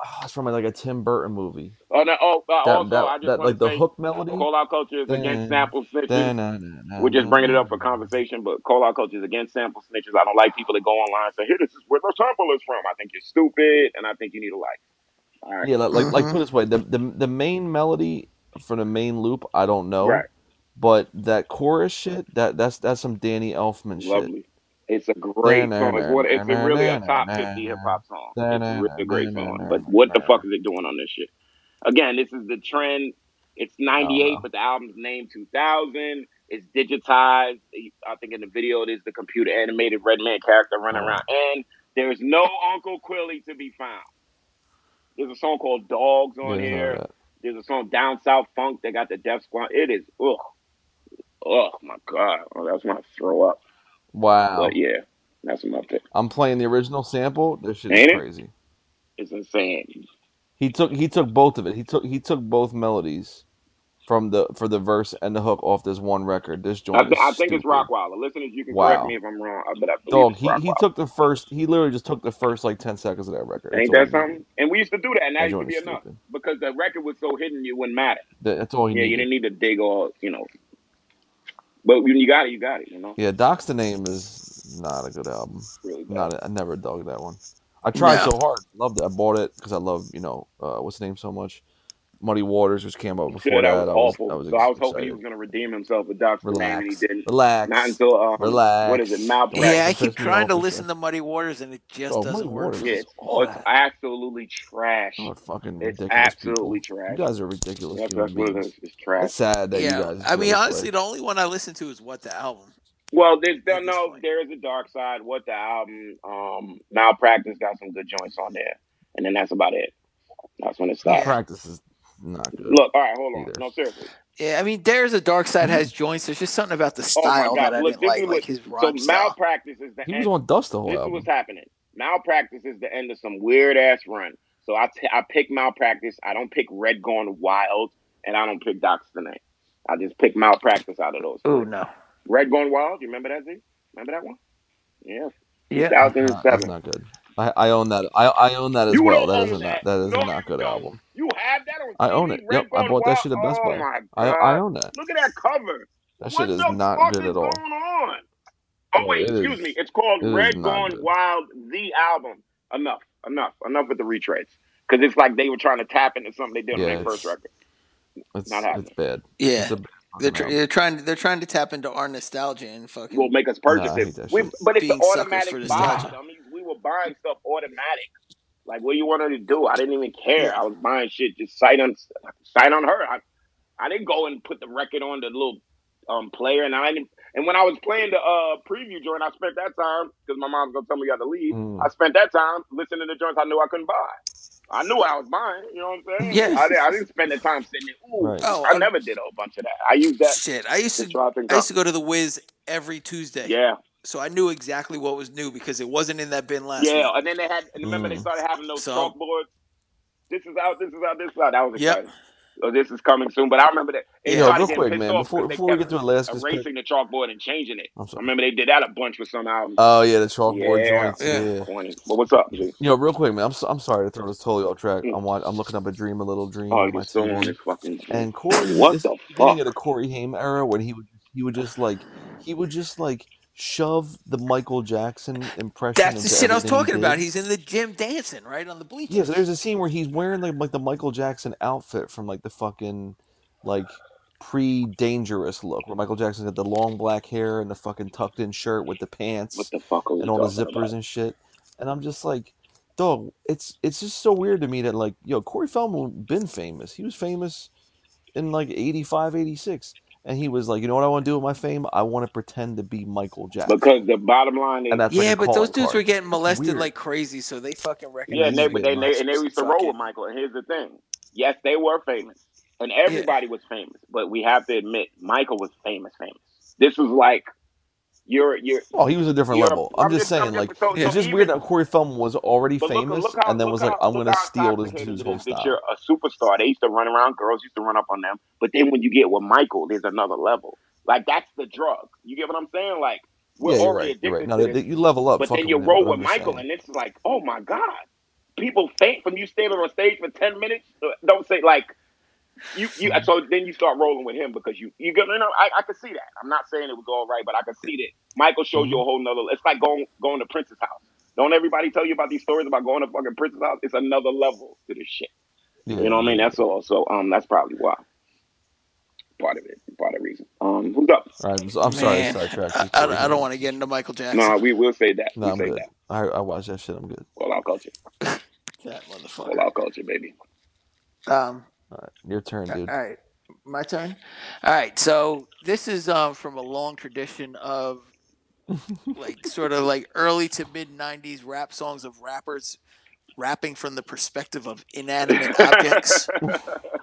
Speaker 2: ah, it's from like a Tim Burton movie.
Speaker 1: Oh no. Oh, uh,
Speaker 2: That
Speaker 1: also,
Speaker 2: that
Speaker 1: I just
Speaker 2: that
Speaker 1: want
Speaker 2: like
Speaker 1: to
Speaker 2: the
Speaker 1: say,
Speaker 2: hook melody.
Speaker 1: call out culture is against
Speaker 2: Dun
Speaker 1: sample snitches.
Speaker 2: dun dun dun
Speaker 1: We're
Speaker 2: dun
Speaker 1: just bringing it up for
Speaker 2: dun.
Speaker 1: conversation, but call out culture is against sample snitches. I don't like people that go online and say, "Here, this is where the sample is from." I think you're stupid, and I think you need a life. All right.
Speaker 2: Yeah, like like, like
Speaker 3: Mm-hmm.
Speaker 2: put it this way, the, the the main melody for the main loop, I don't know,
Speaker 1: Right.
Speaker 2: but that chorus shit, that that's that's some Danny Elfman shit.
Speaker 1: Lovely. It's a great song. It's what. It's a really a top fifty hip hop song. It's really a great song. But what the fuck is
Speaker 2: I
Speaker 1: it doing on this shit? again, this is the trend. It's
Speaker 2: don't
Speaker 1: 98,
Speaker 2: know.
Speaker 1: but the album's named 2000. It's digitized. I think in the video, there's the computer animated red man character running
Speaker 2: Uh,
Speaker 1: around. And there's no Uncle Quilly to be found. There's a song called Dogs on
Speaker 2: yeah, I know
Speaker 1: here.
Speaker 2: that.
Speaker 1: There's a song Down South Funk. They got the Death Squad. It is, ugh, ugh, my God. Oh, that's when I throw up. But
Speaker 2: Wow.
Speaker 1: yeah, that's my pick.
Speaker 2: I'm playing the original sample. This shit is
Speaker 1: Ain't it?
Speaker 2: crazy.
Speaker 1: It's insane.
Speaker 2: He took he took both of it. He took he took both melodies from the for the verse and the hook off this one record.
Speaker 1: I,
Speaker 2: This joint
Speaker 1: th-
Speaker 2: is
Speaker 1: I think it's
Speaker 2: stupid.
Speaker 1: Rockwilder. Listeners, you can correct me
Speaker 2: Wow.
Speaker 1: if I'm wrong, but I believe
Speaker 2: Dog,
Speaker 1: it's
Speaker 2: he, he
Speaker 1: Rockwilder.
Speaker 2: took the first he literally just took the first like ten seconds of that record. That's
Speaker 1: Ain't
Speaker 2: all
Speaker 1: that
Speaker 2: he needed.
Speaker 1: something? And we used to do that, and that used
Speaker 2: That
Speaker 1: to
Speaker 2: joint
Speaker 1: be
Speaker 2: is
Speaker 1: enough
Speaker 2: stupid.
Speaker 1: because the record was so hidden, it wouldn't matter.
Speaker 2: That, that's all he
Speaker 1: Yeah, you
Speaker 2: needed.
Speaker 1: didn't need to dig all, you know. But when you got it, you got it, you know.
Speaker 2: Yeah, Doc's the Name is not a good album.
Speaker 1: It's really bad.
Speaker 2: Not I never dug that one. I tried
Speaker 3: No.
Speaker 2: so hard. Loved it. I bought it because I love you know uh, what's the name so much. Muddy Waters, which came out
Speaker 1: Yeah,
Speaker 2: before
Speaker 1: that was
Speaker 2: that. I was I
Speaker 1: awful.
Speaker 2: was
Speaker 1: So I
Speaker 2: ex-
Speaker 1: was hoping he
Speaker 2: excited.
Speaker 1: was gonna redeem himself with Doc's the name, and he
Speaker 2: Relax,
Speaker 1: didn't. Not
Speaker 2: relax,
Speaker 1: until um, what is it?
Speaker 2: relax. Don't
Speaker 1: Malpractice.
Speaker 3: Yeah, I
Speaker 2: fucking
Speaker 3: keep
Speaker 2: piss me
Speaker 3: trying to
Speaker 2: off and shit.
Speaker 3: listen to Muddy Waters and it just
Speaker 2: Dog, Muddy
Speaker 3: doesn't work
Speaker 2: Waters
Speaker 3: for
Speaker 1: Yeah,
Speaker 3: me.
Speaker 2: is
Speaker 1: it's
Speaker 2: all
Speaker 1: it's
Speaker 2: that.
Speaker 1: absolutely
Speaker 2: Oh,
Speaker 1: trash.
Speaker 2: fucking
Speaker 1: It's
Speaker 2: ridiculous
Speaker 1: absolutely
Speaker 2: people. You
Speaker 1: trash.
Speaker 2: guys are ridiculous
Speaker 1: That's
Speaker 2: human
Speaker 1: that's what it is.
Speaker 2: beings.
Speaker 1: It's trash.
Speaker 2: It's sad that you
Speaker 3: Yeah,
Speaker 2: guys
Speaker 3: I
Speaker 2: feel
Speaker 3: mean,
Speaker 2: this way.
Speaker 3: honestly, the only one I listen to is what the album
Speaker 1: Well, there's there,
Speaker 3: at this
Speaker 1: no,
Speaker 3: point.
Speaker 1: there is a dark side. What the album? Um, Malpractice got some good joints on there, and then that's about it. That's when it stops.
Speaker 3: Yeah,
Speaker 2: Malpractice is not good
Speaker 1: Look, all right, hold on.
Speaker 2: either.
Speaker 1: No, seriously.
Speaker 3: yeah. I mean, there's a dark
Speaker 2: Mm-hmm.
Speaker 3: side has joints. There's just something about the
Speaker 1: Oh my
Speaker 3: style
Speaker 1: God,
Speaker 3: that I
Speaker 1: look,
Speaker 3: didn't
Speaker 1: this is
Speaker 3: like,
Speaker 1: what.
Speaker 3: like his
Speaker 1: So
Speaker 3: rhyme style.
Speaker 1: malpractice is the
Speaker 2: He was
Speaker 1: end.
Speaker 2: on Dust the whole
Speaker 1: This is what's
Speaker 2: album.
Speaker 1: happening. Malpractice is the end of some weird ass run. So I, t- I pick malpractice. I don't pick Red Gone Wild, and I don't pick Docs tonight. I just pick malpractice out of those.
Speaker 3: Oh no.
Speaker 1: Red Gone Wild, you remember that thing? Remember that one? Yeah,
Speaker 3: Yeah.
Speaker 1: 2007.
Speaker 2: Nah, that's not good. I, I own that. I, I own that as
Speaker 1: You
Speaker 2: well.
Speaker 1: don't
Speaker 2: That
Speaker 1: own
Speaker 2: is a
Speaker 1: that.
Speaker 2: not that is
Speaker 1: No,
Speaker 2: a not
Speaker 1: you
Speaker 2: good
Speaker 1: don't.
Speaker 2: album.
Speaker 1: You have that on
Speaker 2: I
Speaker 1: CD?
Speaker 2: own it.
Speaker 1: Red
Speaker 2: Yep, I
Speaker 1: Gone
Speaker 2: bought that
Speaker 1: Wild?
Speaker 2: shit at Best
Speaker 1: Oh
Speaker 2: Buy.
Speaker 1: my
Speaker 2: I I
Speaker 1: god!
Speaker 2: own that.
Speaker 1: Look at that cover. What
Speaker 2: That shit is
Speaker 1: the
Speaker 2: not
Speaker 1: fuck
Speaker 2: good
Speaker 1: is
Speaker 2: at
Speaker 1: going
Speaker 2: all.
Speaker 1: on? Oh
Speaker 2: Yeah,
Speaker 1: wait,
Speaker 2: it
Speaker 1: excuse me.
Speaker 2: is.
Speaker 1: It's called
Speaker 2: It is
Speaker 1: Red
Speaker 2: not
Speaker 1: Gone
Speaker 2: good.
Speaker 1: Wild, the album. Enough, enough, enough with the retreads. Because it's like they were trying to tap into something they did on
Speaker 2: Yeah,
Speaker 1: their first
Speaker 2: it's
Speaker 1: record. Not
Speaker 2: it's it's
Speaker 1: happening.
Speaker 2: bad. It's a
Speaker 3: Yeah.
Speaker 2: bad
Speaker 3: They're,
Speaker 2: fucking
Speaker 3: tr-
Speaker 2: album.
Speaker 3: they're trying. They're trying to tap into our nostalgia and
Speaker 1: Will
Speaker 3: fucking
Speaker 1: make us
Speaker 2: Nah,
Speaker 1: purchase
Speaker 2: I
Speaker 1: it.
Speaker 2: hate that
Speaker 1: We,
Speaker 2: shit.
Speaker 1: but it's an
Speaker 3: being suckers
Speaker 1: automatic
Speaker 3: for
Speaker 1: buy,
Speaker 3: nostalgia.
Speaker 1: dummies. We were buying stuff automatic. Like what you wanted to do, I didn't even care.
Speaker 3: Yeah.
Speaker 1: I was buying shit just sight on sight on her. I, I didn't go and put the record on the little um player, and I didn't. And when I was playing the uh preview joint, I spent that time because my mom's gonna tell me I got to leave. I
Speaker 2: Mm.
Speaker 1: spent that time listening to joints I knew I couldn't buy. I knew I was buying. You know what I'm saying?
Speaker 3: Yeah.
Speaker 1: I didn't. I didn't spend the time sitting there. Ooh,
Speaker 2: Right.
Speaker 3: Oh,
Speaker 1: I
Speaker 3: I'm
Speaker 1: never did a whole bunch of that. I used that
Speaker 3: shit. I used
Speaker 1: to
Speaker 3: to.
Speaker 1: try things
Speaker 3: I used
Speaker 1: out.
Speaker 3: to go to the Wiz every Tuesday,
Speaker 1: Yeah,
Speaker 3: so I knew exactly what was new because it wasn't in that bin last
Speaker 1: yeah.
Speaker 3: week.
Speaker 1: And then they had. And remember, they
Speaker 2: Mm.
Speaker 1: started having those
Speaker 3: So
Speaker 1: chalkboards. This is out. This is out. This is out. That was
Speaker 3: yep.
Speaker 1: exciting. So this is coming soon. But I remember that they
Speaker 3: Yeah.
Speaker 2: Yo,
Speaker 1: started
Speaker 2: real
Speaker 1: getting
Speaker 2: quick,
Speaker 1: pissed
Speaker 2: man.
Speaker 1: off
Speaker 2: Before
Speaker 1: because they
Speaker 2: before we
Speaker 1: kept
Speaker 2: get to Alaska's pick,
Speaker 1: erasing the chalkboard and changing it.
Speaker 2: I'm
Speaker 1: I
Speaker 2: sorry.
Speaker 1: remember they did that a bunch with some albums.
Speaker 2: Oh yeah, the chalkboard
Speaker 1: Yeah,
Speaker 2: joints.
Speaker 3: Yeah.
Speaker 2: Yeah.
Speaker 1: corny. But what's up, G?
Speaker 2: Yo, real quick, man. I'm so, I'm sorry to throw this totally off track.
Speaker 1: Mm.
Speaker 2: I'm watch, I'm looking up a dream, a little dream
Speaker 1: Oh,
Speaker 2: on
Speaker 1: you're
Speaker 2: my
Speaker 1: still on
Speaker 2: TV,
Speaker 1: this fucking G.
Speaker 2: and Corey.
Speaker 1: What
Speaker 2: This
Speaker 1: the
Speaker 2: is the beginning
Speaker 1: fuck?
Speaker 2: of the Corey Haim era when he would he would just like he would just like shove the Michael Jackson impression
Speaker 3: That's the
Speaker 2: into
Speaker 3: shit I
Speaker 2: everything
Speaker 3: was
Speaker 2: he
Speaker 3: talking about.
Speaker 2: did.
Speaker 3: He's in the gym dancing right on the
Speaker 2: Yeah, so
Speaker 3: bleachers.
Speaker 2: there's a scene where he's wearing like, like the Michael Jackson outfit from like the fucking like pre dangerous look where Michael Jackson had the long black hair and the fucking tucked in shirt with the
Speaker 1: What
Speaker 2: pants
Speaker 1: the fuck are
Speaker 2: and
Speaker 1: we
Speaker 2: all the
Speaker 1: talking
Speaker 2: zippers
Speaker 1: about?
Speaker 2: and shit. And I'm just like, dog, it's it's just so weird to me that like, yo, Corey Feldman been famous. He was famous in like 85, 86. And he was like, you know what I want to do with my fame? I want to pretend to be Michael Jackson.
Speaker 1: Because the bottom line
Speaker 2: And
Speaker 1: is,
Speaker 2: that's like a
Speaker 3: Yeah, but those
Speaker 2: calling
Speaker 3: dudes were
Speaker 2: card.
Speaker 3: getting
Speaker 2: It's
Speaker 3: molested
Speaker 2: weird.
Speaker 3: like crazy, so they fucking
Speaker 2: Yeah,
Speaker 1: yeah,
Speaker 2: he
Speaker 1: and
Speaker 3: recognized
Speaker 1: they
Speaker 2: was
Speaker 3: him
Speaker 1: but
Speaker 2: getting
Speaker 1: they,
Speaker 3: and
Speaker 1: they and they
Speaker 2: narcs.
Speaker 1: used to roll with
Speaker 3: fucking
Speaker 1: Michael. And here's the thing: yes, they were famous, and
Speaker 3: yeah.
Speaker 1: everybody was famous. But we have to admit, Michael was famous, famous. This was like you're you're
Speaker 2: Oh, he was a different
Speaker 1: you're.
Speaker 2: level. I'm
Speaker 1: I'm
Speaker 2: just
Speaker 1: just I'm
Speaker 2: saying,
Speaker 1: just
Speaker 2: like,
Speaker 1: so
Speaker 2: it's
Speaker 3: Yeah.
Speaker 1: so
Speaker 2: just weird
Speaker 1: even
Speaker 2: that Corey Feldman was already
Speaker 1: But look, look
Speaker 2: famous
Speaker 1: how,
Speaker 2: and then
Speaker 1: look
Speaker 2: was like,
Speaker 1: how,
Speaker 2: I'm
Speaker 1: look
Speaker 2: gonna
Speaker 1: how
Speaker 2: steal this
Speaker 1: intoxicated
Speaker 2: dude's
Speaker 1: it
Speaker 2: whole
Speaker 1: is that you're
Speaker 2: style.
Speaker 1: a superstar. They used to run around, girls used to run up on them. But then when you get with Michael, there's another level. Like that's the drug. You get what I'm saying? Like we're
Speaker 2: Yeah, you're
Speaker 1: already
Speaker 2: right. You're right.
Speaker 1: addicted
Speaker 2: Now
Speaker 1: to
Speaker 2: that,
Speaker 1: this,
Speaker 2: that you level up
Speaker 1: but then
Speaker 2: fucking
Speaker 1: you
Speaker 2: with him,
Speaker 1: roll with
Speaker 2: but I'm just
Speaker 1: Michael,
Speaker 2: saying,
Speaker 1: and it's like, oh my god, people faint from you standing on stage for ten minutes. Uh, Don't say like you you
Speaker 2: Hmm.
Speaker 1: so then you start rolling with him because you you get you know I, I could see that. I'm not saying it was all right, but I could see that Michael showed
Speaker 2: hmm
Speaker 1: you a whole nother it's like going going to Prince's house. Don't everybody tell you about these stories about going to fucking Prince's house? It's another level to this shit. You know
Speaker 2: yeah,
Speaker 1: what I mean?
Speaker 2: yeah.
Speaker 1: That's all. So um that's probably why. Part of it. Part of the reason. Um who's up?
Speaker 2: All right, I'm, so- I'm sorry to
Speaker 3: Man,
Speaker 2: sidetrack
Speaker 3: I,
Speaker 2: you,
Speaker 3: I,
Speaker 2: Corey
Speaker 3: I don't
Speaker 2: Haim.
Speaker 3: want to get into Michael Jackson.
Speaker 1: No, we will say that.
Speaker 2: No,
Speaker 1: We
Speaker 2: I'm
Speaker 1: say
Speaker 2: good.
Speaker 1: that.
Speaker 2: I I watch that shit. I'm good.
Speaker 1: All out culture.
Speaker 3: That
Speaker 1: All
Speaker 3: motherfucker.
Speaker 1: out culture, baby.
Speaker 3: Um.
Speaker 2: All right, your turn,
Speaker 3: a-
Speaker 2: dude.
Speaker 3: All right, my turn. All right, so this is um from a long tradition of like sort of like early to mid '90s rap songs of rappers rapping from the perspective of inanimate objects.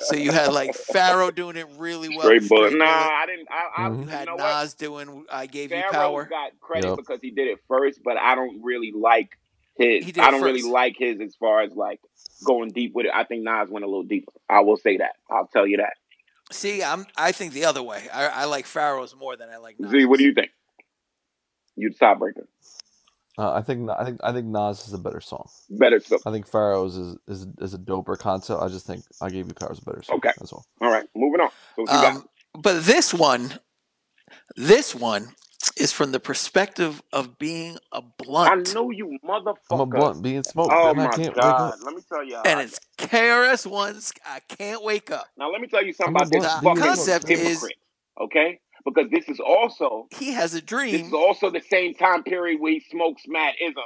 Speaker 3: So you had like Pharaoh doing it really well with
Speaker 1: Straight bull.
Speaker 3: Straight
Speaker 1: Nah,
Speaker 3: Bullet.
Speaker 1: I didn't I, I
Speaker 2: hmm
Speaker 3: You
Speaker 1: you
Speaker 3: had
Speaker 1: know what?
Speaker 3: Nas doing "I Gave You
Speaker 1: Pharaoh's
Speaker 3: Power."
Speaker 1: got credit
Speaker 2: Yep.
Speaker 1: because he did it first, but I don't really like his.
Speaker 3: He did
Speaker 1: I
Speaker 3: it
Speaker 1: don't really
Speaker 3: first.
Speaker 1: like his as far as like going deep with it. I think Nas went a little deeper. I will say that. I'll tell you that.
Speaker 3: See, I'm I think the other way. I, I like Pharaoh's more than I like
Speaker 1: Z, what do
Speaker 3: Nas's.
Speaker 1: you think? You the tiebreaker.
Speaker 2: Uh, I think I think I think Nas is a better song.
Speaker 1: Better so.
Speaker 2: I think Pharaoh's is is is a doper concept. I just think I gave you Powers a better song.
Speaker 1: Okay.
Speaker 2: That's all.
Speaker 1: All right. Moving on. So what you got?
Speaker 3: Um, but this one, this one is from the perspective of being a
Speaker 1: I
Speaker 3: blunt,
Speaker 1: know you
Speaker 2: I'm a
Speaker 1: motherfucker.
Speaker 2: blunt being smoked,
Speaker 1: Oh
Speaker 2: and I
Speaker 1: my
Speaker 2: can't wake
Speaker 1: God.
Speaker 2: up.
Speaker 1: Let me tell you how
Speaker 3: and
Speaker 1: I
Speaker 3: it's KRS One's "I Can't Wake Up."
Speaker 1: now let me tell you something
Speaker 2: I'm a
Speaker 1: about this
Speaker 2: blunt
Speaker 3: The
Speaker 1: fucking
Speaker 2: being smoked,
Speaker 3: concept
Speaker 2: and
Speaker 3: is
Speaker 1: hypocrite. Okay? Because this is also
Speaker 3: he has a
Speaker 1: this is
Speaker 3: dream.
Speaker 1: also the same time period where he smokes mad ism.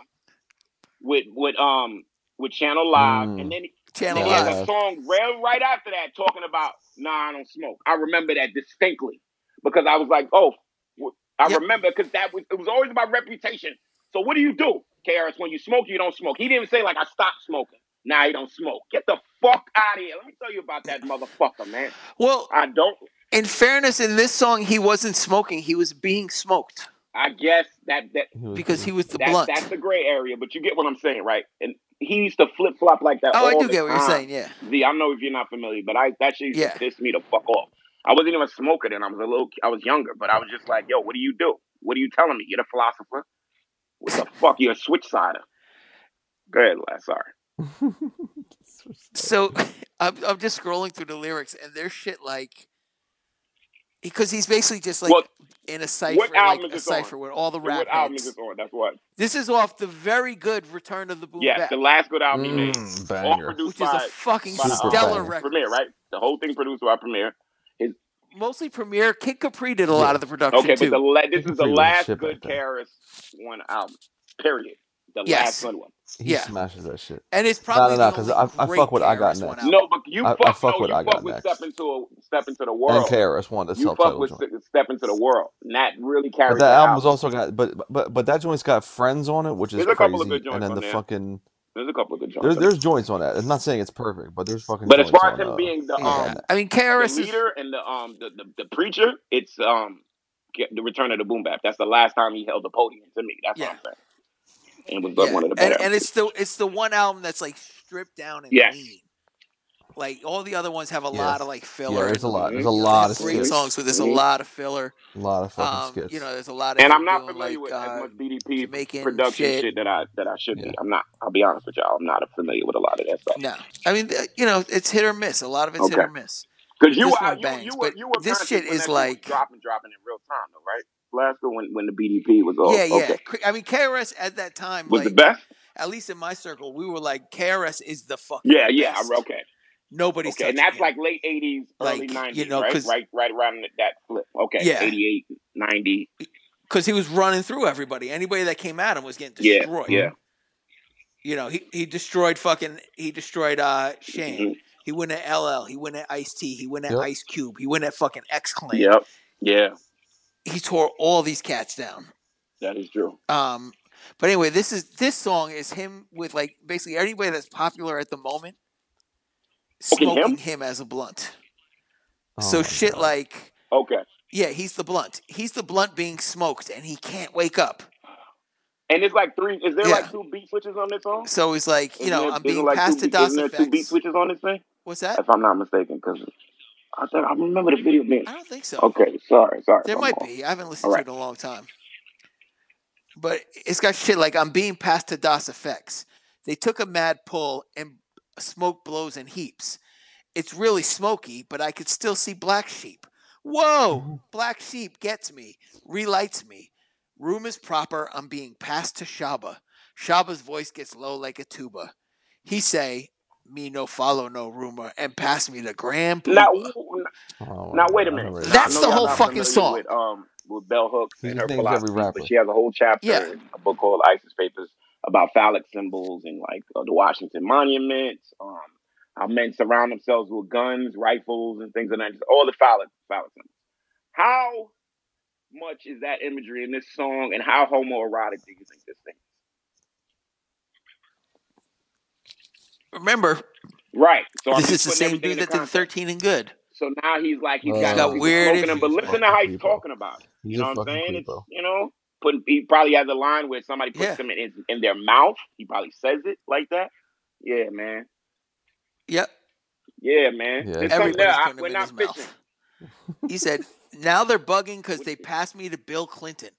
Speaker 1: with with um with Channel Live, and
Speaker 2: mm,
Speaker 1: then and then
Speaker 3: Channel
Speaker 1: he
Speaker 2: Channel
Speaker 1: has a
Speaker 3: Live.
Speaker 2: Live.
Speaker 1: song right right after that talking about nah, I don't smoke. I remember that distinctly because I was like, oh, w- I
Speaker 3: Yep.
Speaker 1: remember because that was it was always about reputation. So what do you do, KRS? When you smoke, you don't smoke. He didn't say like I stopped smoking. Now nah, you don't smoke. Get the fuck out of here. Let me tell you about that motherfucker, man.
Speaker 3: Well,
Speaker 1: I don't.
Speaker 3: in fairness, in this song, he wasn't smoking; he was being smoked.
Speaker 1: I guess that that
Speaker 2: He was
Speaker 3: because he was the
Speaker 1: that's,
Speaker 3: blunt.
Speaker 1: that's the gray area, but you get what I'm saying, right? And he used to flip flop like that.
Speaker 3: oh, I
Speaker 1: all
Speaker 3: do
Speaker 1: the
Speaker 3: get what you're
Speaker 1: time.
Speaker 3: saying. Yeah.
Speaker 1: Z, I know if you're not familiar, but I that shit used
Speaker 3: Yeah.
Speaker 1: to piss me the fuck off. I wasn't even a smoker then. I was a little, I was younger, but I was just like, yo, what do you do? What are you telling me? You're the philosopher? What the fuck? You're a switch sider. Go ahead, last. Sorry.
Speaker 3: So I'm, I'm just scrolling through the lyrics, and there's shit like because he's basically just like
Speaker 1: What-
Speaker 3: in a cipher, like
Speaker 1: album is
Speaker 3: a
Speaker 1: this on?
Speaker 3: cipher with all the
Speaker 1: And
Speaker 3: rap
Speaker 1: what album is
Speaker 3: heads.
Speaker 1: this on? That's what.
Speaker 3: This is off the very good Return of the Boom
Speaker 1: Yes,
Speaker 3: Bap,
Speaker 1: the last good album he made.
Speaker 2: Mm,
Speaker 1: All
Speaker 2: banger.
Speaker 1: produced
Speaker 3: which is a
Speaker 1: by
Speaker 3: fucking
Speaker 1: by, uh,
Speaker 3: stellar
Speaker 2: Superbad.
Speaker 3: record.
Speaker 1: Premiere, right? The whole thing produced by Premiere.
Speaker 3: Mostly Premier. Kid Capri did a lot of the production
Speaker 1: Okay,
Speaker 3: too.
Speaker 1: but the la- this
Speaker 2: They
Speaker 1: is the
Speaker 2: created
Speaker 1: last
Speaker 2: shit
Speaker 1: good
Speaker 2: back then.
Speaker 1: Karis one album. Period. The
Speaker 3: Yes.
Speaker 1: last good one.
Speaker 2: He
Speaker 3: yeah.
Speaker 2: smashes that shit.
Speaker 3: and it's probably
Speaker 2: no,
Speaker 3: the
Speaker 2: 'cause
Speaker 3: only
Speaker 2: I- I
Speaker 3: great
Speaker 2: fuck with I Got
Speaker 3: KRS-One
Speaker 2: Next.
Speaker 3: album.
Speaker 1: No, but you
Speaker 2: I- I
Speaker 1: fuck,
Speaker 2: fuck
Speaker 1: no,
Speaker 2: with
Speaker 1: you
Speaker 2: I
Speaker 1: fuck
Speaker 2: Got
Speaker 1: with
Speaker 2: Next.
Speaker 1: step into a step into the
Speaker 2: And
Speaker 1: world.
Speaker 2: KRS One, that's
Speaker 1: You fuck
Speaker 2: self-titled
Speaker 1: with
Speaker 2: joint.
Speaker 1: S- step into the world, and that really
Speaker 2: But
Speaker 1: carries
Speaker 2: that
Speaker 1: that
Speaker 2: album
Speaker 1: album.
Speaker 2: was also got, but but but that joint's got friends on it, which is
Speaker 1: There's a couple of
Speaker 2: crazy.
Speaker 1: good
Speaker 2: And
Speaker 1: joints
Speaker 2: then
Speaker 1: on
Speaker 2: the
Speaker 1: there.
Speaker 2: fucking
Speaker 1: There's a couple of good joints.
Speaker 2: there's
Speaker 1: On there.
Speaker 2: there's joints on that. I'm not saying it's perfect, but there's fucking
Speaker 1: But as
Speaker 2: joints
Speaker 1: far as
Speaker 2: on.
Speaker 1: him
Speaker 2: Uh,
Speaker 1: being the
Speaker 2: I got
Speaker 3: Yeah,
Speaker 1: um
Speaker 2: that.
Speaker 3: I mean
Speaker 1: the
Speaker 3: KRS is
Speaker 1: leader and the um the, the, the preacher, it's um Get- the return of the boom bap. That's the last time he held the podium to me. That's what
Speaker 3: yeah
Speaker 1: I'm saying. And it was the,
Speaker 3: yeah,
Speaker 1: one of the
Speaker 3: and
Speaker 1: better.
Speaker 3: and it's the it's the one album that's like stripped down and
Speaker 1: Yes.
Speaker 3: lean. Like all the other ones have a
Speaker 2: Yes.
Speaker 3: lot of like
Speaker 2: Yeah,
Speaker 3: filler.
Speaker 2: there's a
Speaker 3: and,
Speaker 2: lot. There's
Speaker 1: Mhm.
Speaker 2: a
Speaker 3: you know, they
Speaker 2: lot
Speaker 3: have
Speaker 2: of
Speaker 3: great
Speaker 2: skits.
Speaker 3: songs, but there's a
Speaker 1: Mhm.
Speaker 3: lot of filler.
Speaker 2: A lot of fucking
Speaker 3: Um,
Speaker 2: skits.
Speaker 3: you know, there's a lot of
Speaker 1: And
Speaker 3: him
Speaker 1: I'm not
Speaker 3: doing
Speaker 1: familiar
Speaker 3: like
Speaker 1: with as
Speaker 3: uh,
Speaker 1: much BDP
Speaker 3: Jamaican
Speaker 1: production
Speaker 3: shit.
Speaker 1: shit that I that I should
Speaker 2: Yeah.
Speaker 1: be. I'm not. I'll be honest with y'all. I'm not familiar with a lot of that stuff.
Speaker 3: No, I mean th- you know it's hit or miss. A lot of it's hit
Speaker 1: Okay.
Speaker 3: or miss.
Speaker 1: Because
Speaker 3: But
Speaker 1: you were
Speaker 3: this one
Speaker 1: you
Speaker 3: bangs.
Speaker 1: you were
Speaker 3: But
Speaker 1: you were
Speaker 3: this
Speaker 1: conscious
Speaker 3: shit
Speaker 1: when
Speaker 3: is
Speaker 1: that shit was
Speaker 3: like
Speaker 1: dropping, dropping in real time, though, right? Last year when when the BDP was all
Speaker 3: yeah, yeah.
Speaker 1: okay
Speaker 3: Cr- I mean KRS at that time,
Speaker 1: was the
Speaker 3: like
Speaker 1: best.
Speaker 3: at least in my circle, we were like KRS is the fucking
Speaker 1: Yeah, yeah. I'm
Speaker 3: best.
Speaker 1: okay,
Speaker 3: Nobody's
Speaker 1: okay. And
Speaker 3: touching
Speaker 1: that's
Speaker 3: him.
Speaker 1: like late '80s, early
Speaker 3: Like you
Speaker 1: '90s,
Speaker 3: know,
Speaker 1: right?
Speaker 3: because
Speaker 1: Right, right around that flip. Okay,
Speaker 3: yeah,
Speaker 1: '88, '90.
Speaker 3: because he was running through everybody. Anybody that came at him was getting
Speaker 1: Yeah,
Speaker 3: destroyed.
Speaker 1: yeah.
Speaker 3: You know, he, he destroyed fucking he destroyed uh Shan.
Speaker 1: hmm
Speaker 3: He went at LL. He went at Ice T. He went at
Speaker 2: Yep.
Speaker 3: Ice Cube. He went at fucking X Clan.
Speaker 1: Yep. Yeah,
Speaker 3: He tore all these cats down.
Speaker 1: that is true.
Speaker 3: Um, but anyway, this is this song is him with like basically anybody that's popular at the moment
Speaker 1: Okay, him.
Speaker 3: smoking him as a blunt.
Speaker 2: Oh
Speaker 3: So
Speaker 2: my
Speaker 3: shit
Speaker 2: god.
Speaker 3: like
Speaker 1: Okay.
Speaker 3: yeah, he's the blunt. He's the blunt being smoked, and he can't wake up.
Speaker 1: And it's like three. Is there
Speaker 3: Yeah.
Speaker 1: like two beat switches on this song?
Speaker 3: So he's like, you
Speaker 1: Isn't
Speaker 3: know,
Speaker 1: there,
Speaker 3: I'm
Speaker 1: isn't
Speaker 3: being
Speaker 1: like two
Speaker 3: passed to
Speaker 1: beat,
Speaker 3: DOS
Speaker 1: isn't there two beat
Speaker 3: effects.
Speaker 1: switches on this thing?
Speaker 3: What's that?
Speaker 1: If I'm not mistaken, because I thought I remember the video being.
Speaker 3: I don't think so.
Speaker 1: Okay, sorry, sorry if
Speaker 3: There
Speaker 1: I'm
Speaker 3: might
Speaker 1: wrong.
Speaker 3: be. I haven't
Speaker 1: All
Speaker 3: listened to
Speaker 1: right.
Speaker 3: it in a long time. But it's got shit like I'm being passed to DOS effects. They took a mad pull and smoke blows in heaps. It's really smoky, but I could still see black sheep. Whoa!
Speaker 1: Mm-hmm.
Speaker 3: Black sheep gets me, relights me. Room is proper. I'm being passed to Shaba. Shaba's voice gets low like a tuba. He say, "Me no follow no rumor," and pass me the grand
Speaker 1: Now,
Speaker 3: pooba.
Speaker 1: w-
Speaker 2: Oh my
Speaker 1: now, wait a
Speaker 2: god. I
Speaker 1: minute.
Speaker 2: remember
Speaker 1: Now I
Speaker 3: That's
Speaker 1: know
Speaker 3: the
Speaker 1: y'all
Speaker 3: whole
Speaker 1: not
Speaker 3: fucking
Speaker 1: familiar
Speaker 3: song.
Speaker 1: with um with Bell Hooks
Speaker 2: he
Speaker 1: and
Speaker 2: just
Speaker 1: her
Speaker 2: names every
Speaker 1: philosophies, but
Speaker 2: rapper.
Speaker 1: she has a whole
Speaker 3: Yeah,
Speaker 1: chapter in a book called ISIS Papers about phallic symbols and like uh, the Washington Monument. Um, how men surround themselves with guns, rifles, and things of that. Just all the phallic phallic symbols. How much is that imagery in this song, and how homoerotic do you think this thing? is?
Speaker 3: remember
Speaker 1: Right. So I'm
Speaker 3: this
Speaker 1: just
Speaker 3: is
Speaker 1: putting
Speaker 3: the same
Speaker 1: everything
Speaker 3: dude
Speaker 1: into
Speaker 3: that did
Speaker 1: context.
Speaker 3: 13 and Good.
Speaker 1: So now he's like he's
Speaker 3: He's
Speaker 1: got
Speaker 3: got
Speaker 1: these
Speaker 2: Oh,
Speaker 1: people
Speaker 3: weird
Speaker 2: God.
Speaker 1: smoking him, but
Speaker 3: imageries,
Speaker 1: listen to
Speaker 3: man.
Speaker 2: Fucking
Speaker 1: how he's
Speaker 2: creepo.
Speaker 1: talking about it. You
Speaker 2: He's
Speaker 1: know
Speaker 2: a
Speaker 1: what I'm
Speaker 2: fucking
Speaker 1: saying? It's
Speaker 2: creepo.
Speaker 1: you know putting he probably has a line where somebody puts
Speaker 3: Yeah.
Speaker 1: them in in their mouth. He probably says it like that. Yeah, man.
Speaker 3: Yep.
Speaker 1: Yeah, man.
Speaker 2: Yeah,
Speaker 1: There's something there.
Speaker 3: Everybody's
Speaker 1: I, we're
Speaker 3: putting them in
Speaker 1: not
Speaker 3: his
Speaker 1: fishing.
Speaker 3: mouth. He said, "Now they're bugging because
Speaker 1: What-
Speaker 3: they passed me to Bill Clinton."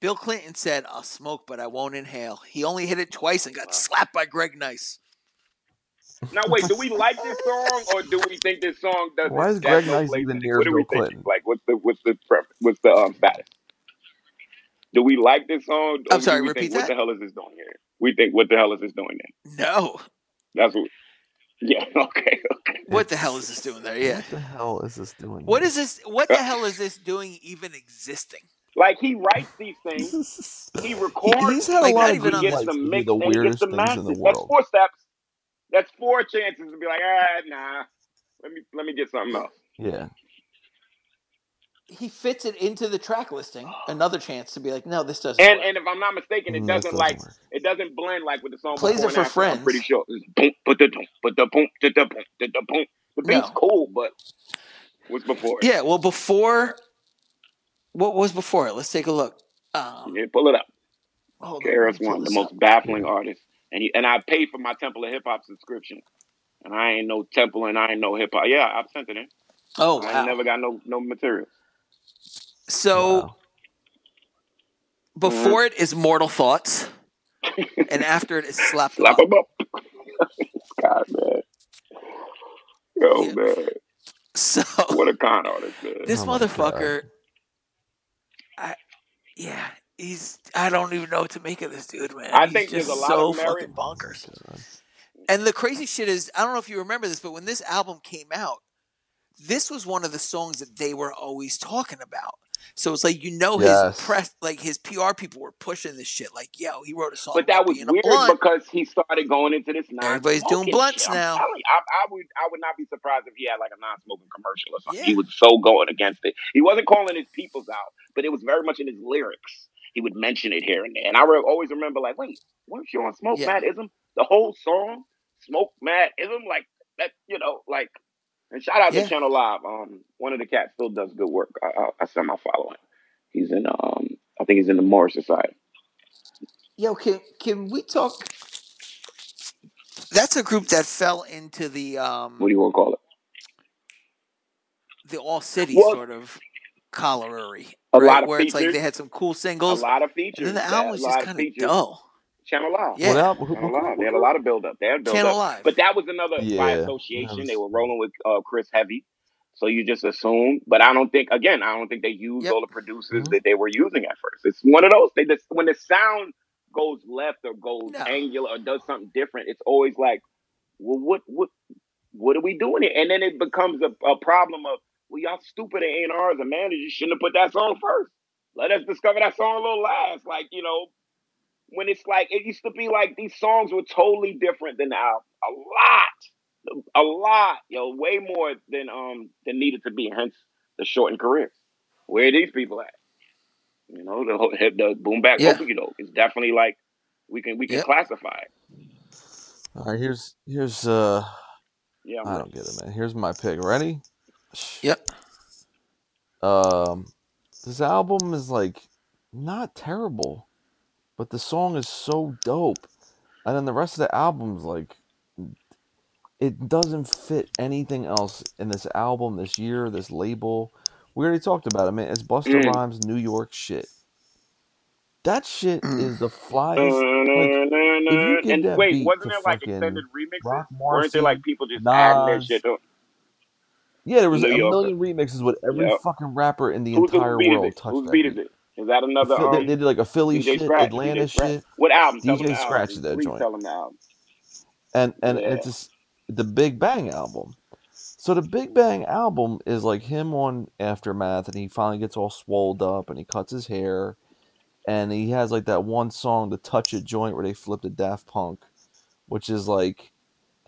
Speaker 3: Bill Clinton said, "I'll smoke, but I won't inhale." He only hit it twice and got
Speaker 1: Wow.
Speaker 3: slapped by Greg Nice.
Speaker 1: Now wait, do we like this song or do we think this song
Speaker 2: Why
Speaker 1: doesn't
Speaker 2: is
Speaker 1: has
Speaker 2: Greg
Speaker 1: no
Speaker 2: Nice
Speaker 1: place
Speaker 2: even
Speaker 1: in it?
Speaker 2: near
Speaker 1: What do we
Speaker 2: Bill
Speaker 1: think?
Speaker 2: Clinton?
Speaker 1: Like what's the what's the pref- what's the um status? Do we like this song
Speaker 3: I'm
Speaker 1: or do
Speaker 3: sorry.
Speaker 1: we think
Speaker 3: Repeat
Speaker 1: what
Speaker 3: that.
Speaker 1: the hell is this doing here? We think what the hell is this doing there?
Speaker 3: No.
Speaker 1: That's what Yeah, okay, okay.
Speaker 3: What the hell is
Speaker 2: It's-
Speaker 3: this doing there? Yeah.
Speaker 2: what the hell is this doing?
Speaker 3: What
Speaker 2: here?
Speaker 3: is this? What the hell is this doing? Even existing?
Speaker 1: Like he writes these things, he
Speaker 2: he,
Speaker 1: records
Speaker 2: he's had a
Speaker 3: Like
Speaker 2: lot
Speaker 1: and
Speaker 2: of
Speaker 3: not even
Speaker 1: he
Speaker 2: good
Speaker 3: on
Speaker 1: gets
Speaker 2: life to
Speaker 1: them
Speaker 2: do
Speaker 1: mixed
Speaker 2: the
Speaker 1: and he gets
Speaker 2: weirdest
Speaker 1: them
Speaker 2: things in the
Speaker 1: masters. That's
Speaker 2: world.
Speaker 1: four steps. That's four chances to be like, ah, nah. Let me let me get something else.
Speaker 2: Yeah,
Speaker 3: he fits it into the track listing. Another chance to be like, no, this doesn't
Speaker 1: And
Speaker 3: work.
Speaker 1: and if I'm not mistaken, it
Speaker 2: Mm, this
Speaker 1: doesn't
Speaker 2: doesn't
Speaker 1: like
Speaker 2: work.
Speaker 1: it doesn't blend like with the song
Speaker 3: Plays
Speaker 1: before
Speaker 3: it
Speaker 1: and
Speaker 3: for
Speaker 1: after. I'm pretty
Speaker 3: friends.
Speaker 1: sure. It's boom, but the boom, but the boom, but the boom, but the boom. The beat's
Speaker 3: No.
Speaker 1: cool, but what's before it?
Speaker 3: Yeah. Well, before what was before it? Let's take a look. com.
Speaker 1: Yeah, pull it up.
Speaker 3: Hold on, let
Speaker 1: KRS
Speaker 3: me pull
Speaker 1: One, the
Speaker 3: this
Speaker 1: most
Speaker 3: up.
Speaker 1: baffling artist, and he, and I paid for my Temple of Hip Hop subscription, and I ain't no Temple, and I ain't no hip hop. Yeah, I sent it in.
Speaker 3: Oh
Speaker 1: I ain't
Speaker 3: wow!
Speaker 1: never got no no material.
Speaker 3: so
Speaker 2: Wow.
Speaker 3: before
Speaker 1: Mm-hmm.
Speaker 3: it is Mortal Thoughts, and after it is Slap Them
Speaker 1: Slap
Speaker 3: Up.
Speaker 1: him up. God man, yo
Speaker 3: Yeah.
Speaker 1: man,
Speaker 3: So
Speaker 1: what a con artist man.
Speaker 3: this
Speaker 2: Oh my God.
Speaker 3: motherfucker, I yeah, he's I don't even know what to make of this dude, man.
Speaker 1: I
Speaker 3: he's
Speaker 1: think
Speaker 3: just
Speaker 1: there's a lot
Speaker 3: so
Speaker 1: of merit.
Speaker 3: fucking bonkers. And the crazy shit is, I don't know if you remember this, but when this album came out, this was one of the songs that they were always talking about. So it's like you know his
Speaker 2: Yes.
Speaker 3: press, like his PR people were pushing this shit. Like, yo, he wrote a song
Speaker 1: But that
Speaker 3: about
Speaker 1: was
Speaker 3: being a
Speaker 1: weird
Speaker 3: blunt.
Speaker 1: because he started going into this
Speaker 3: Everybody's doing
Speaker 1: non-smoking
Speaker 3: blunts
Speaker 1: shit. I'm
Speaker 3: now.
Speaker 1: telling you, I, I would, I would not be surprised if he had like a non-smoking commercial or something.
Speaker 3: Yeah.
Speaker 1: He was so going against it. He wasn't calling his peoples out, but it was very much in his lyrics. He would mention it here and there, and I re- always remember like, wait, weren't you on Smoke
Speaker 3: Yeah.
Speaker 1: Mad Ism? The whole song, Smoke Mad Ism, like that, you know, like. And shout out to
Speaker 3: Yeah.
Speaker 1: Channel Live. Um, one of the cats still does good work. I, I, I semi follow him. He's in, um, I think he's in the Morris Society.
Speaker 3: Yo, can can we talk? That's a group that fell into the um
Speaker 1: What do you want to call it?
Speaker 3: the all city
Speaker 1: Well,
Speaker 3: sort of colorery,
Speaker 1: a
Speaker 3: right?
Speaker 1: lot of
Speaker 3: Where it's like
Speaker 1: features,
Speaker 3: they had some cool
Speaker 1: a
Speaker 3: singles,
Speaker 1: lot of
Speaker 3: and then
Speaker 1: features,
Speaker 3: the album
Speaker 1: that, a
Speaker 3: was just
Speaker 1: lot of
Speaker 3: kind of
Speaker 1: features.
Speaker 3: dull.
Speaker 1: Channel Live,
Speaker 2: What
Speaker 3: Yeah,
Speaker 2: album? Who,
Speaker 1: Channel
Speaker 2: what group?
Speaker 1: Live. They
Speaker 2: What
Speaker 1: had a
Speaker 2: group?
Speaker 1: lot of build up. They had build
Speaker 3: Channel
Speaker 1: up,
Speaker 3: Live.
Speaker 1: but that was another by
Speaker 2: Yeah. That
Speaker 1: association. They
Speaker 2: was.
Speaker 1: were rolling with uh, Chris Heavy, so you just assume. But I don't think, again, I don't think they used
Speaker 3: Yep.
Speaker 1: all the producers
Speaker 2: Mhm.
Speaker 1: that they were using at first. It's one of those. They just when the sound goes left or goes
Speaker 3: No.
Speaker 1: angular or does something different, it's always like, well, what, what, what are we doing here? And then it becomes a, a problem of, well, y'all stupid at A&Rs and managers. You shouldn't have put that song first. Let us discover that song a little last. Like, you know, when it's like, it used to be like these songs were totally different than the album. A lot, a lot, yo, way more than um than needed to be. Hence the shortened career. Where are these people at? You know, the whole- the boom back
Speaker 3: Yeah.
Speaker 1: you know, it's definitely like we can we can
Speaker 3: Yep.
Speaker 1: classify it.
Speaker 2: All right. Here's here's uh.
Speaker 1: Yeah, I'm
Speaker 2: I
Speaker 1: ready.
Speaker 2: don't get it, man. Here's my pick. Ready?
Speaker 3: Yep.
Speaker 2: Um, this album is like not terrible, but the song is so dope, and then the rest of the album's like it doesn't fit anything else in this album, this year, this label. We already talked about it, man. It's Buster
Speaker 1: Mm.
Speaker 2: Rhymes New York shit. That shit
Speaker 3: Mm.
Speaker 2: is the flyest.
Speaker 1: Uh,
Speaker 2: Like, if you give
Speaker 1: And
Speaker 2: that
Speaker 1: wait,
Speaker 2: beat
Speaker 1: wasn't
Speaker 2: to
Speaker 1: there like extended
Speaker 2: fucking
Speaker 1: remixes?
Speaker 2: Rock
Speaker 1: Weren't there like
Speaker 2: Marcy,
Speaker 1: people just adding their
Speaker 2: Nas,
Speaker 1: shit to
Speaker 2: yeah, there was
Speaker 1: New
Speaker 2: a
Speaker 1: Yorker?
Speaker 2: million remixes with every
Speaker 1: Yeah.
Speaker 2: fucking rapper in the
Speaker 1: Who's whose
Speaker 2: entire
Speaker 1: beat is
Speaker 2: world
Speaker 1: it?
Speaker 2: touched
Speaker 1: Whose
Speaker 2: that
Speaker 1: beat is
Speaker 2: beat.
Speaker 1: it? Is that another
Speaker 2: Phil- They,
Speaker 1: um
Speaker 2: they did like a Philly
Speaker 1: DJ
Speaker 2: shit,
Speaker 1: Scratch?
Speaker 2: Atlanta
Speaker 1: DJ Scratch.
Speaker 2: shit.
Speaker 1: What album? Tell them the
Speaker 2: DJ
Speaker 1: album.
Speaker 2: Scratch
Speaker 1: Please,
Speaker 2: did that
Speaker 1: please
Speaker 2: joint,
Speaker 1: tell them the album.
Speaker 2: and and
Speaker 1: Yeah.
Speaker 2: it's just the Big Bang album. So the Big Bang album is like him on Aftermath, and he finally gets all swolled up, and he cuts his hair, and he has like that one song, the Touch It joint, where they flip the Daft Punk, which is like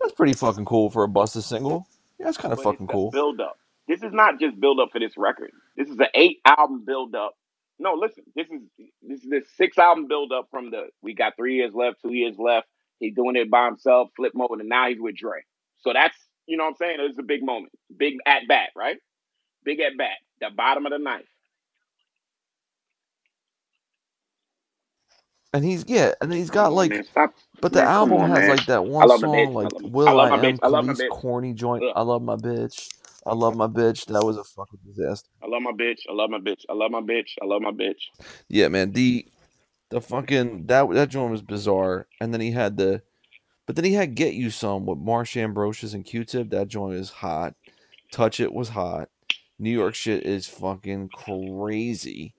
Speaker 2: that's pretty fucking cool for a Busta single. Yeah, that's kind of
Speaker 1: But it's
Speaker 2: fucking
Speaker 1: the
Speaker 2: cool.
Speaker 1: build up. This is not just build up for this record. This is an eight album build up. No, listen. This is this is the six album build up from the we got three years left, two years left. He's doing it by himself, flip mode, and now he's with Dre. So that's you know what I'm saying. It's a big moment, big at bat, right? Big at bat, the bottom of the ninth.
Speaker 2: And he's yeah, and he's
Speaker 1: Come
Speaker 2: got
Speaker 1: on,
Speaker 2: like,
Speaker 1: man, stop,
Speaker 2: but the
Speaker 1: man. Come
Speaker 2: album
Speaker 1: on,
Speaker 2: has
Speaker 1: man.
Speaker 2: like that
Speaker 1: I
Speaker 2: one
Speaker 1: love my bitch.
Speaker 2: song,
Speaker 1: I
Speaker 2: like
Speaker 1: love, I
Speaker 2: Will
Speaker 1: love
Speaker 2: I
Speaker 1: my bitch.
Speaker 2: Am,
Speaker 1: I love my
Speaker 2: Khalees
Speaker 1: bitch.
Speaker 2: corny joint.
Speaker 1: Ugh.
Speaker 2: I love my bitch. I love my bitch. That was a fucking disaster.
Speaker 1: I love my bitch. I love my bitch. I love my bitch. I love my bitch.
Speaker 2: Yeah, man. The the fucking that that joint was bizarre. And then he had the but then he had Get You Some with Marsh Ambrosius and Q Tip. That joint is hot. Touch It was hot. New York shit is fucking crazy.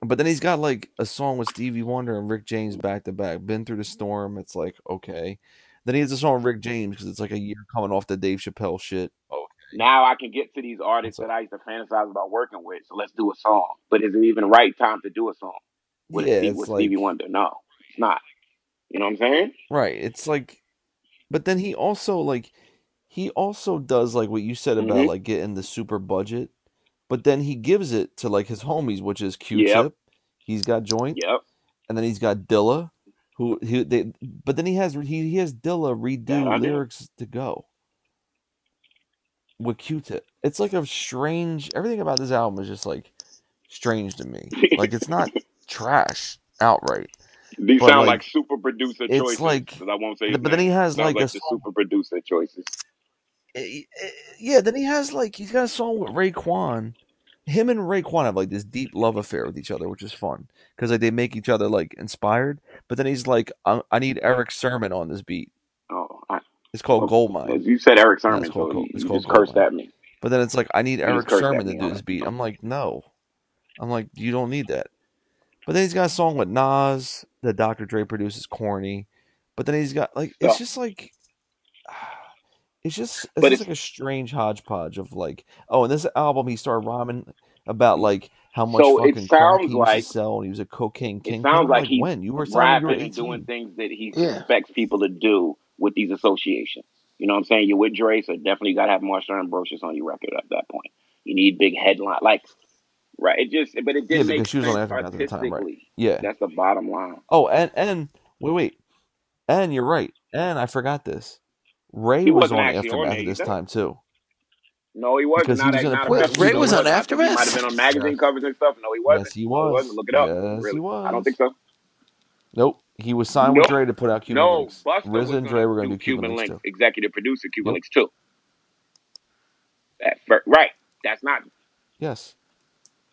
Speaker 2: But then he's got like a song with Stevie Wonder and Rick James back to back. Been through the storm. It's like okay. Then he has a song with Rick James because it's like a year coming off the Dave Chappelle shit. Oh, Okay.
Speaker 1: Now I can get to these
Speaker 2: It's
Speaker 1: artists
Speaker 2: like
Speaker 1: that I used to fantasize about working with. So let's do a song. But is it even the right time to do a song with a
Speaker 2: yeah,
Speaker 1: Steve
Speaker 2: it's
Speaker 1: with Stevie
Speaker 2: like
Speaker 1: Wonder? No, it's not. You know what I'm saying?
Speaker 2: right. It's like but then he also like he also does like what you said about
Speaker 1: Mm-hmm.
Speaker 2: like getting the super budget, but then he gives it to like his homies, which is
Speaker 1: Yep.
Speaker 2: Q-Tip. He's got joint,
Speaker 1: Yep.
Speaker 2: and then he's got Dilla, who who they. But then he has he he has Dilla
Speaker 1: That
Speaker 2: redo
Speaker 1: I do.
Speaker 2: lyrics to go with Q-Tip. It's like a strange. Everything about this album is just like strange to me. Like it's not. trash outright.
Speaker 1: These
Speaker 2: But
Speaker 1: sound
Speaker 2: like,
Speaker 1: like super producer
Speaker 2: it's
Speaker 1: choices.
Speaker 2: like-
Speaker 1: 'cause I won't say his
Speaker 2: but
Speaker 1: name.
Speaker 2: then he has
Speaker 1: Sounds
Speaker 2: like a
Speaker 1: like the
Speaker 2: song.
Speaker 1: super producer choices.
Speaker 2: eh, eh, Yeah, then he has like he's got a song with Raekwon. Him and Raekwon have like this deep love affair with each other, which is fun because like they make each other like inspired. But then he's like, I, I need Eric Sermon on this beat.
Speaker 1: Oh, I,
Speaker 2: It's called
Speaker 1: oh,
Speaker 2: Goldmine.
Speaker 1: you said Eric
Speaker 2: Yeah, it's
Speaker 1: Sermon,
Speaker 2: called
Speaker 1: so
Speaker 2: Gold.
Speaker 1: you,
Speaker 2: It's
Speaker 1: you
Speaker 2: called
Speaker 1: just cursed
Speaker 2: Goldmine.
Speaker 1: at me.
Speaker 2: But then it's like I need
Speaker 1: You just
Speaker 2: Eric
Speaker 1: cursed at
Speaker 2: Sermon to
Speaker 1: me.
Speaker 2: do
Speaker 1: All
Speaker 2: this
Speaker 1: right.
Speaker 2: beat. I'm like, no. I'm like, you don't need that. But then he's got a song with Nas that Dr. Dre produces, corny. But then he's got like it's
Speaker 1: So,
Speaker 2: just like it's just it's
Speaker 1: but
Speaker 2: just
Speaker 1: it's
Speaker 2: like a strange hodgepodge of like oh, and this album he started rhyming about like how much
Speaker 1: so it
Speaker 2: fucking crack
Speaker 1: sounds
Speaker 2: he used to
Speaker 1: like
Speaker 2: sell and he was a cocaine
Speaker 1: it
Speaker 2: kingpin.
Speaker 1: sounds
Speaker 2: I'm
Speaker 1: like
Speaker 2: like,
Speaker 1: he's
Speaker 2: when you were selling when you were
Speaker 1: rapping and doing
Speaker 2: 18,
Speaker 1: things that he
Speaker 3: Yeah.
Speaker 1: expects people to do with these associations. You know what I'm saying? You're with Dre, so definitely got to have Marshawn Ambrosius on your record at that point. You need big headline, like right? It just, but it
Speaker 2: yeah,
Speaker 1: didn't make
Speaker 2: because she was on
Speaker 1: sense
Speaker 2: Aftermath at the time, right?
Speaker 1: artistically.
Speaker 2: Yeah.
Speaker 1: That's the bottom line.
Speaker 2: Oh, and and wait, wait, and you're right, and I forgot this. Ray
Speaker 1: He
Speaker 2: was
Speaker 1: wasn't
Speaker 2: on
Speaker 1: actually on
Speaker 2: Aftermath
Speaker 1: there
Speaker 2: at this
Speaker 1: either.
Speaker 2: time too
Speaker 1: No, he wasn't.
Speaker 2: because he
Speaker 1: Not
Speaker 2: was
Speaker 1: a,
Speaker 2: going to
Speaker 1: not
Speaker 3: Wait,
Speaker 2: produce
Speaker 1: effectively.
Speaker 3: Ray
Speaker 1: He
Speaker 3: was
Speaker 2: another.
Speaker 3: on
Speaker 1: wasn't. I think he might have
Speaker 3: Aftermath?
Speaker 1: been on
Speaker 2: Yeah.
Speaker 1: magazine covers and stuff. No, he wasn't.
Speaker 2: Yes,
Speaker 1: No,
Speaker 2: he
Speaker 1: he wasn't.
Speaker 2: was.
Speaker 1: Look it up.
Speaker 2: Yes, he
Speaker 1: Really, I don't think
Speaker 2: was.
Speaker 1: so.
Speaker 2: Nope. He was signed with
Speaker 1: No,
Speaker 2: Dre to put out Cuban
Speaker 1: no.
Speaker 2: Links.
Speaker 1: Buster
Speaker 2: RZA
Speaker 1: was
Speaker 2: and
Speaker 1: gonna
Speaker 2: Dre were going to
Speaker 1: do
Speaker 2: do Cuban
Speaker 1: Cuban
Speaker 2: Links
Speaker 1: Links,
Speaker 2: too.
Speaker 1: executive producer Cuban
Speaker 2: Yep.
Speaker 1: Links too. At first. Right. That's not.
Speaker 2: Yes.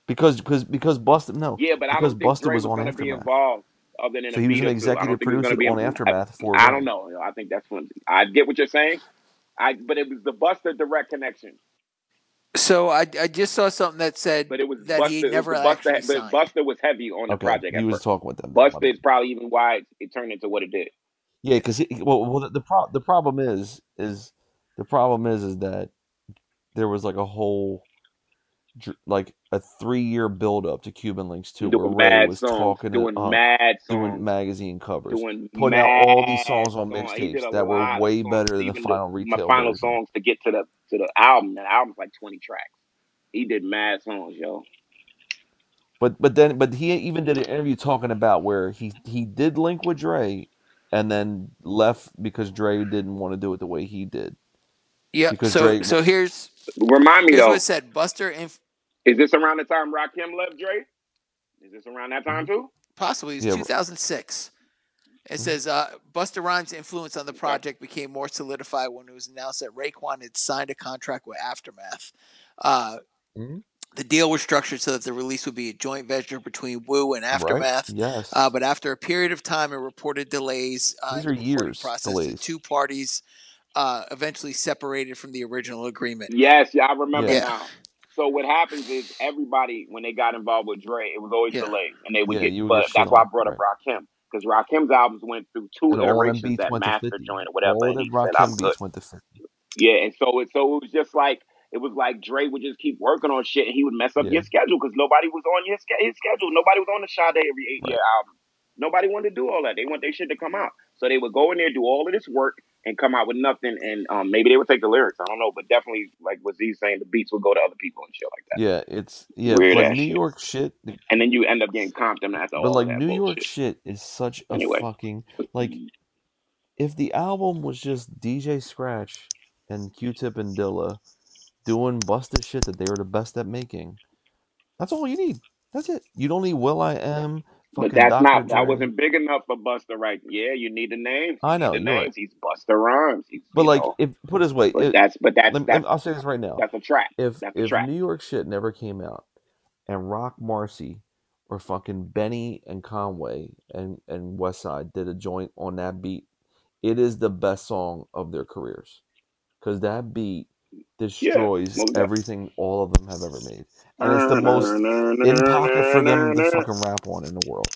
Speaker 2: Because because because Busta no
Speaker 1: Yeah, but I
Speaker 2: because
Speaker 1: don't think
Speaker 2: Busta
Speaker 1: Dre
Speaker 2: was
Speaker 1: was
Speaker 2: on
Speaker 1: gonna be
Speaker 2: Aftermath,
Speaker 1: involved other than
Speaker 2: so
Speaker 1: a
Speaker 2: he was
Speaker 1: beat or two.
Speaker 2: an
Speaker 1: I don't
Speaker 2: executive
Speaker 1: think he was gonna
Speaker 2: producer
Speaker 1: be.
Speaker 2: on
Speaker 1: in- I,
Speaker 2: Aftermath for
Speaker 1: I don't
Speaker 2: Ray.
Speaker 1: know. I think that's flimsy. I get what you're saying. I but it was the Buster direct connection.
Speaker 3: So I, I just saw something that said
Speaker 1: But it was
Speaker 3: that
Speaker 1: Buster.
Speaker 3: he
Speaker 1: It was
Speaker 3: never
Speaker 1: the Buster.
Speaker 3: actually
Speaker 1: But
Speaker 3: signed.
Speaker 1: Buster was heavy on the
Speaker 2: Okay,
Speaker 1: project
Speaker 2: he
Speaker 1: at
Speaker 2: was
Speaker 1: first.
Speaker 2: talking with them then. My
Speaker 1: Buster
Speaker 2: bad.
Speaker 1: is probably even why it, it turned into what it did.
Speaker 2: Yeah, because well, well the, the pro- the problem is is the problem is is that there was like a whole dr- like a three year build up to Cuban Links too, where
Speaker 1: doing
Speaker 2: Ray
Speaker 1: mad
Speaker 2: was
Speaker 1: songs,
Speaker 2: talking uh, it
Speaker 1: doing
Speaker 2: up,
Speaker 1: mad
Speaker 2: doing
Speaker 1: songs,
Speaker 2: magazine covers,
Speaker 1: doing
Speaker 2: putting out all these
Speaker 1: mad
Speaker 2: songs on
Speaker 1: songs. He did
Speaker 2: mixtapes
Speaker 1: a
Speaker 2: that were
Speaker 1: lot of
Speaker 2: way
Speaker 1: songs,
Speaker 2: better than the
Speaker 1: even the
Speaker 2: final
Speaker 1: my
Speaker 2: retail
Speaker 1: final
Speaker 2: version.
Speaker 1: songs to get to the to the album. The album's like twenty tracks. He did mad songs, yo.
Speaker 2: But but then but he even did an interview talking about where he he did link with Dre, and then left because Dre didn't want to do it the way he did
Speaker 3: Yep.
Speaker 2: because
Speaker 3: So
Speaker 2: Dre
Speaker 3: so here's
Speaker 1: Remind me
Speaker 3: here's what it
Speaker 1: though,
Speaker 3: said. Buster inf-
Speaker 1: is this around the time Rakim left Dre? Is this around that time
Speaker 2: Mhm.
Speaker 1: too?
Speaker 3: possibly it's
Speaker 2: yeah
Speaker 3: 2006. It
Speaker 2: mhm.
Speaker 3: says uh, Buster Rhymes' influence on the
Speaker 1: Okay.
Speaker 3: project became more solidified when it was announced that Raekwon had signed a contract with Aftermath. Uh,
Speaker 2: Mhm.
Speaker 3: the deal was structured so that the release would be a joint venture between Wu and
Speaker 2: right
Speaker 3: Aftermath. Uh,
Speaker 2: yes
Speaker 3: but after a period of time and reported delays uh,
Speaker 2: these
Speaker 3: in
Speaker 2: are
Speaker 3: the recording
Speaker 2: years
Speaker 3: process, the
Speaker 2: delays
Speaker 3: two parties uh, eventually separated from the original agreement.
Speaker 1: Yes, yeah, I remember
Speaker 2: yeah
Speaker 3: Yeah,
Speaker 1: now. So what happens is everybody when they got involved with Dre, it was always
Speaker 3: yeah,
Speaker 1: delays, and they would
Speaker 2: yeah
Speaker 1: get.
Speaker 2: you would get
Speaker 1: But
Speaker 2: shit
Speaker 1: that's why I
Speaker 2: on
Speaker 1: brought up
Speaker 2: right.
Speaker 1: Rakim because Rakim's albums went through two
Speaker 2: and all them
Speaker 1: iterations,
Speaker 2: beats
Speaker 1: that
Speaker 2: went to
Speaker 1: master
Speaker 2: 50
Speaker 1: joint or whatever,
Speaker 2: all
Speaker 1: and
Speaker 2: the
Speaker 1: he said,
Speaker 2: Rakim
Speaker 1: "I'm good."
Speaker 2: beats went to 50
Speaker 1: Yeah, and so it so it was just like it was like Dre would just keep working on shit, and he would mess up
Speaker 2: yeah
Speaker 1: your schedule because nobody was on your sch- his schedule. Nobody was on the Sade every eight year
Speaker 2: right
Speaker 1: album. Nobody wanted to do all that. They want their shit to come out, so they would go in there do all of this work and come out with nothing. And um, maybe they would take the lyrics. I don't know, but definitely like what Z's saying, the beats would go to other people and shit like that.
Speaker 2: yeah it's yeah
Speaker 1: Weird
Speaker 2: like
Speaker 1: ass
Speaker 2: New
Speaker 1: shit.
Speaker 2: York shit the-
Speaker 1: And then you end up getting Compton after
Speaker 2: but
Speaker 1: all
Speaker 2: like
Speaker 1: of that
Speaker 2: New York
Speaker 1: bullshit.
Speaker 2: shit is such a
Speaker 1: Anyway,
Speaker 2: fucking like if the album was just DJ Scratch and Q-Tip and Dilla doing busted shit that they were the best at making That's all you need. That's it. You don't need Will I Am,
Speaker 1: but
Speaker 2: fucking
Speaker 1: that's
Speaker 2: Dr.
Speaker 1: not that
Speaker 2: Dre.
Speaker 1: wasn't big enough for Buster right yeah you need the names you
Speaker 2: I
Speaker 1: need
Speaker 2: know
Speaker 1: the
Speaker 2: you're right,
Speaker 1: names he's Buster Rhymes he's
Speaker 2: but
Speaker 1: you
Speaker 2: like,
Speaker 1: know
Speaker 2: if put it this way,
Speaker 1: But
Speaker 2: it,
Speaker 1: that's but that's
Speaker 2: let, me- let
Speaker 1: that's
Speaker 2: me- I'll say this right now:
Speaker 1: that's a trap.
Speaker 2: if
Speaker 1: That's a
Speaker 2: if
Speaker 1: trap.
Speaker 2: New York shit never came out and Rock Marcy or fucking Benny and Conway and and Westside did a joint on that beat, it is the best song of their careers because that beat
Speaker 1: Yeah.
Speaker 2: destroys
Speaker 1: Most definitely. Mm-hmm,
Speaker 2: everything all of them have ever made, and it's the most in pocket for them to fucking
Speaker 1: Yeah,
Speaker 2: rap on in the world.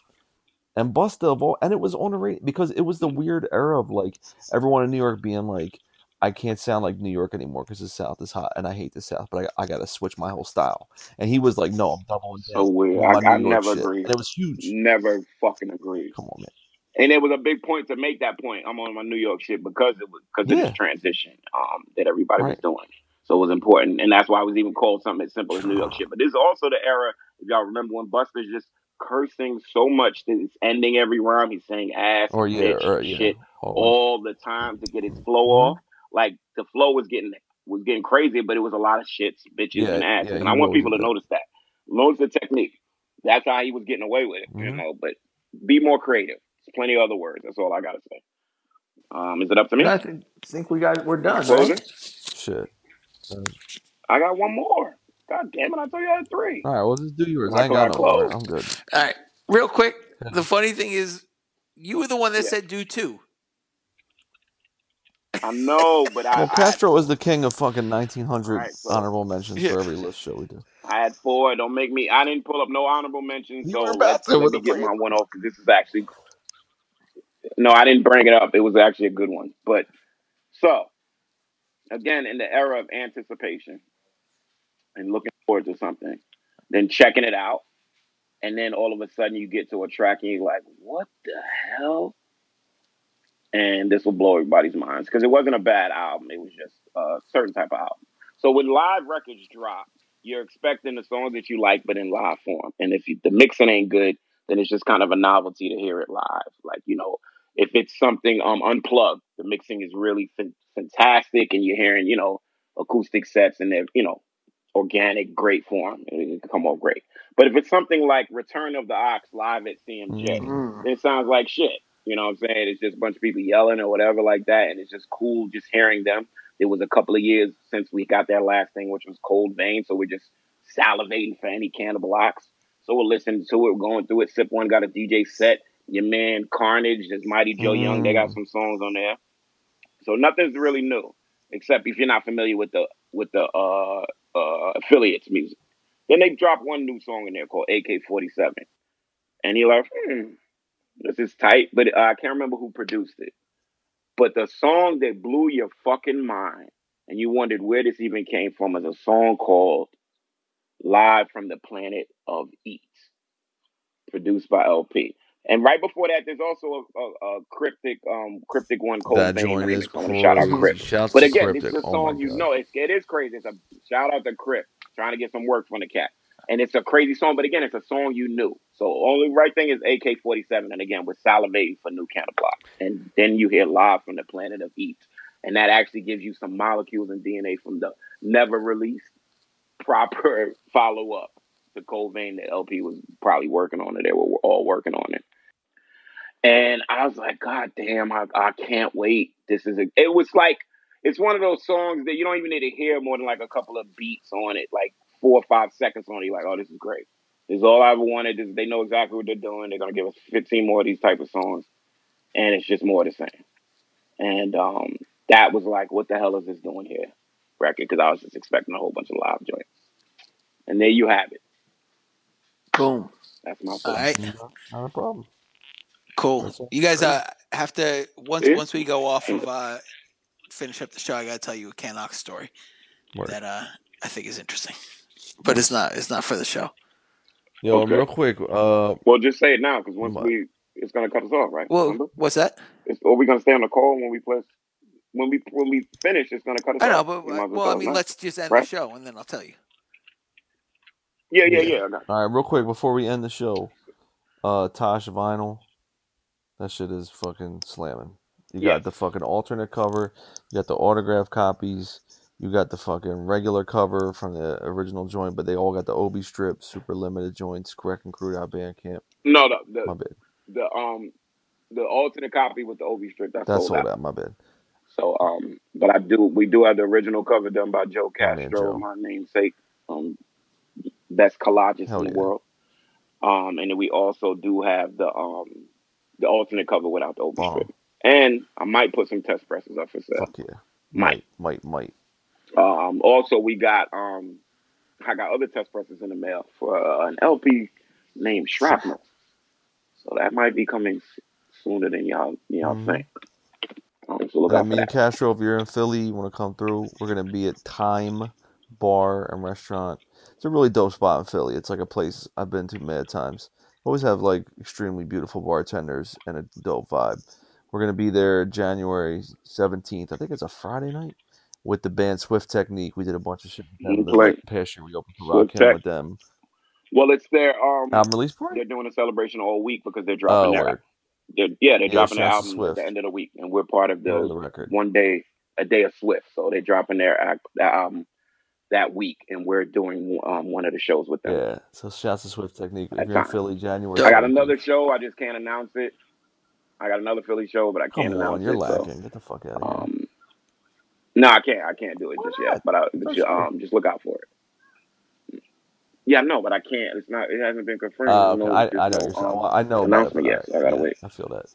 Speaker 2: and Busta of all, and it was on the radio because it was the weird era of like everyone in New York being like, I can't sound like New York anymore because the South is hot and I hate the South, but I, I got to switch my whole style. And he was like, No, I'm doubling
Speaker 1: so
Speaker 2: down
Speaker 1: weird.
Speaker 2: on my
Speaker 1: Oh, I,
Speaker 2: New
Speaker 1: I
Speaker 2: York
Speaker 1: never
Speaker 2: shit,
Speaker 1: agree.
Speaker 2: and it was huge.
Speaker 1: Never fucking agree.
Speaker 2: Come on, man.
Speaker 1: And it was a big point to make that point. I'm on my New York shit because it was because of this
Speaker 2: Yeah,
Speaker 1: transition um, that everybody was
Speaker 2: right.
Speaker 1: doing. So it was important, and that's why it was even called something as simple as New York shit. But this is also the era, if y'all remember, when Buster's just cursing so much that it's ending every rhyme. He's saying ass,
Speaker 2: Or yeah,
Speaker 1: bitch,
Speaker 2: or yeah, Oh,
Speaker 1: shit
Speaker 2: always.
Speaker 1: all the time to get his flow
Speaker 2: hmm
Speaker 1: off. Like the flow was getting was getting crazy, but it was a lot of shits, bitches,
Speaker 2: Yeah,
Speaker 1: and asses.
Speaker 2: yeah.
Speaker 1: And I want
Speaker 2: He would always
Speaker 1: people
Speaker 2: do
Speaker 1: to
Speaker 2: that.
Speaker 1: notice that. Notice the technique. That's how he was getting away with it,
Speaker 2: Mm-hmm.
Speaker 1: you
Speaker 6: Mhm.
Speaker 1: know. But be more creative. There's plenty of other words. That's all I gotta say. Um, is it up to me?
Speaker 3: I think, think we got we're done.
Speaker 1: Closing?
Speaker 3: Right?
Speaker 2: Shit.
Speaker 1: I got one more. God damn it! I told you I had three.
Speaker 2: All right, well, just do yours.
Speaker 1: Michael,
Speaker 2: I ain't
Speaker 1: I
Speaker 2: got no more.
Speaker 1: closed.
Speaker 2: I'm good.
Speaker 3: All right, real quick. The funny thing is, you were the one that
Speaker 1: Yeah.
Speaker 3: said do two.
Speaker 1: I know, but I,
Speaker 2: Well,
Speaker 1: I had
Speaker 2: Castro is the king of fucking 1900
Speaker 1: All right, so-
Speaker 2: honorable mentions
Speaker 3: Yeah.
Speaker 2: for every list show we do.
Speaker 1: I had four. Don't make me. I didn't pull up no honorable mentions.
Speaker 2: You
Speaker 1: So
Speaker 2: were
Speaker 1: let
Speaker 2: about to
Speaker 1: let
Speaker 2: with
Speaker 1: me
Speaker 2: the
Speaker 1: get
Speaker 2: bring
Speaker 1: my one off because this is actually no. I didn't bring it up. It was actually a good one. But so again, in the era of anticipation and looking forward to something, then checking it out, and then all of a sudden you get to a track and you're like, "What the hell?" And this will blow everybody's minds because it wasn't a bad album. It was just a certain type of album. So when live records drop, you're expecting the songs that you like, but in live form. And if you, the mixing ain't good, then it's just kind of a novelty to hear it live. Like you know, if it's something um unplugged, the mixing is really fan- fantastic, and you're hearing you know acoustic sets and they're you know organic, great form. It can come off great. But if it's something like Return of the Ox live at CMJ,
Speaker 2: Mm.
Speaker 3: Mm.
Speaker 1: it sounds like shit. You know what I'm saying? It's just a bunch of people yelling or whatever like that, and it's just cool just hearing them. It was a couple of years since we got that last thing, which was Cold Vein, so we're just salivating for any Cannibal Ox. So we're listening to it, we're going through it. Sip One got a DJ set. Your man Carnage, there's Mighty Joe Young. They got
Speaker 2: Mm.
Speaker 1: some songs on there. So nothing's really new, except if you're not familiar with the with the uh, uh, affiliates music. Then they dropped one new song in there called AK47, and you're like, hmm, this is tight, but uh, I can't remember who produced it. But the song that blew your fucking mind, and you wondered where this even came from, is a song called "Live from the Planet of Eats," produced by LP. And right before that, there's also a, a, a cryptic, um, cryptic one, Cold
Speaker 2: That
Speaker 1: Vein
Speaker 2: joint is
Speaker 1: remix. I want to shout out Crypt.
Speaker 2: crazy. Shouts
Speaker 1: But
Speaker 2: to
Speaker 1: again, this is
Speaker 2: Cryptic.
Speaker 1: a
Speaker 2: Oh my
Speaker 1: song you
Speaker 2: god.
Speaker 1: know. It's, it is crazy. It's a shout out to Crip trying to get some work from the cat, and it's a crazy song. But again, it's a song you knew. So only right thing is AK forty seven, and again, we're salivating for new Cannibal block. And then you hear live from the planet of Eat, and that actually gives you some molecules and DNA from the never released proper follow up to Cold Vein that LP was probably working on it. They were all working on it. And I was like, God damn, I, I can't wait. This is a, it was like, it's one of those songs that you don't even need to hear more than like a couple of beats on it, like four or five seconds on it. You're like, oh, this is great. This is all I ever wanted. This, they know exactly what they're doing. They're going to give us 15 more of these type of songs. And it's just more of the same. And um, that was like, what the hell is this doing here? Record, because I was just expecting a whole bunch of live joints. And there you have it.
Speaker 3: Boom.
Speaker 1: That's my
Speaker 3: All
Speaker 1: four.
Speaker 3: right.
Speaker 2: Not, Mm, not a problem.
Speaker 3: Cool.
Speaker 2: That's all.
Speaker 3: You guys uh, have to once
Speaker 1: Yeah.
Speaker 3: once we go off of uh, finish up the show. I gotta tell you a Canox story
Speaker 2: Word.
Speaker 3: that uh, I think is interesting, but it's not it's not for the show.
Speaker 2: Yo, and
Speaker 1: Okay.
Speaker 2: real quick, uh,
Speaker 1: Well, just say it now, because once
Speaker 2: my,
Speaker 1: we, it's going to cut us off, right?
Speaker 3: Well,
Speaker 1: Remember?
Speaker 3: what's that?
Speaker 1: It's, are we gonna stay on the call when we plus when we when we finish? It's gonna cut us
Speaker 3: I know,
Speaker 1: off.
Speaker 3: but
Speaker 1: You
Speaker 3: uh,
Speaker 1: might as well
Speaker 3: well, I
Speaker 1: tell us
Speaker 3: mean,
Speaker 1: now,
Speaker 3: let's just end the
Speaker 1: right?
Speaker 3: show and then I'll tell you.
Speaker 1: Yeah, yeah,
Speaker 2: yeah.
Speaker 1: yeah. I got
Speaker 2: All right, real quick before we end the show, uh, Tosh Vinyl, that shit is fucking slamming. You
Speaker 1: you. Yes,
Speaker 2: got the fucking alternate cover, you got the autograph copies, you got the fucking regular cover from the original joint, but they all got the OB strip, super limited joints, correct and crude out Bandcamp.
Speaker 1: no, the the,
Speaker 2: My bad.
Speaker 1: the um the alternate copy with the OV strip that
Speaker 2: That's
Speaker 1: sold
Speaker 2: sold
Speaker 1: out.
Speaker 2: out, my bad.
Speaker 1: So um, but I do we do have the original cover done by Joe
Speaker 2: My man
Speaker 1: Castro,
Speaker 2: Joe.
Speaker 1: my namesake, um, best collagist in
Speaker 2: Hell
Speaker 1: the
Speaker 2: yeah.
Speaker 1: world. Um, and then we also do have the um the alternate cover without the OV strip.
Speaker 2: Bomb.
Speaker 1: And I might put some test presses up for sale.
Speaker 2: Fuck yeah.
Speaker 1: Might.
Speaker 2: Might, might, might.
Speaker 1: Um, also, we got um, I got other test presses in the mail for uh, an LP named Shrapnel, so that might be coming s- sooner than y'all y'all
Speaker 2: hmm
Speaker 1: think. Um, so look
Speaker 2: And I
Speaker 1: out for
Speaker 2: mean,
Speaker 1: that.
Speaker 2: Castro, if you're in Philly, you want to come through, we're going to be at Time Bar and Restaurant. It's a really dope spot in Philly. It's like a place I've been to many times. Always have like extremely beautiful bartenders and a dope vibe. We're going to be there January 17th. I think it's a Friday night with the band Swift Technique. We did a bunch of shit with
Speaker 1: New
Speaker 2: them the like
Speaker 1: play
Speaker 2: past year. We opened for Rock
Speaker 1: Swift
Speaker 2: Him
Speaker 1: Tech.
Speaker 2: with them.
Speaker 1: Well, it's their um,
Speaker 2: Album release party?
Speaker 1: they're doing a celebration all week because they're dropping
Speaker 2: Oh,
Speaker 1: their
Speaker 2: word.
Speaker 1: they're, yeah they're
Speaker 2: Yeah,
Speaker 1: dropping their
Speaker 2: shouts to
Speaker 1: album at the
Speaker 2: Swift.
Speaker 1: end of the week, and we're part of
Speaker 2: Word of
Speaker 1: the
Speaker 2: the record.
Speaker 1: one day a day of Swift. So they're dropping their act their album that week, and we're doing um, one of the shows with them.
Speaker 2: Yeah. So shouts to Swift Technique. If
Speaker 1: That's
Speaker 2: you're in
Speaker 1: fine.
Speaker 2: Philly, January.
Speaker 1: I got
Speaker 2: 17th.
Speaker 1: another show. I just can't announce it. I got another Philly show, but I can't
Speaker 2: Come on,
Speaker 1: announce
Speaker 2: you're
Speaker 1: it. so,
Speaker 2: lacking. Get the fuck out of here.
Speaker 1: um, no, I can't. I can't do it
Speaker 2: Why
Speaker 1: just
Speaker 2: not?
Speaker 1: yet. But I, but
Speaker 2: That's
Speaker 1: you,
Speaker 2: fine.
Speaker 1: um, just look out for it. Yeah, no, but I can't. It's not. It hasn't been confirmed.
Speaker 2: Oh,
Speaker 1: There's
Speaker 2: okay.
Speaker 1: no.
Speaker 2: I,
Speaker 1: There's no
Speaker 2: I know what you're saying.
Speaker 1: um,
Speaker 2: Well, I know about it, but
Speaker 1: announcement
Speaker 2: all
Speaker 1: yet.
Speaker 2: right.
Speaker 1: so I gotta
Speaker 2: Yeah,
Speaker 1: wait.
Speaker 2: I feel that.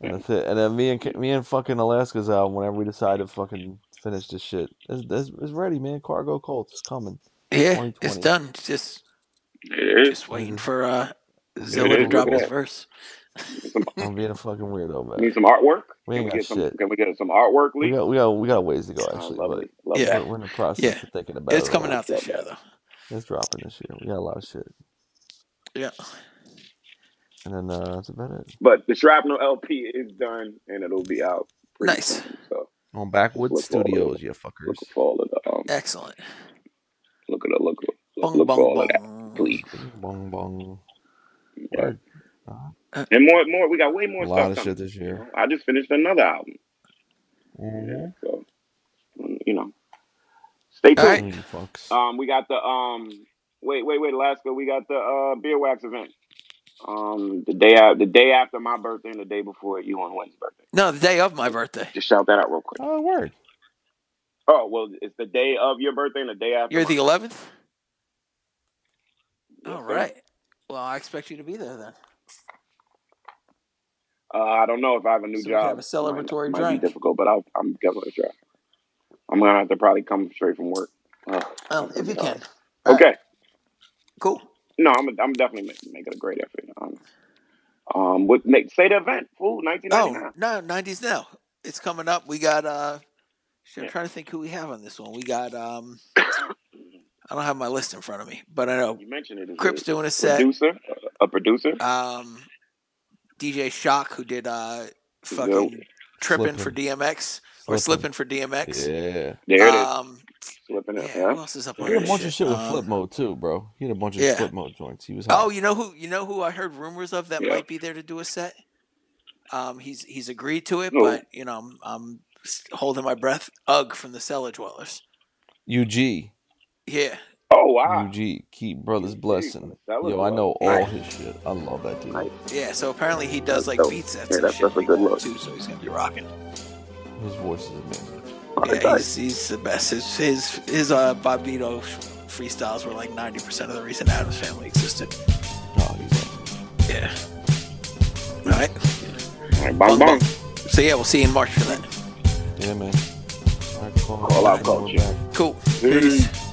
Speaker 2: And that's it. And then me and K- me and fucking Alaska's out whenever we decide to fucking finish this shit. It's, it's, it's ready, man. Cargo Colts is coming.
Speaker 3: Yeah, it's
Speaker 2: 2020.
Speaker 3: done. It's just
Speaker 1: It is.
Speaker 3: just waiting for uh,
Speaker 1: It
Speaker 3: Zilla to
Speaker 1: is. Look
Speaker 3: drop
Speaker 1: at
Speaker 3: his
Speaker 1: that.
Speaker 2: Unbelievable.
Speaker 3: verse.
Speaker 1: Some,
Speaker 2: I'm being a fucking weirdo, man.
Speaker 1: need some artwork.
Speaker 2: We
Speaker 1: Can
Speaker 2: ain't
Speaker 1: we
Speaker 2: got
Speaker 1: get some?
Speaker 2: shit.
Speaker 1: Can we get some artwork
Speaker 2: We
Speaker 1: leak?
Speaker 2: got we got we got a ways to go
Speaker 1: Oh,
Speaker 2: actually, but
Speaker 1: lovely, lovely.
Speaker 3: Yeah,
Speaker 2: we're, we're in the
Speaker 3: yeah.
Speaker 2: process of thinking about
Speaker 3: It's
Speaker 2: it a
Speaker 3: coming
Speaker 2: lot.
Speaker 3: out
Speaker 1: Love
Speaker 3: this year
Speaker 1: that.
Speaker 3: though.
Speaker 2: It's dropping this year. We got a lot of shit,
Speaker 3: Yeah.
Speaker 2: and then uh, that's about it.
Speaker 1: But the shrapnel LP is done, and it'll be out pretty
Speaker 3: Nice.
Speaker 1: soon. So
Speaker 2: On
Speaker 1: just
Speaker 2: Backwoods
Speaker 1: look for all of
Speaker 2: Studios, you
Speaker 1: look
Speaker 2: fuckers.
Speaker 1: for all of the um
Speaker 3: Excellent.
Speaker 1: look at look look
Speaker 3: Bong
Speaker 1: look for
Speaker 3: bong
Speaker 1: all of that,
Speaker 3: bong.
Speaker 1: please.
Speaker 2: Bing bong bong.
Speaker 1: Yeah.
Speaker 2: Word. Uh,
Speaker 1: And more more we got way
Speaker 2: a
Speaker 1: more
Speaker 2: lot
Speaker 1: stuff
Speaker 2: of
Speaker 1: coming.
Speaker 2: shit this
Speaker 1: You
Speaker 2: year.
Speaker 1: know, I just finished another album. Yeah.
Speaker 2: Mm-hmm.
Speaker 1: So mm, you know, stay
Speaker 3: All
Speaker 1: tuned.
Speaker 3: right. Uh,
Speaker 2: You fucks.
Speaker 1: Um, we got the um wait wait wait Alaska. We got the uh beer wax event. Um, the day out the day after my birthday and the day before you on Wednesday's birthday.
Speaker 3: No, the day of my birthday.
Speaker 1: Just shout that out real quick.
Speaker 2: Oh, word.
Speaker 1: Oh well, it's the day of your birthday and the day after
Speaker 3: You're the
Speaker 1: mine.
Speaker 3: 11th.
Speaker 1: Yes,
Speaker 3: All
Speaker 1: sir.
Speaker 3: right. Well, I expect you to be there then,
Speaker 1: Uh, I don't know if I have a new
Speaker 3: so we can have
Speaker 1: job.
Speaker 3: a
Speaker 1: It might not,
Speaker 3: celebratory
Speaker 1: might be
Speaker 3: drink.
Speaker 1: difficult, but I'll, I'm definitely gonna try. I'm gonna have to probably come straight from work. Ugh,
Speaker 3: Um,
Speaker 1: that's
Speaker 3: if
Speaker 1: gonna
Speaker 3: you
Speaker 1: be hard.
Speaker 3: can. All right.
Speaker 1: Okay,
Speaker 3: Cool.
Speaker 1: no, I'm I'm definitely making make it a great effort. Um, um what make say the event? Ooh,
Speaker 3: Oh
Speaker 1: 1999.
Speaker 3: no, 90s now. It's coming up. We got uh. Shit, I'm
Speaker 1: Yeah,
Speaker 3: trying to think who we have on this one. We got um. I don't have my list in front of me, but I know
Speaker 1: you mentioned it. Is
Speaker 3: Crip's
Speaker 1: a
Speaker 3: doing a set.
Speaker 1: producer, a producer.
Speaker 3: Um, DJ Shock, who did uh
Speaker 1: The,
Speaker 3: fucking tripping for
Speaker 2: Slipping.
Speaker 3: DMX or
Speaker 2: Slipping.
Speaker 3: slipping for DMX.
Speaker 2: Yeah.
Speaker 1: there it is,
Speaker 3: Um,
Speaker 1: slipping it.
Speaker 3: yeah,
Speaker 1: Yeah,
Speaker 3: who else is up
Speaker 2: He
Speaker 3: on
Speaker 2: had
Speaker 1: there
Speaker 2: a
Speaker 3: this
Speaker 1: it is.
Speaker 2: bunch of
Speaker 3: shit?
Speaker 2: shit with
Speaker 3: Um,
Speaker 2: flip mode too, bro. He had a bunch of
Speaker 3: yeah.
Speaker 2: flip mode joints. He was
Speaker 3: Oh,
Speaker 2: hot.
Speaker 3: you know who? You know who? I heard rumors of that
Speaker 1: Yeah.
Speaker 3: might be there to do a set. Um, he's he's agreed to it,
Speaker 1: Oh,
Speaker 3: but you know I'm, I'm s- holding my breath. Ugh, from the Cellar Dwellers.
Speaker 2: UG.
Speaker 3: Yeah,
Speaker 1: oh wow.
Speaker 3: Ah.
Speaker 2: UG. Keep brothers
Speaker 1: UG from
Speaker 2: blessing.
Speaker 1: the Cellar
Speaker 2: Yo, I know
Speaker 1: Dwellers.
Speaker 2: all
Speaker 1: Nice,
Speaker 2: his shit. I love that dude.
Speaker 1: nice.
Speaker 3: yeah. So apparently he does
Speaker 1: That's
Speaker 3: like
Speaker 1: dope.
Speaker 3: beat sets
Speaker 1: Oh, Yeah,
Speaker 3: and
Speaker 1: that's
Speaker 3: shit
Speaker 1: that's a
Speaker 3: like
Speaker 1: good
Speaker 3: that
Speaker 1: look.
Speaker 3: too. So he's gonna be rocking.
Speaker 2: His voice is amazing.
Speaker 1: Nice,
Speaker 3: Yeah,
Speaker 1: nice.
Speaker 3: he's he's the best. His his his uh Bobito freestyles were like ninety percent of the reason Adam's family existed.
Speaker 2: Oh, he's awesome.
Speaker 3: Yeah. All right.
Speaker 1: All right, bong
Speaker 3: Bong bong.
Speaker 1: bong.
Speaker 3: So yeah, we'll see you in March for that.
Speaker 2: Yeah, man. All right, call,
Speaker 1: All
Speaker 2: call
Speaker 1: out
Speaker 2: when we're
Speaker 1: culture.
Speaker 2: back.
Speaker 3: Cool.
Speaker 1: Peace.
Speaker 3: Peace.